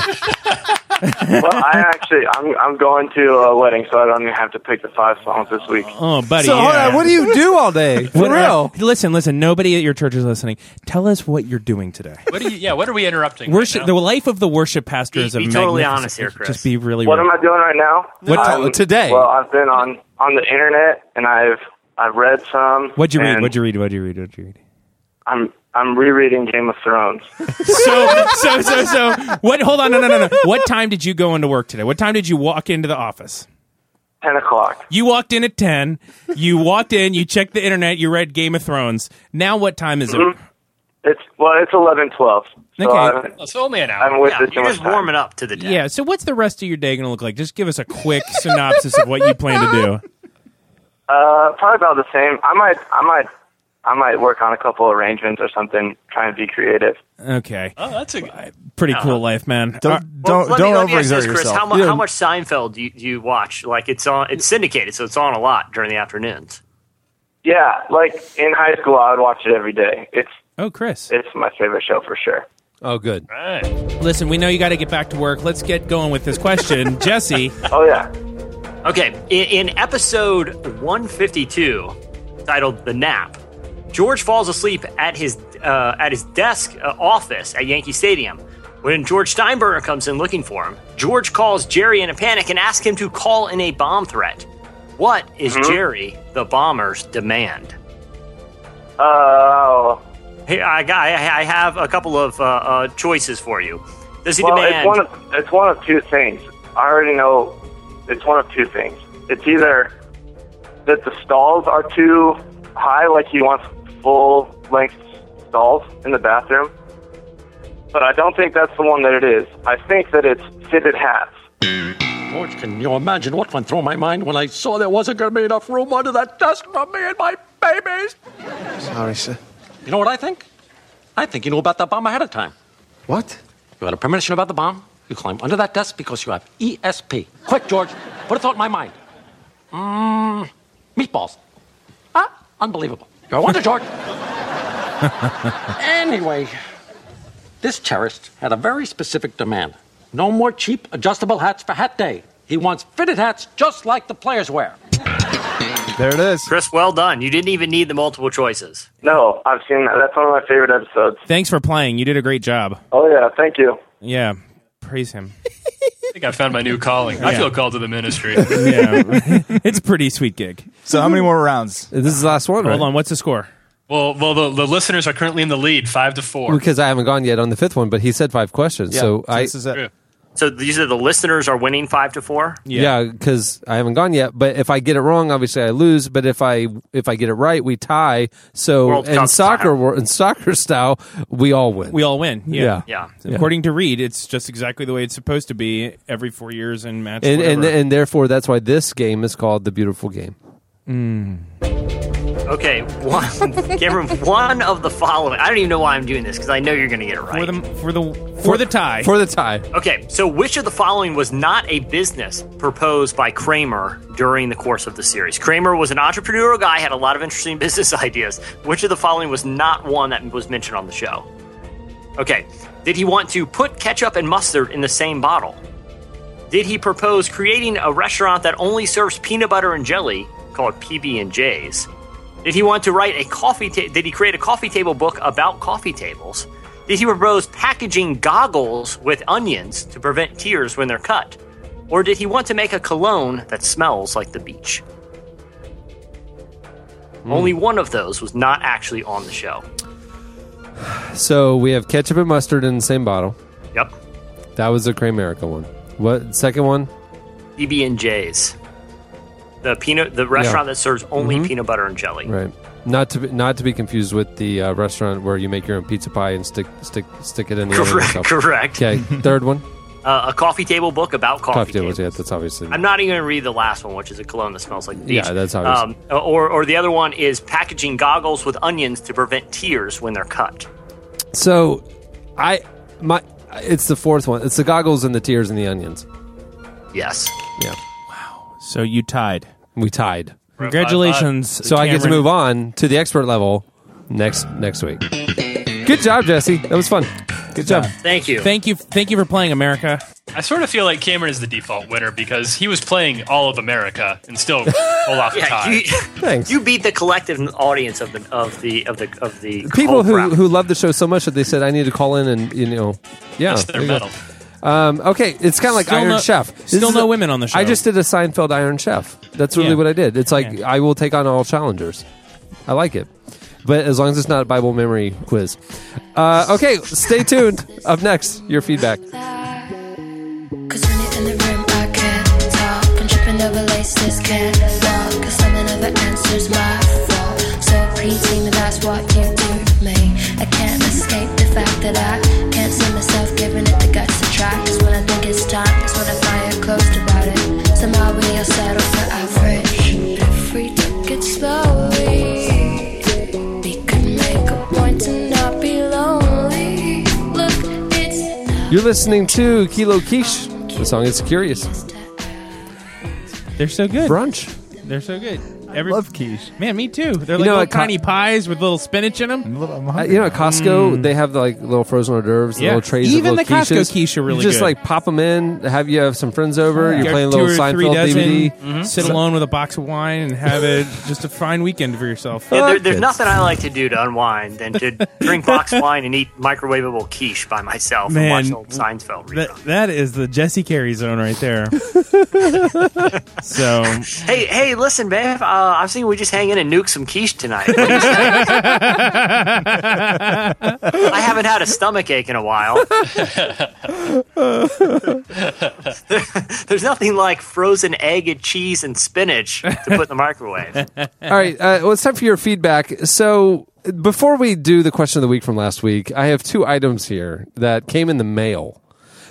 [SPEAKER 13] well, I actually I'm I'm going to a wedding, so I don't even have to pick the five songs this week.
[SPEAKER 3] Oh, buddy.
[SPEAKER 13] So, hold
[SPEAKER 3] yeah. uh,
[SPEAKER 13] on, what do
[SPEAKER 2] you do all day?
[SPEAKER 13] For real?
[SPEAKER 3] listen, listen. Nobody at your church is listening. Tell us what you're doing today.
[SPEAKER 6] What are you, yeah, what are we interrupting? right
[SPEAKER 3] Worship.
[SPEAKER 6] now?
[SPEAKER 3] the life of the worship pastor is a
[SPEAKER 6] be totally
[SPEAKER 3] magnificent-
[SPEAKER 6] honest here, Chris.
[SPEAKER 3] Just be really.
[SPEAKER 13] What
[SPEAKER 3] real.
[SPEAKER 13] am I doing right now?
[SPEAKER 3] What
[SPEAKER 13] Um,
[SPEAKER 3] time- today?
[SPEAKER 13] Well, I've been on on the internet and I've I've read some.
[SPEAKER 3] What'd you read?
[SPEAKER 13] and
[SPEAKER 3] What'd you read? What'd you read? What'd you read?
[SPEAKER 13] I'm I'm rereading Game of Thrones.
[SPEAKER 3] so so so so. What? Hold on. No no no no. What time did you go into work today? What time did you walk into the office?
[SPEAKER 13] Ten o'clock.
[SPEAKER 3] You walked in at ten. You walked in. You checked the internet. You read Game of Thrones. Now what time is
[SPEAKER 13] Mhm.
[SPEAKER 6] Mm-hmm.
[SPEAKER 3] it?
[SPEAKER 13] It's well, it's eleven twelve. So
[SPEAKER 3] Okay.
[SPEAKER 13] I-
[SPEAKER 6] It's only an
[SPEAKER 13] I'm with it too
[SPEAKER 5] you're
[SPEAKER 13] much
[SPEAKER 5] just
[SPEAKER 13] time.
[SPEAKER 5] warming up to the day.
[SPEAKER 3] Yeah. So what's the rest of your day going to look like? Just give us a quick synopsis of what you plan to do.
[SPEAKER 13] Uh, probably about the same. I might, I might, I might work on a couple arrangements or something. Try and be creative.
[SPEAKER 3] Okay.
[SPEAKER 6] Oh, that's a
[SPEAKER 3] Pretty cool life, man.
[SPEAKER 13] Don't-
[SPEAKER 3] All right.
[SPEAKER 13] don't-
[SPEAKER 5] Let me, let me ask this,
[SPEAKER 3] overexert
[SPEAKER 5] Chris.
[SPEAKER 3] yourself.
[SPEAKER 5] How, mu-
[SPEAKER 3] Yeah.
[SPEAKER 5] how much Seinfeld do you, do you watch? Like it's on, it's syndicated, so it's on a lot during the afternoons.
[SPEAKER 13] Yeah, like in high school, I would watch it every day. It's
[SPEAKER 3] oh, Chris,
[SPEAKER 13] it's my favorite show for sure.
[SPEAKER 2] Oh, good.
[SPEAKER 3] Listen, we know you got to get back to work. Let's get going with this question, Jesse.
[SPEAKER 13] Oh yeah.
[SPEAKER 5] Okay, in, in episode 152, titled "The Nap," George falls asleep at his uh, at his desk uh, office at Yankee Stadium. When George Steinbrenner comes in looking for him, George calls Jerry in a panic and asks him to call in a bomb threat. What is
[SPEAKER 13] Mhm.
[SPEAKER 5] Jerry the bomber's demand?
[SPEAKER 13] Oh.
[SPEAKER 5] Hey, I, got- I, I have a couple of uh, uh, choices for you. Does he
[SPEAKER 13] well,
[SPEAKER 5] demand?
[SPEAKER 13] it's one of it's one of two things. I already know. It's one of two things. It's either that the stalls are too high, like he wants full length stalls in the bathroom. But I don't think that's the one that it is. I think that it's fitted hats.
[SPEAKER 19] George, can you imagine what went through my mind when I saw there wasn't going to be enough room under that desk for me and my babies?
[SPEAKER 17] Sorry, sir.
[SPEAKER 19] You know what I think? I think you knew about that bomb ahead of time.
[SPEAKER 17] What?
[SPEAKER 19] You had a premonition about the bomb. You climb under that desk because you have ESP. Quick, George, put a thought in my mind. Mmm, meatballs. Ah, unbelievable. You're a wonder, George. Anyway, this terrorist had a very specific demand. No more cheap adjustable hats for hat day. He wants fitted hats just like the players wear.
[SPEAKER 5] There it is, Chris. Well done. You didn't even need the multiple choices.
[SPEAKER 13] No, I've seen that. That's one of my favorite episodes.
[SPEAKER 3] Thanks for playing. You did a great job.
[SPEAKER 13] Oh yeah, thank you.
[SPEAKER 3] Yeah, praise him.
[SPEAKER 6] think I found my new calling. I
[SPEAKER 3] Yeah.
[SPEAKER 6] feel called to the ministry.
[SPEAKER 3] yeah, it's a pretty sweet gig.
[SPEAKER 4] So how many more rounds?
[SPEAKER 2] This is the last one.
[SPEAKER 3] Hold
[SPEAKER 2] right?
[SPEAKER 3] on, what's the score?
[SPEAKER 6] Well, well, the, the listeners are currently in the lead, five to four.
[SPEAKER 2] Because I haven't gone yet on the fifth one, but he said five questions. so I
[SPEAKER 5] So these are the listeners are winning five to four.
[SPEAKER 2] yeah, because I haven't gone yet. But if I get it wrong, obviously I lose. But if I if I get it right, we tie. So
[SPEAKER 3] World
[SPEAKER 2] in
[SPEAKER 3] Cup
[SPEAKER 2] soccer wor- in soccer style, we all win.
[SPEAKER 3] We all win. Yeah.
[SPEAKER 2] Yeah. Yeah.
[SPEAKER 3] According to Reed, it's just exactly the way it's supposed to be every four years in match.
[SPEAKER 2] and, and
[SPEAKER 3] whatever.
[SPEAKER 2] and therefore that's why this game is called the beautiful game.
[SPEAKER 3] Mm.
[SPEAKER 5] Okay, one, Cameron, one of the following. I don't even know why I'm doing this because I know you're going to get it
[SPEAKER 3] for
[SPEAKER 5] right.
[SPEAKER 3] the for the for the tie
[SPEAKER 2] for the tie.
[SPEAKER 5] Okay, so which of the following was not a business proposed by Kramer during the course of the series? Kramer was an entrepreneurial guy, had a lot of interesting business ideas. Which of the following was not one that was mentioned on the show? Okay, did he want to put ketchup and mustard in the same bottle? Did he propose creating a restaurant that only serves peanut butter and jelly called PB and J's? Did he want to write a coffee? Ta- did he create a coffee table book about coffee tables? Did he propose packaging goggles with onions to prevent tears when they're cut? Or did he want to make a cologne that smells like the beach? Only one of those was not actually on the show.
[SPEAKER 2] So we have ketchup and mustard in the same bottle.
[SPEAKER 5] Yep.
[SPEAKER 2] That was the Kramerica one. What second one?
[SPEAKER 5] PB and J's, the peanut, the restaurant
[SPEAKER 2] Yeah.
[SPEAKER 5] that serves only
[SPEAKER 2] Mhm.
[SPEAKER 5] peanut butter and jelly.
[SPEAKER 2] Right. Not to be, not to be confused with the uh, restaurant where you make your own pizza pie and stick stick stick it in the oven
[SPEAKER 5] Correct,
[SPEAKER 2] yourself.
[SPEAKER 5] correct.
[SPEAKER 2] Okay. Third one.
[SPEAKER 5] Uh, a coffee table book about coffee,
[SPEAKER 2] Coffee tables. Yeah, that's obviously.
[SPEAKER 5] I'm not even going to read the last one, which is a cologne that smells like bleach. Um,
[SPEAKER 2] Yeah, that's obvious.
[SPEAKER 5] or, or the other one is packaging goggles with onions to prevent tears when they're cut.
[SPEAKER 2] So, I my it's the fourth one. It's the goggles and the tears and the onions.
[SPEAKER 5] Yes.
[SPEAKER 2] Yeah.
[SPEAKER 3] So you tied.
[SPEAKER 2] We tied.
[SPEAKER 3] Congratulations,
[SPEAKER 2] So I get to
[SPEAKER 3] Cameron.
[SPEAKER 2] move on to the expert level next next week. Good job, Jesse. That was fun. Good job.
[SPEAKER 5] Thank you.
[SPEAKER 3] Thank you. Thank you for playing America.
[SPEAKER 6] I sort of feel like Cameron is the default winner because he was playing all of America and still pull off the tie.
[SPEAKER 5] you,
[SPEAKER 2] Thanks.
[SPEAKER 5] You beat the collective audience of the of the of the of the
[SPEAKER 2] People
[SPEAKER 5] whole
[SPEAKER 2] who
[SPEAKER 5] crowd.
[SPEAKER 2] who love the show so much that they said I need to call in and you know, yeah.
[SPEAKER 5] That's their
[SPEAKER 2] there you go.
[SPEAKER 5] medal.
[SPEAKER 2] Um, okay, it's kind of like
[SPEAKER 3] Still
[SPEAKER 2] Iron
[SPEAKER 3] no-
[SPEAKER 2] Chef. This
[SPEAKER 3] still
[SPEAKER 2] is
[SPEAKER 3] no
[SPEAKER 2] a-
[SPEAKER 3] women on the show.
[SPEAKER 2] I just did a Seinfeld Iron Chef. That's really
[SPEAKER 3] Yeah.
[SPEAKER 2] what I did. It's like I will take on all challengers. I like it, but as long as it's not a Bible memory quiz. Uh, okay, stay tuned. Up next, your feedback.
[SPEAKER 20] Cause when you're in the room, I can't talk. I'm tripping over laces, can't fall. Cause someone never answers my fault. So pretty, but that's what you do to me. I can't escape the fact that I can't see myself giving it the guts to try. Cause when I think it's time, that's when I find you're close about it. Somehow we all settle for average. But if we took it slowly, we could make a point to not be lonely. Look, it's
[SPEAKER 2] You're listening to Kilo Quiche. The song is Curious.
[SPEAKER 3] They're so good.
[SPEAKER 2] Brunch.
[SPEAKER 3] They're so good. Every, love
[SPEAKER 4] quiche.
[SPEAKER 3] Man, me too. They're
[SPEAKER 2] You
[SPEAKER 3] like
[SPEAKER 2] know,
[SPEAKER 3] little
[SPEAKER 2] at Co-
[SPEAKER 3] tiny pies with little spinach in them.
[SPEAKER 2] Uh, you know, at
[SPEAKER 3] Mm.
[SPEAKER 2] Costco, they have like little frozen hors d'oeuvres, the
[SPEAKER 3] Yeah.
[SPEAKER 2] little trays
[SPEAKER 3] Even
[SPEAKER 2] of little
[SPEAKER 3] the Costco
[SPEAKER 2] quiches.
[SPEAKER 3] quiche are really
[SPEAKER 2] you just
[SPEAKER 3] good.
[SPEAKER 2] like pop them in, have you have some friends over,
[SPEAKER 3] Yeah.
[SPEAKER 2] you're playing a
[SPEAKER 3] Two
[SPEAKER 2] little
[SPEAKER 3] or three
[SPEAKER 2] Seinfeld
[SPEAKER 3] dozen, Mm-hmm.
[SPEAKER 2] DVD.
[SPEAKER 3] Sit
[SPEAKER 2] So-
[SPEAKER 3] alone with a box of wine and have it just a fine weekend for yourself.
[SPEAKER 5] Yeah, there, there's nothing I like to do to unwind than to drink box wine and eat microwavable quiche by myself
[SPEAKER 3] Man.
[SPEAKER 5] and watch old Seinfeld.
[SPEAKER 3] That, that is the Jesse Carey zone right there. so
[SPEAKER 5] Hey, hey, listen, babe. Uh, I'm thinking we just hang in and nuke some quiche tonight. I haven't had a stomach ache in a while. There's nothing like frozen egg and cheese and spinach to put in the microwave.
[SPEAKER 2] All right, uh, well, it's time for your feedback. So, before we do the question of the week from last week, I have two items here that came in the mail.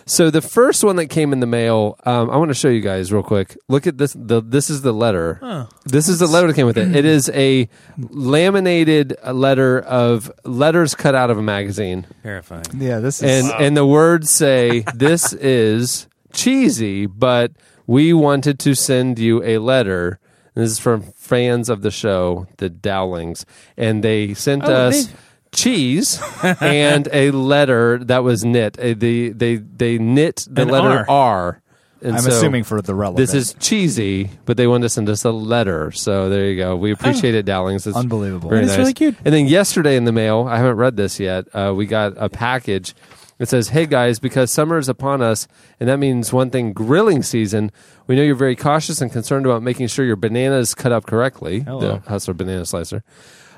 [SPEAKER 2] So, the first one that came in the mail, um, I want to show you guys real quick. Look at this. The, this is the letter.
[SPEAKER 3] Huh.
[SPEAKER 2] This is the letter that came with it. It is a laminated letter of letters cut out of a magazine.
[SPEAKER 3] terrifying.
[SPEAKER 4] Yeah, this is
[SPEAKER 2] and and the words say this is cheesy, but we wanted to send you a letter. This is from fans of the show, the Dowlings, and they sent
[SPEAKER 3] Oh,
[SPEAKER 2] us
[SPEAKER 3] they-
[SPEAKER 2] cheese and a letter that was knit. Uh, The they they knit the
[SPEAKER 4] An
[SPEAKER 2] letter
[SPEAKER 4] R.
[SPEAKER 2] R. And
[SPEAKER 4] I'm
[SPEAKER 2] so
[SPEAKER 4] assuming for the relevant.
[SPEAKER 2] This is cheesy, but they wanted to send us a letter. So there you go. We appreciate it, Dowlings. It's
[SPEAKER 4] Unbelievable.
[SPEAKER 2] Very
[SPEAKER 4] That is
[SPEAKER 2] nice.
[SPEAKER 4] really
[SPEAKER 2] And then yesterday in the mail, I haven't read this yet. Uh, we got a package. It says, Hey guys, because summer is upon us, and that means one thing grilling season. We know you're very cautious and concerned about making sure your banana is cut up correctly.
[SPEAKER 3] Hello.
[SPEAKER 2] The Hustler Banana Slicer.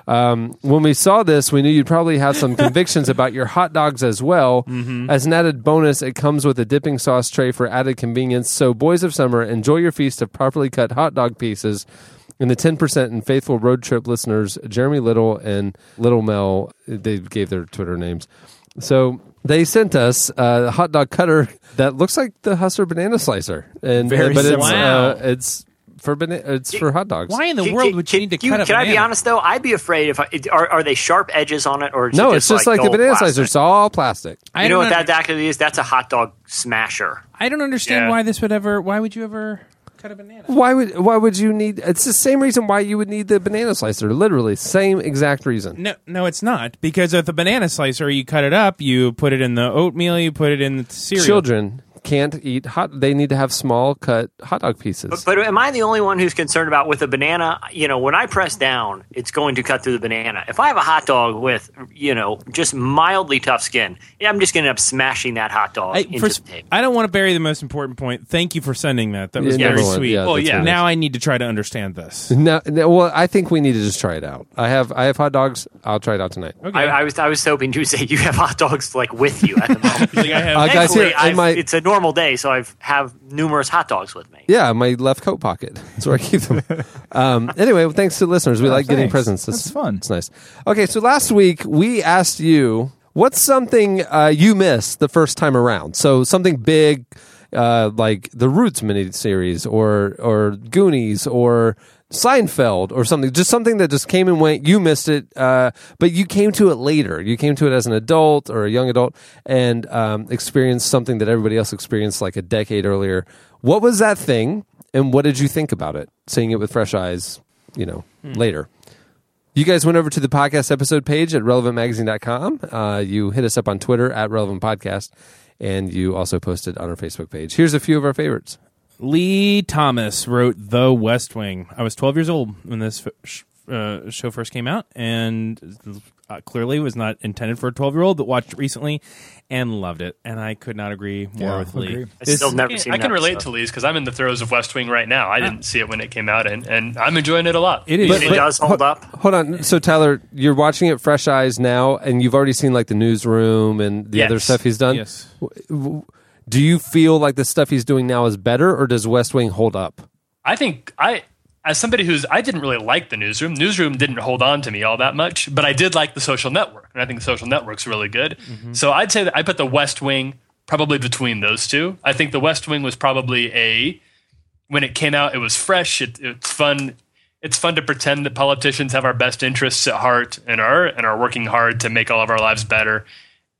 [SPEAKER 2] Um, when we saw this, we knew you'd probably have some convictions about your hot dogs as well.
[SPEAKER 3] Mhm.
[SPEAKER 2] As an added bonus, it comes with a dipping sauce tray for added convenience. So, boys of summer, enjoy your feast of properly cut hot dog pieces. And the 10% and faithful road trip listeners, Jeremy Little and Little Mel, they gave their Twitter names. So, they sent us uh, a hot dog cutter that looks like the Hustler banana slicer. And,
[SPEAKER 3] Very
[SPEAKER 2] but it's,
[SPEAKER 3] similar.
[SPEAKER 2] uh, it's for bana- it's for hot dogs.
[SPEAKER 5] you need to
[SPEAKER 2] cut a
[SPEAKER 5] Can I be
[SPEAKER 2] banana?
[SPEAKER 5] honest though? I'd be afraid if I, it- are are they sharp edges on it or is
[SPEAKER 2] No,
[SPEAKER 5] it
[SPEAKER 2] it's just like,
[SPEAKER 5] gold
[SPEAKER 2] the banana
[SPEAKER 5] plastic?
[SPEAKER 2] slicer. It's all plastic.
[SPEAKER 5] You know what that actually is? That's a hot dog smasher.
[SPEAKER 3] I don't understand why this would ever. Why would you ever?
[SPEAKER 2] Why would why would you need? It's the same reason why you would need the banana slicer. Literally, same exact reason.
[SPEAKER 3] No, no, it's not because with the banana slicer, you cut it up, you put it in the oatmeal, you put it in the cereal.
[SPEAKER 2] Children can't eat hot. They need to have small cut hot dog pieces.
[SPEAKER 5] But, but am I the only one who's concerned about with a banana? You know, when I press down, it's going to cut through the banana. If I have a hot dog with, you know, just mildly tough skin, yeah, I'm just going to end up smashing that hot dog
[SPEAKER 3] I,
[SPEAKER 5] into
[SPEAKER 3] for,
[SPEAKER 5] the table.
[SPEAKER 3] I don't want to bury the most important point. Thank you for sending that. That was
[SPEAKER 2] Yeah,
[SPEAKER 3] very
[SPEAKER 2] number one.
[SPEAKER 3] sweet.
[SPEAKER 2] Yeah, Well, that's yeah. what it is.
[SPEAKER 3] Now I need to try to understand this.
[SPEAKER 2] No, no, well, I think we need to just try it out. I have I have hot dogs. I'll try it out tonight.
[SPEAKER 5] I, I was I was hoping to say you have hot dogs like with you at the moment.
[SPEAKER 2] Uh, guys,
[SPEAKER 5] Thankfully,
[SPEAKER 2] here, in
[SPEAKER 5] I've-
[SPEAKER 2] my-
[SPEAKER 5] it's a normal day, so I've have numerous hot dogs with me.
[SPEAKER 2] Yeah, my left coat pocket. That's where I keep them. um, anyway, well, thanks to listeners. We
[SPEAKER 5] Oh,
[SPEAKER 2] like getting
[SPEAKER 5] thanks.
[SPEAKER 2] presents.
[SPEAKER 5] That's
[SPEAKER 2] fun. It's nice. Okay, so last week we asked you what's something uh, you missed the first time around. So something big uh, like the Roots miniseries or or Goonies or Seinfeld or something. Just something that just came and went. You missed it, uh, but you came to it later. You came to it as an adult or a young adult and um, experienced something that everybody else experienced like a decade earlier. What was that thing? And what did you think about it? Seeing it with fresh eyes, you know, later. You guys went over to the podcast episode page at relevantmagazine.com. Uh, you hit us up on Twitter at relevant podcast, and you also posted on our Facebook page. Here's a few of our favorites.
[SPEAKER 3] Lee Thomas wrote The West Wing. I was 12 years old when this f- sh- uh, show first came out, and uh, clearly was not intended for a 12 year old, but watched it recently and loved it. And I could not agree more
[SPEAKER 6] Yeah,
[SPEAKER 3] with Lee.
[SPEAKER 6] I can, I can relate to Lee's because I'm in the throes of West Wing right now. I didn't see it when it came out, and, and I'm enjoying it a lot.
[SPEAKER 2] But- but- ho- Hold on. So, Tyler, you're watching it fresh eyes now, and you've already seen like the newsroom and the other
[SPEAKER 3] Yes.
[SPEAKER 2] stuff he's done.
[SPEAKER 3] Yes.
[SPEAKER 2] W- w- Do you feel like the stuff he's doing now is better, or does West Wing hold up?
[SPEAKER 6] I think I, as somebody who's, I didn't really like the newsroom. Newsroom didn't hold on to me all that much, but I did like the social network, and I think the social network's really good.
[SPEAKER 3] Mm-hmm.
[SPEAKER 6] So I'd say that I put the West Wing probably between those two. I think the West Wing was probably a, when it came out, it was fresh. It, it's fun. It's fun to pretend that politicians have our best interests at heart and are and are working hard to make all of our lives better.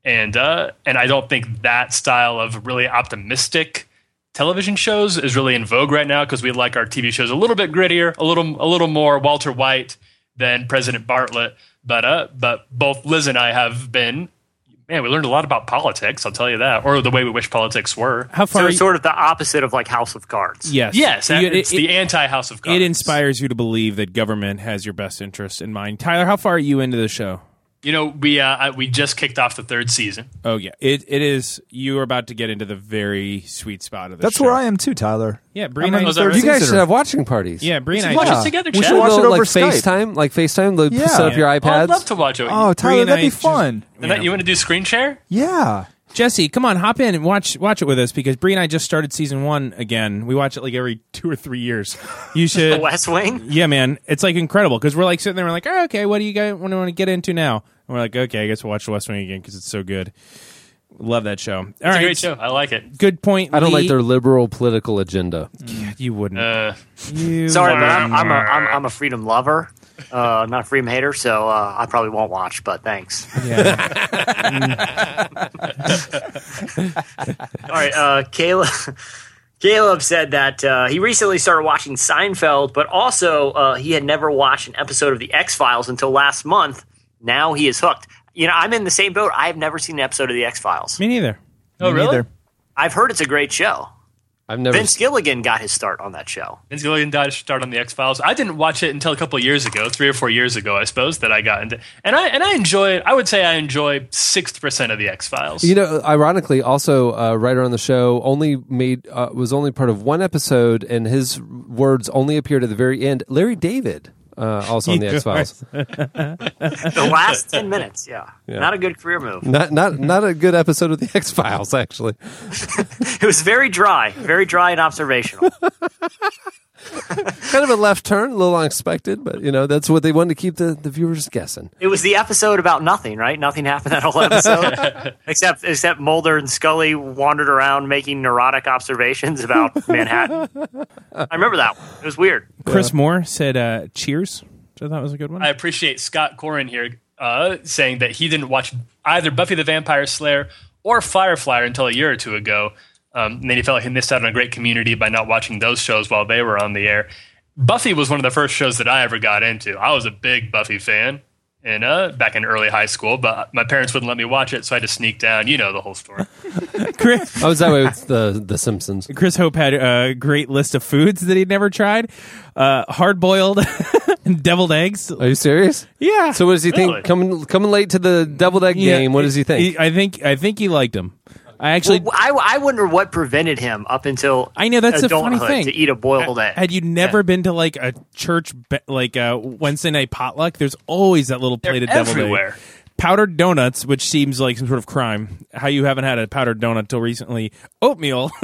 [SPEAKER 6] And uh, and I don't think that style of really optimistic television shows is really in vogue right now because we like our TV shows a little bit grittier, a little a little more Walter White than President Bartlett. But uh, but both Liz and I have been. Man, we learned a lot about politics. I'll tell you that, or the way we wish politics were.
[SPEAKER 3] How far
[SPEAKER 5] So
[SPEAKER 3] are
[SPEAKER 5] it's
[SPEAKER 3] you-
[SPEAKER 5] sort of the opposite of like House of Cards.
[SPEAKER 3] Yes.
[SPEAKER 6] Yes,
[SPEAKER 3] You-
[SPEAKER 6] it's
[SPEAKER 3] it-
[SPEAKER 6] the anti House of Cards.
[SPEAKER 3] It inspires you to believe that government has your best interest in mind. Tyler, how far are you into the show?
[SPEAKER 6] You know, we uh, I- we just kicked off the third season.
[SPEAKER 3] Oh yeah, it it is. You are about to get into the very sweet spot of this.
[SPEAKER 4] That's where I am too, Tyler.
[SPEAKER 3] Yeah, Bree
[SPEAKER 4] I'm
[SPEAKER 3] and I-
[SPEAKER 4] in
[SPEAKER 3] Oh,
[SPEAKER 4] the
[SPEAKER 3] is that
[SPEAKER 4] third
[SPEAKER 3] right? You guys
[SPEAKER 4] season.
[SPEAKER 3] should have
[SPEAKER 2] watching parties.
[SPEAKER 3] Yeah, Bree and I
[SPEAKER 4] Watch
[SPEAKER 3] just-
[SPEAKER 4] it together,
[SPEAKER 2] We
[SPEAKER 4] Chad.
[SPEAKER 2] should
[SPEAKER 4] Watch
[SPEAKER 2] go,
[SPEAKER 4] it over Oh,
[SPEAKER 2] like
[SPEAKER 4] Skype.
[SPEAKER 2] FaceTime, like FaceTime, like,
[SPEAKER 4] Yeah.
[SPEAKER 2] set up your
[SPEAKER 4] Yeah.
[SPEAKER 2] iPads.
[SPEAKER 6] I'd love to watch it.
[SPEAKER 4] Oh, Tyler, that'd be fun.
[SPEAKER 6] And that, you want to do screen share?
[SPEAKER 4] yeah.
[SPEAKER 3] Jesse, come on, hop in and watch watch it with us because Bree and I just started season one again. We watch it like every two or three years. You should
[SPEAKER 5] The West Wing?
[SPEAKER 3] Yeah, man, it's like incredible because we're like sitting there, we're like, oh, okay, what do you guys want to get into now? And we're like, okay, I guess we'll watch the West Wing again because it's so good. Love that show. All right,
[SPEAKER 6] It's a great show. I like it.
[SPEAKER 3] Good point.
[SPEAKER 2] I don't
[SPEAKER 3] Lee.
[SPEAKER 2] like their liberal political agenda.
[SPEAKER 3] You wouldn't.
[SPEAKER 5] Uh, Sorry, but I'm, I'm, a, I'm, I'm a freedom lover, uh, not a freedom hater, so uh, I probably won't watch, but thanks. All right, uh, Caleb. Caleb said that uh, he recently started watching Seinfeld, but also uh, he had never watched an episode of The X Files until last month. Now he is hooked. You know, I'm in the same boat. I have never seen an episode of The X Files.
[SPEAKER 3] Me neither.
[SPEAKER 5] Oh, really? I've heard it's a great show.
[SPEAKER 2] Oh, I've never.
[SPEAKER 5] Vince Gilligan got his start on that show.
[SPEAKER 6] Vince Gilligan died start on the X Files. I didn't watch it until a couple of years ago, three or four years ago, I suppose, that I got into. And I and I enjoy it. I would say I enjoy sixty percent of the X Files.
[SPEAKER 2] You know, ironically, also uh, writer on the show only made uh, was only part of one episode, and his words only appeared at the very end. Larry David, uh, also on the X Files.
[SPEAKER 5] the last ten minutes, yeah.
[SPEAKER 2] Yeah.
[SPEAKER 5] not a good career move.
[SPEAKER 2] Not not not a good episode of the X Files, actually.
[SPEAKER 5] It was very dry, very dry and observational.
[SPEAKER 2] kind of a left turn, a little unexpected, but you know that's what they wanted to keep the, the viewers guessing.
[SPEAKER 5] It was the episode about nothing, right? Nothing happened that whole episode, except except Mulder and Scully wandered around making neurotic observations about Manhattan. I remember that one. It was weird.
[SPEAKER 3] Chris Moore said, uh, "Cheers." So that was a good one.
[SPEAKER 6] I appreciate Scott Corin here uh, saying that he didn't watch either Buffy the Vampire Slayer or Firefly until a year or two ago. Um, and then he felt like he missed out on a great community by not watching those shows while they were on the air. Buffy was one of the first shows that I ever got into. I was a big Buffy fan in uh, back in early high school, but my parents wouldn't let me watch it, so I had to sneak down. You know the whole story.
[SPEAKER 3] Chris,
[SPEAKER 2] I was that way with the the Simpsons.
[SPEAKER 3] Chris Hope had a great list of foods that he'd never tried: uh, hard boiled, deviled eggs.
[SPEAKER 2] Are you serious?
[SPEAKER 3] Yeah.
[SPEAKER 2] So what does he
[SPEAKER 3] Really?
[SPEAKER 2] think coming coming late to the deviled egg
[SPEAKER 3] Yeah,
[SPEAKER 2] game? What does he think?
[SPEAKER 3] I think I think he liked him. I actually
[SPEAKER 5] Well, I, I wonder what prevented him up until
[SPEAKER 3] I know that's the funny
[SPEAKER 5] adulthood
[SPEAKER 3] thing
[SPEAKER 5] to eat a boiled
[SPEAKER 3] Ha-
[SPEAKER 5] egg.
[SPEAKER 3] Had you never been to like a church be- like a Wednesday night potluck? There's always that little plate of deviled egg.
[SPEAKER 6] everywhere.
[SPEAKER 3] Powdered donuts, which seems like some sort of crime. How you haven't had a powdered donut till recently? Oatmeal,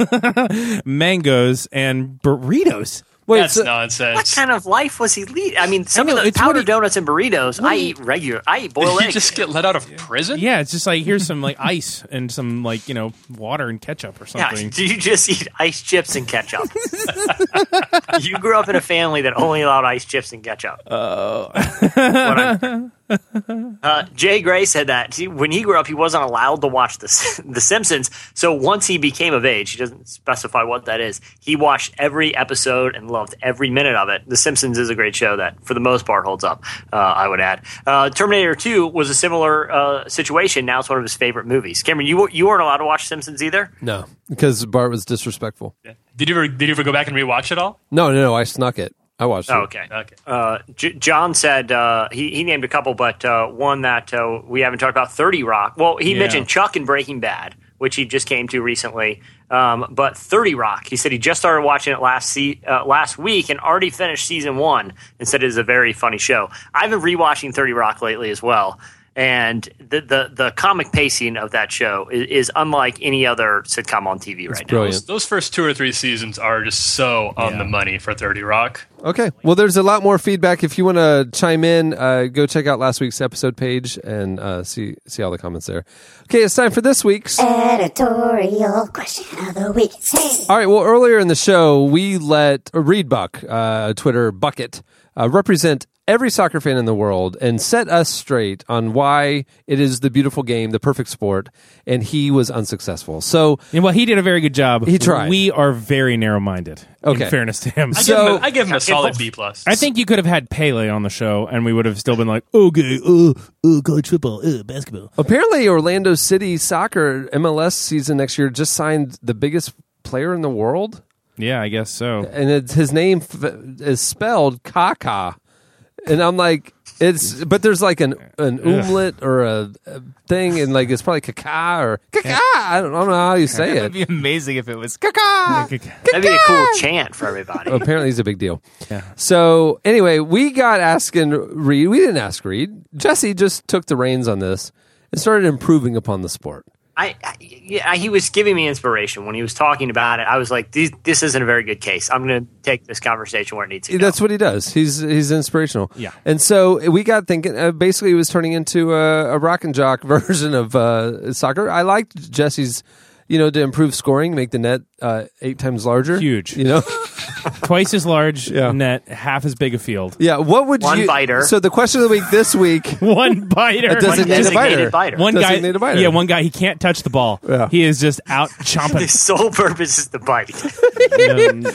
[SPEAKER 3] mangoes, and burritos.
[SPEAKER 6] That's nonsense.
[SPEAKER 5] What kind of life was he leading? I mean, some
[SPEAKER 3] know,
[SPEAKER 5] of the
[SPEAKER 3] it's what
[SPEAKER 5] powdered
[SPEAKER 3] he-
[SPEAKER 5] donuts and burritos
[SPEAKER 3] what
[SPEAKER 5] I
[SPEAKER 3] he-
[SPEAKER 5] eat regular. I eat boiled
[SPEAKER 6] Did he
[SPEAKER 5] eggs.
[SPEAKER 6] just get let out of prison?
[SPEAKER 3] Yeah, it's just like here's some like ice and some like you know water and ketchup or
[SPEAKER 5] yeah,
[SPEAKER 3] something.
[SPEAKER 5] do you just eat ice chips and ketchup? you grew up in a family that only allowed ice chips and ketchup.
[SPEAKER 3] Oh,
[SPEAKER 5] Uh, Jay Gray said that he- when he grew up, he wasn't allowed to watch the S- The Simpsons. So once he became of age, he doesn't specify what that is. He watched every episode and loved every minute of it. The Simpsons is a great show that, for the most part, holds up. Uh, I would add. Uh, Terminator Two was a similar uh, situation. Now it's one of his favorite movies. Cameron, you were- you weren't allowed to watch Simpsons either.
[SPEAKER 2] no, because Bart was disrespectful.
[SPEAKER 6] Did you ever did you ever go back and rewatch it all?
[SPEAKER 2] No, no, no. I snuck it. I watched
[SPEAKER 5] Oh,
[SPEAKER 2] it.
[SPEAKER 5] okay. Okay. Uh, J- John said uh, he he named a couple, but uh, one that uh, we haven't talked about, Thirty Rock. Well, he
[SPEAKER 21] Yeah.
[SPEAKER 5] mentioned Chuck and Breaking Bad, which he just came to recently. Um, but Thirty Rock, he said he just started watching it last se- uh, last week and already finished season one, and said it is a very funny show. I've been rewatching Thirty Rock lately as well. And the, the the comic pacing of that show is, is unlike any other sitcom on TV right now.
[SPEAKER 6] Those, those first two or three seasons are just so on the money for Thirty Rock.
[SPEAKER 2] Okay. Well, there's a lot more feedback. If you want to chime in, uh, go check out last week's episode page and uh, see see all the comments there. Okay, it's time for this week's.
[SPEAKER 22] Editorial question of the week.
[SPEAKER 2] All right. Well, earlier in the show, we let Reed Buck, uh, Twitter Bucket, uh, represent every soccer fan in the world and set us straight on why it is the beautiful game, the perfect sport, and he was unsuccessful. So,
[SPEAKER 3] well, he did a very good job.
[SPEAKER 2] He tried.
[SPEAKER 3] We are very narrow minded.
[SPEAKER 2] Okay.
[SPEAKER 3] In fairness to him,
[SPEAKER 6] I give him a, I give him a solid B plus.
[SPEAKER 3] I think you could have had Pele on the show, and we would have still been like, okay, uh, uh, college football, uh, basketball.
[SPEAKER 2] Apparently, Orlando City soccer MLS season next year just signed the biggest player in the world,
[SPEAKER 3] Yeah, I guess so.
[SPEAKER 2] and it's, his name f- is spelled Kaka. And I'm like, it's but there's like an an
[SPEAKER 3] Ugh.
[SPEAKER 2] umlet or a, a thing, and like it's probably Kaka or Kaka. I don't, I don't know how you say
[SPEAKER 4] It'd
[SPEAKER 2] it.
[SPEAKER 4] be amazing if it was
[SPEAKER 5] That'd be a cool chant for everybody.
[SPEAKER 2] Apparently, he's a big deal. So anyway, we got asking Reed. We didn't ask Reed. Jesse just took the reins on this and started improving upon the sport.
[SPEAKER 5] I, I yeah, he was giving me inspiration when he was talking about it. I was like, this, this isn't a very good case. I'm going to take this conversation where it needs to.
[SPEAKER 2] That's what he does. He's he's inspirational.
[SPEAKER 5] Yeah.
[SPEAKER 2] And so we got thinking. Uh, basically, it was turning into a, a rock and jock version of uh, soccer. I liked Jesse's, you know, to improve scoring, make the net uh, eight times larger. Huge. You know,
[SPEAKER 3] twice as large net, half as big a field.
[SPEAKER 2] yeah. What would
[SPEAKER 3] One
[SPEAKER 2] you?
[SPEAKER 3] biter.
[SPEAKER 2] So the question of the week this week.
[SPEAKER 3] one biter.
[SPEAKER 2] A designated, biter.
[SPEAKER 3] One guy,
[SPEAKER 2] Designated biter.
[SPEAKER 3] yeah, one guy. He can't touch the ball. He is just out chomping.
[SPEAKER 5] His sole purpose is to bite.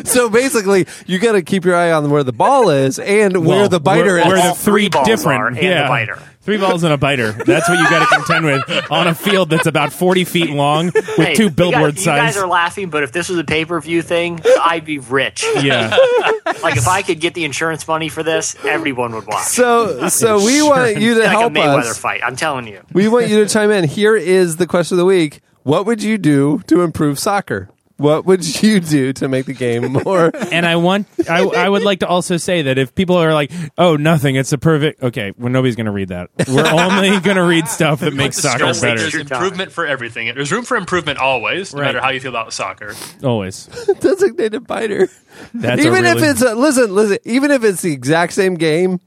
[SPEAKER 2] so basically, you got to keep your eye on where the ball is and where the biter
[SPEAKER 3] where,
[SPEAKER 2] is.
[SPEAKER 3] Where the three different, yeah, Three balls and a biter. That's what you got to contend with on a field that's about 40 feet long with
[SPEAKER 5] Hey,
[SPEAKER 3] two
[SPEAKER 5] you guys-
[SPEAKER 3] billboard
[SPEAKER 5] You
[SPEAKER 3] signs.
[SPEAKER 5] guys are laughing, but if this was a pay per view thing, I'd be rich.
[SPEAKER 3] Yeah.
[SPEAKER 5] like if I could get the insurance money for this, everyone would watch.
[SPEAKER 2] So- so we want you to
[SPEAKER 5] It's like
[SPEAKER 2] help
[SPEAKER 5] a Mayweather
[SPEAKER 2] us.
[SPEAKER 5] fight. I'm telling you.
[SPEAKER 2] we want you to chime in. Here is the question of the week. What would you do to improve soccer? What would you do to make the game more?
[SPEAKER 3] and I want I, I would like to also say that if people are like, oh, nothing, it's a perfect. Okay, well, nobody's going to read that. We're only going to read stuff that makes soccer
[SPEAKER 6] Discuss that
[SPEAKER 3] better.
[SPEAKER 6] There's improvement for everything. There's room for improvement always, no
[SPEAKER 3] Right.
[SPEAKER 6] matter how you feel about soccer.
[SPEAKER 3] Always.
[SPEAKER 2] Designated biter.
[SPEAKER 3] That's a
[SPEAKER 2] even if
[SPEAKER 3] really-
[SPEAKER 2] it's a, listen, listen. Even if it's the exact same game,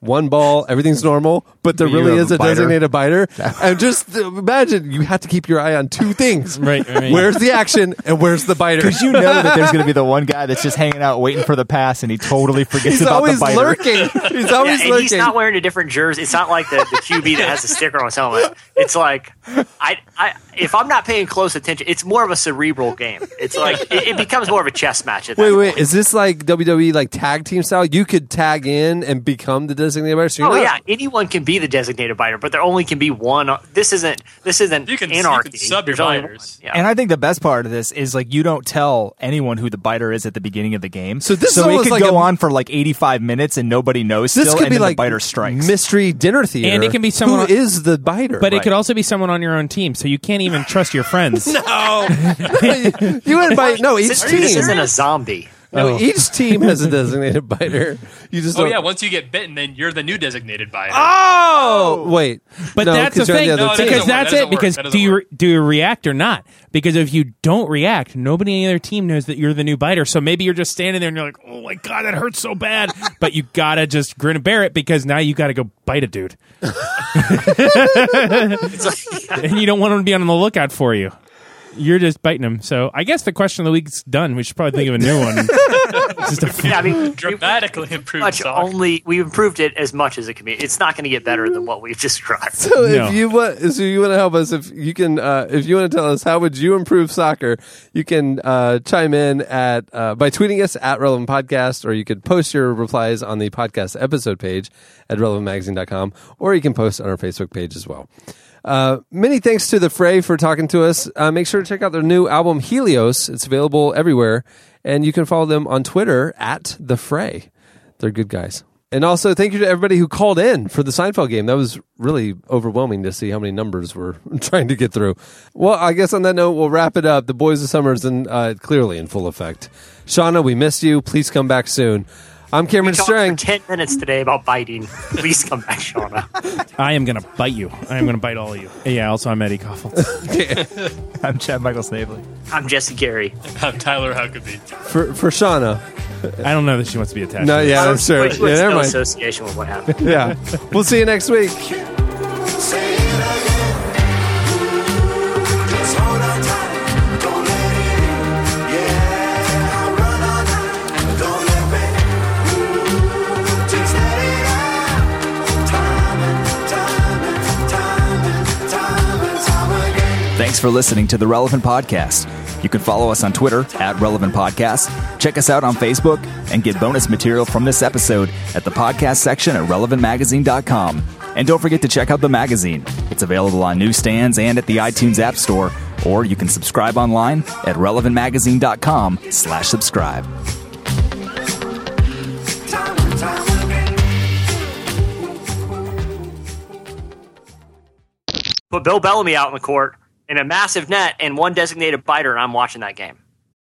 [SPEAKER 2] one ball, everything's normal, but there
[SPEAKER 3] You
[SPEAKER 2] really
[SPEAKER 3] have
[SPEAKER 2] is
[SPEAKER 3] a
[SPEAKER 2] a,
[SPEAKER 3] biter.
[SPEAKER 2] designated biter. and just uh, imagine you have to keep your eye on two things.
[SPEAKER 3] Right. right.
[SPEAKER 2] Where's the action and where's the biter?
[SPEAKER 4] Because you know that there's going to be the one guy that's just hanging out waiting for the pass, and he totally forgets
[SPEAKER 2] He's
[SPEAKER 4] about
[SPEAKER 2] always
[SPEAKER 4] the biter.
[SPEAKER 2] lurking. He's always
[SPEAKER 5] yeah, and He's
[SPEAKER 2] lurking.
[SPEAKER 5] not wearing a different jersey. It's not like the, the QB that has a sticker on his helmet. It's like I, I, if I'm not paying close attention, it's more of a cerebral game. It's like it, it becomes more of a chess match. At that
[SPEAKER 2] Wait, wait. Is this like WWE, like tag team style? You could tag in and become the designated biter. So you're
[SPEAKER 5] Oh
[SPEAKER 2] not-
[SPEAKER 5] yeah, anyone can be the designated biter, but there only can be one. This isn't this isn't anarchy. There's only one. Yeah.
[SPEAKER 4] And I think the best part of this is like you don't tell anyone who the biter is at the beginning of the game.
[SPEAKER 2] So this is
[SPEAKER 4] so it
[SPEAKER 2] almost
[SPEAKER 4] could
[SPEAKER 2] like
[SPEAKER 4] go
[SPEAKER 2] a-
[SPEAKER 4] on for like 85 minutes and nobody knows.
[SPEAKER 2] This
[SPEAKER 4] still,
[SPEAKER 2] could
[SPEAKER 4] and
[SPEAKER 2] be
[SPEAKER 4] then
[SPEAKER 2] like
[SPEAKER 4] the biter strikes.
[SPEAKER 2] mystery dinner theater.
[SPEAKER 3] And it can be someone
[SPEAKER 2] who is the biter,
[SPEAKER 3] But it could also be someone on your own team, so you can't even trust your friends.
[SPEAKER 2] no. you invite no each
[SPEAKER 5] This-
[SPEAKER 2] team.
[SPEAKER 5] This isn't a zombie.
[SPEAKER 2] No,
[SPEAKER 3] Oh.
[SPEAKER 2] each team has a designated biter. You just
[SPEAKER 6] oh
[SPEAKER 2] don't.
[SPEAKER 6] yeah, once you get bitten, then you're the new designated biter.
[SPEAKER 3] Ah!
[SPEAKER 2] Oh wait,
[SPEAKER 3] But
[SPEAKER 2] No,
[SPEAKER 3] that's the
[SPEAKER 2] 'cause you're on
[SPEAKER 3] thing,
[SPEAKER 2] the other team.
[SPEAKER 3] because that's
[SPEAKER 6] That
[SPEAKER 3] it.
[SPEAKER 6] doesn't work.
[SPEAKER 3] Because
[SPEAKER 6] That
[SPEAKER 3] do you do you react or not? Because if you don't react, nobody on the other team knows that you're the new biter. So maybe you're just standing there and you're like, "Oh my god, that hurts so bad," but you gotta just grin and bear it because now you gotta go bite a dude, and you don't want him to be on the lookout for you. You're just biting him. So I guess the question of the week's done. We should probably think of a new one.
[SPEAKER 5] yeah, I mean,
[SPEAKER 6] dramatically improved.
[SPEAKER 5] Much only we improved it as much as it can be. It's not going to get better than what we've described.
[SPEAKER 2] So if you want, so you want to help us, if you can, uh, if you want to tell us how would you improve soccer, you can uh, chime in at uh, by tweeting us at Relevant Podcast, or you could post your replies on the podcast episode page at relevantmagazine.com, or you can post on our Facebook page as well. Uh, many thanks to the Fray for talking to us. Uh, make sure to check out their new album Helios. It's available everywhere, and you can follow them on Twitter at the Fray. They're good guys. And also, thank you to everybody who called in for the Seinfeld game. That was really overwhelming to see how many numbers we're trying to get through. Well, I guess on that note, we'll wrap it up. The Boys of Summer's in, uh, clearly in full effect. Shauna, we missed you. Please come back soon. I'm
[SPEAKER 5] we
[SPEAKER 2] Cameron
[SPEAKER 5] talked
[SPEAKER 2] Strang.
[SPEAKER 5] for ten minutes today about biting. Please come back, Shauna.
[SPEAKER 3] I am gonna bite you. I am gonna bite all of you. Yeah. Also, I'm Eddie Koffel.
[SPEAKER 4] I'm Chad Michael Snavely.
[SPEAKER 5] I'm Jesse Gary.
[SPEAKER 6] I'm Tyler Huckabee.
[SPEAKER 2] For for Shauna,
[SPEAKER 3] I don't know that she wants to be attached.
[SPEAKER 2] No,
[SPEAKER 3] to this.
[SPEAKER 2] yeah, I'm sure.
[SPEAKER 5] Which
[SPEAKER 2] Yeah,
[SPEAKER 5] was
[SPEAKER 2] never
[SPEAKER 5] no
[SPEAKER 2] mind.
[SPEAKER 5] association with what happened.
[SPEAKER 2] yeah, we'll see you next week.
[SPEAKER 1] Thanks for listening to the Relevant Podcast. You can follow us on Twitter at Relevant Podcast, check us out on Facebook, and get bonus material from this episode at the podcast section at relevantmagazine.com. And don't forget to check out the magazine. It's available on newsstands and at the iTunes App Store, or you can subscribe online at relevantmagazine.com slash subscribe.
[SPEAKER 5] Put Bill Bellamy out in the court in a massive net and one designated biter, and I'm watching that game.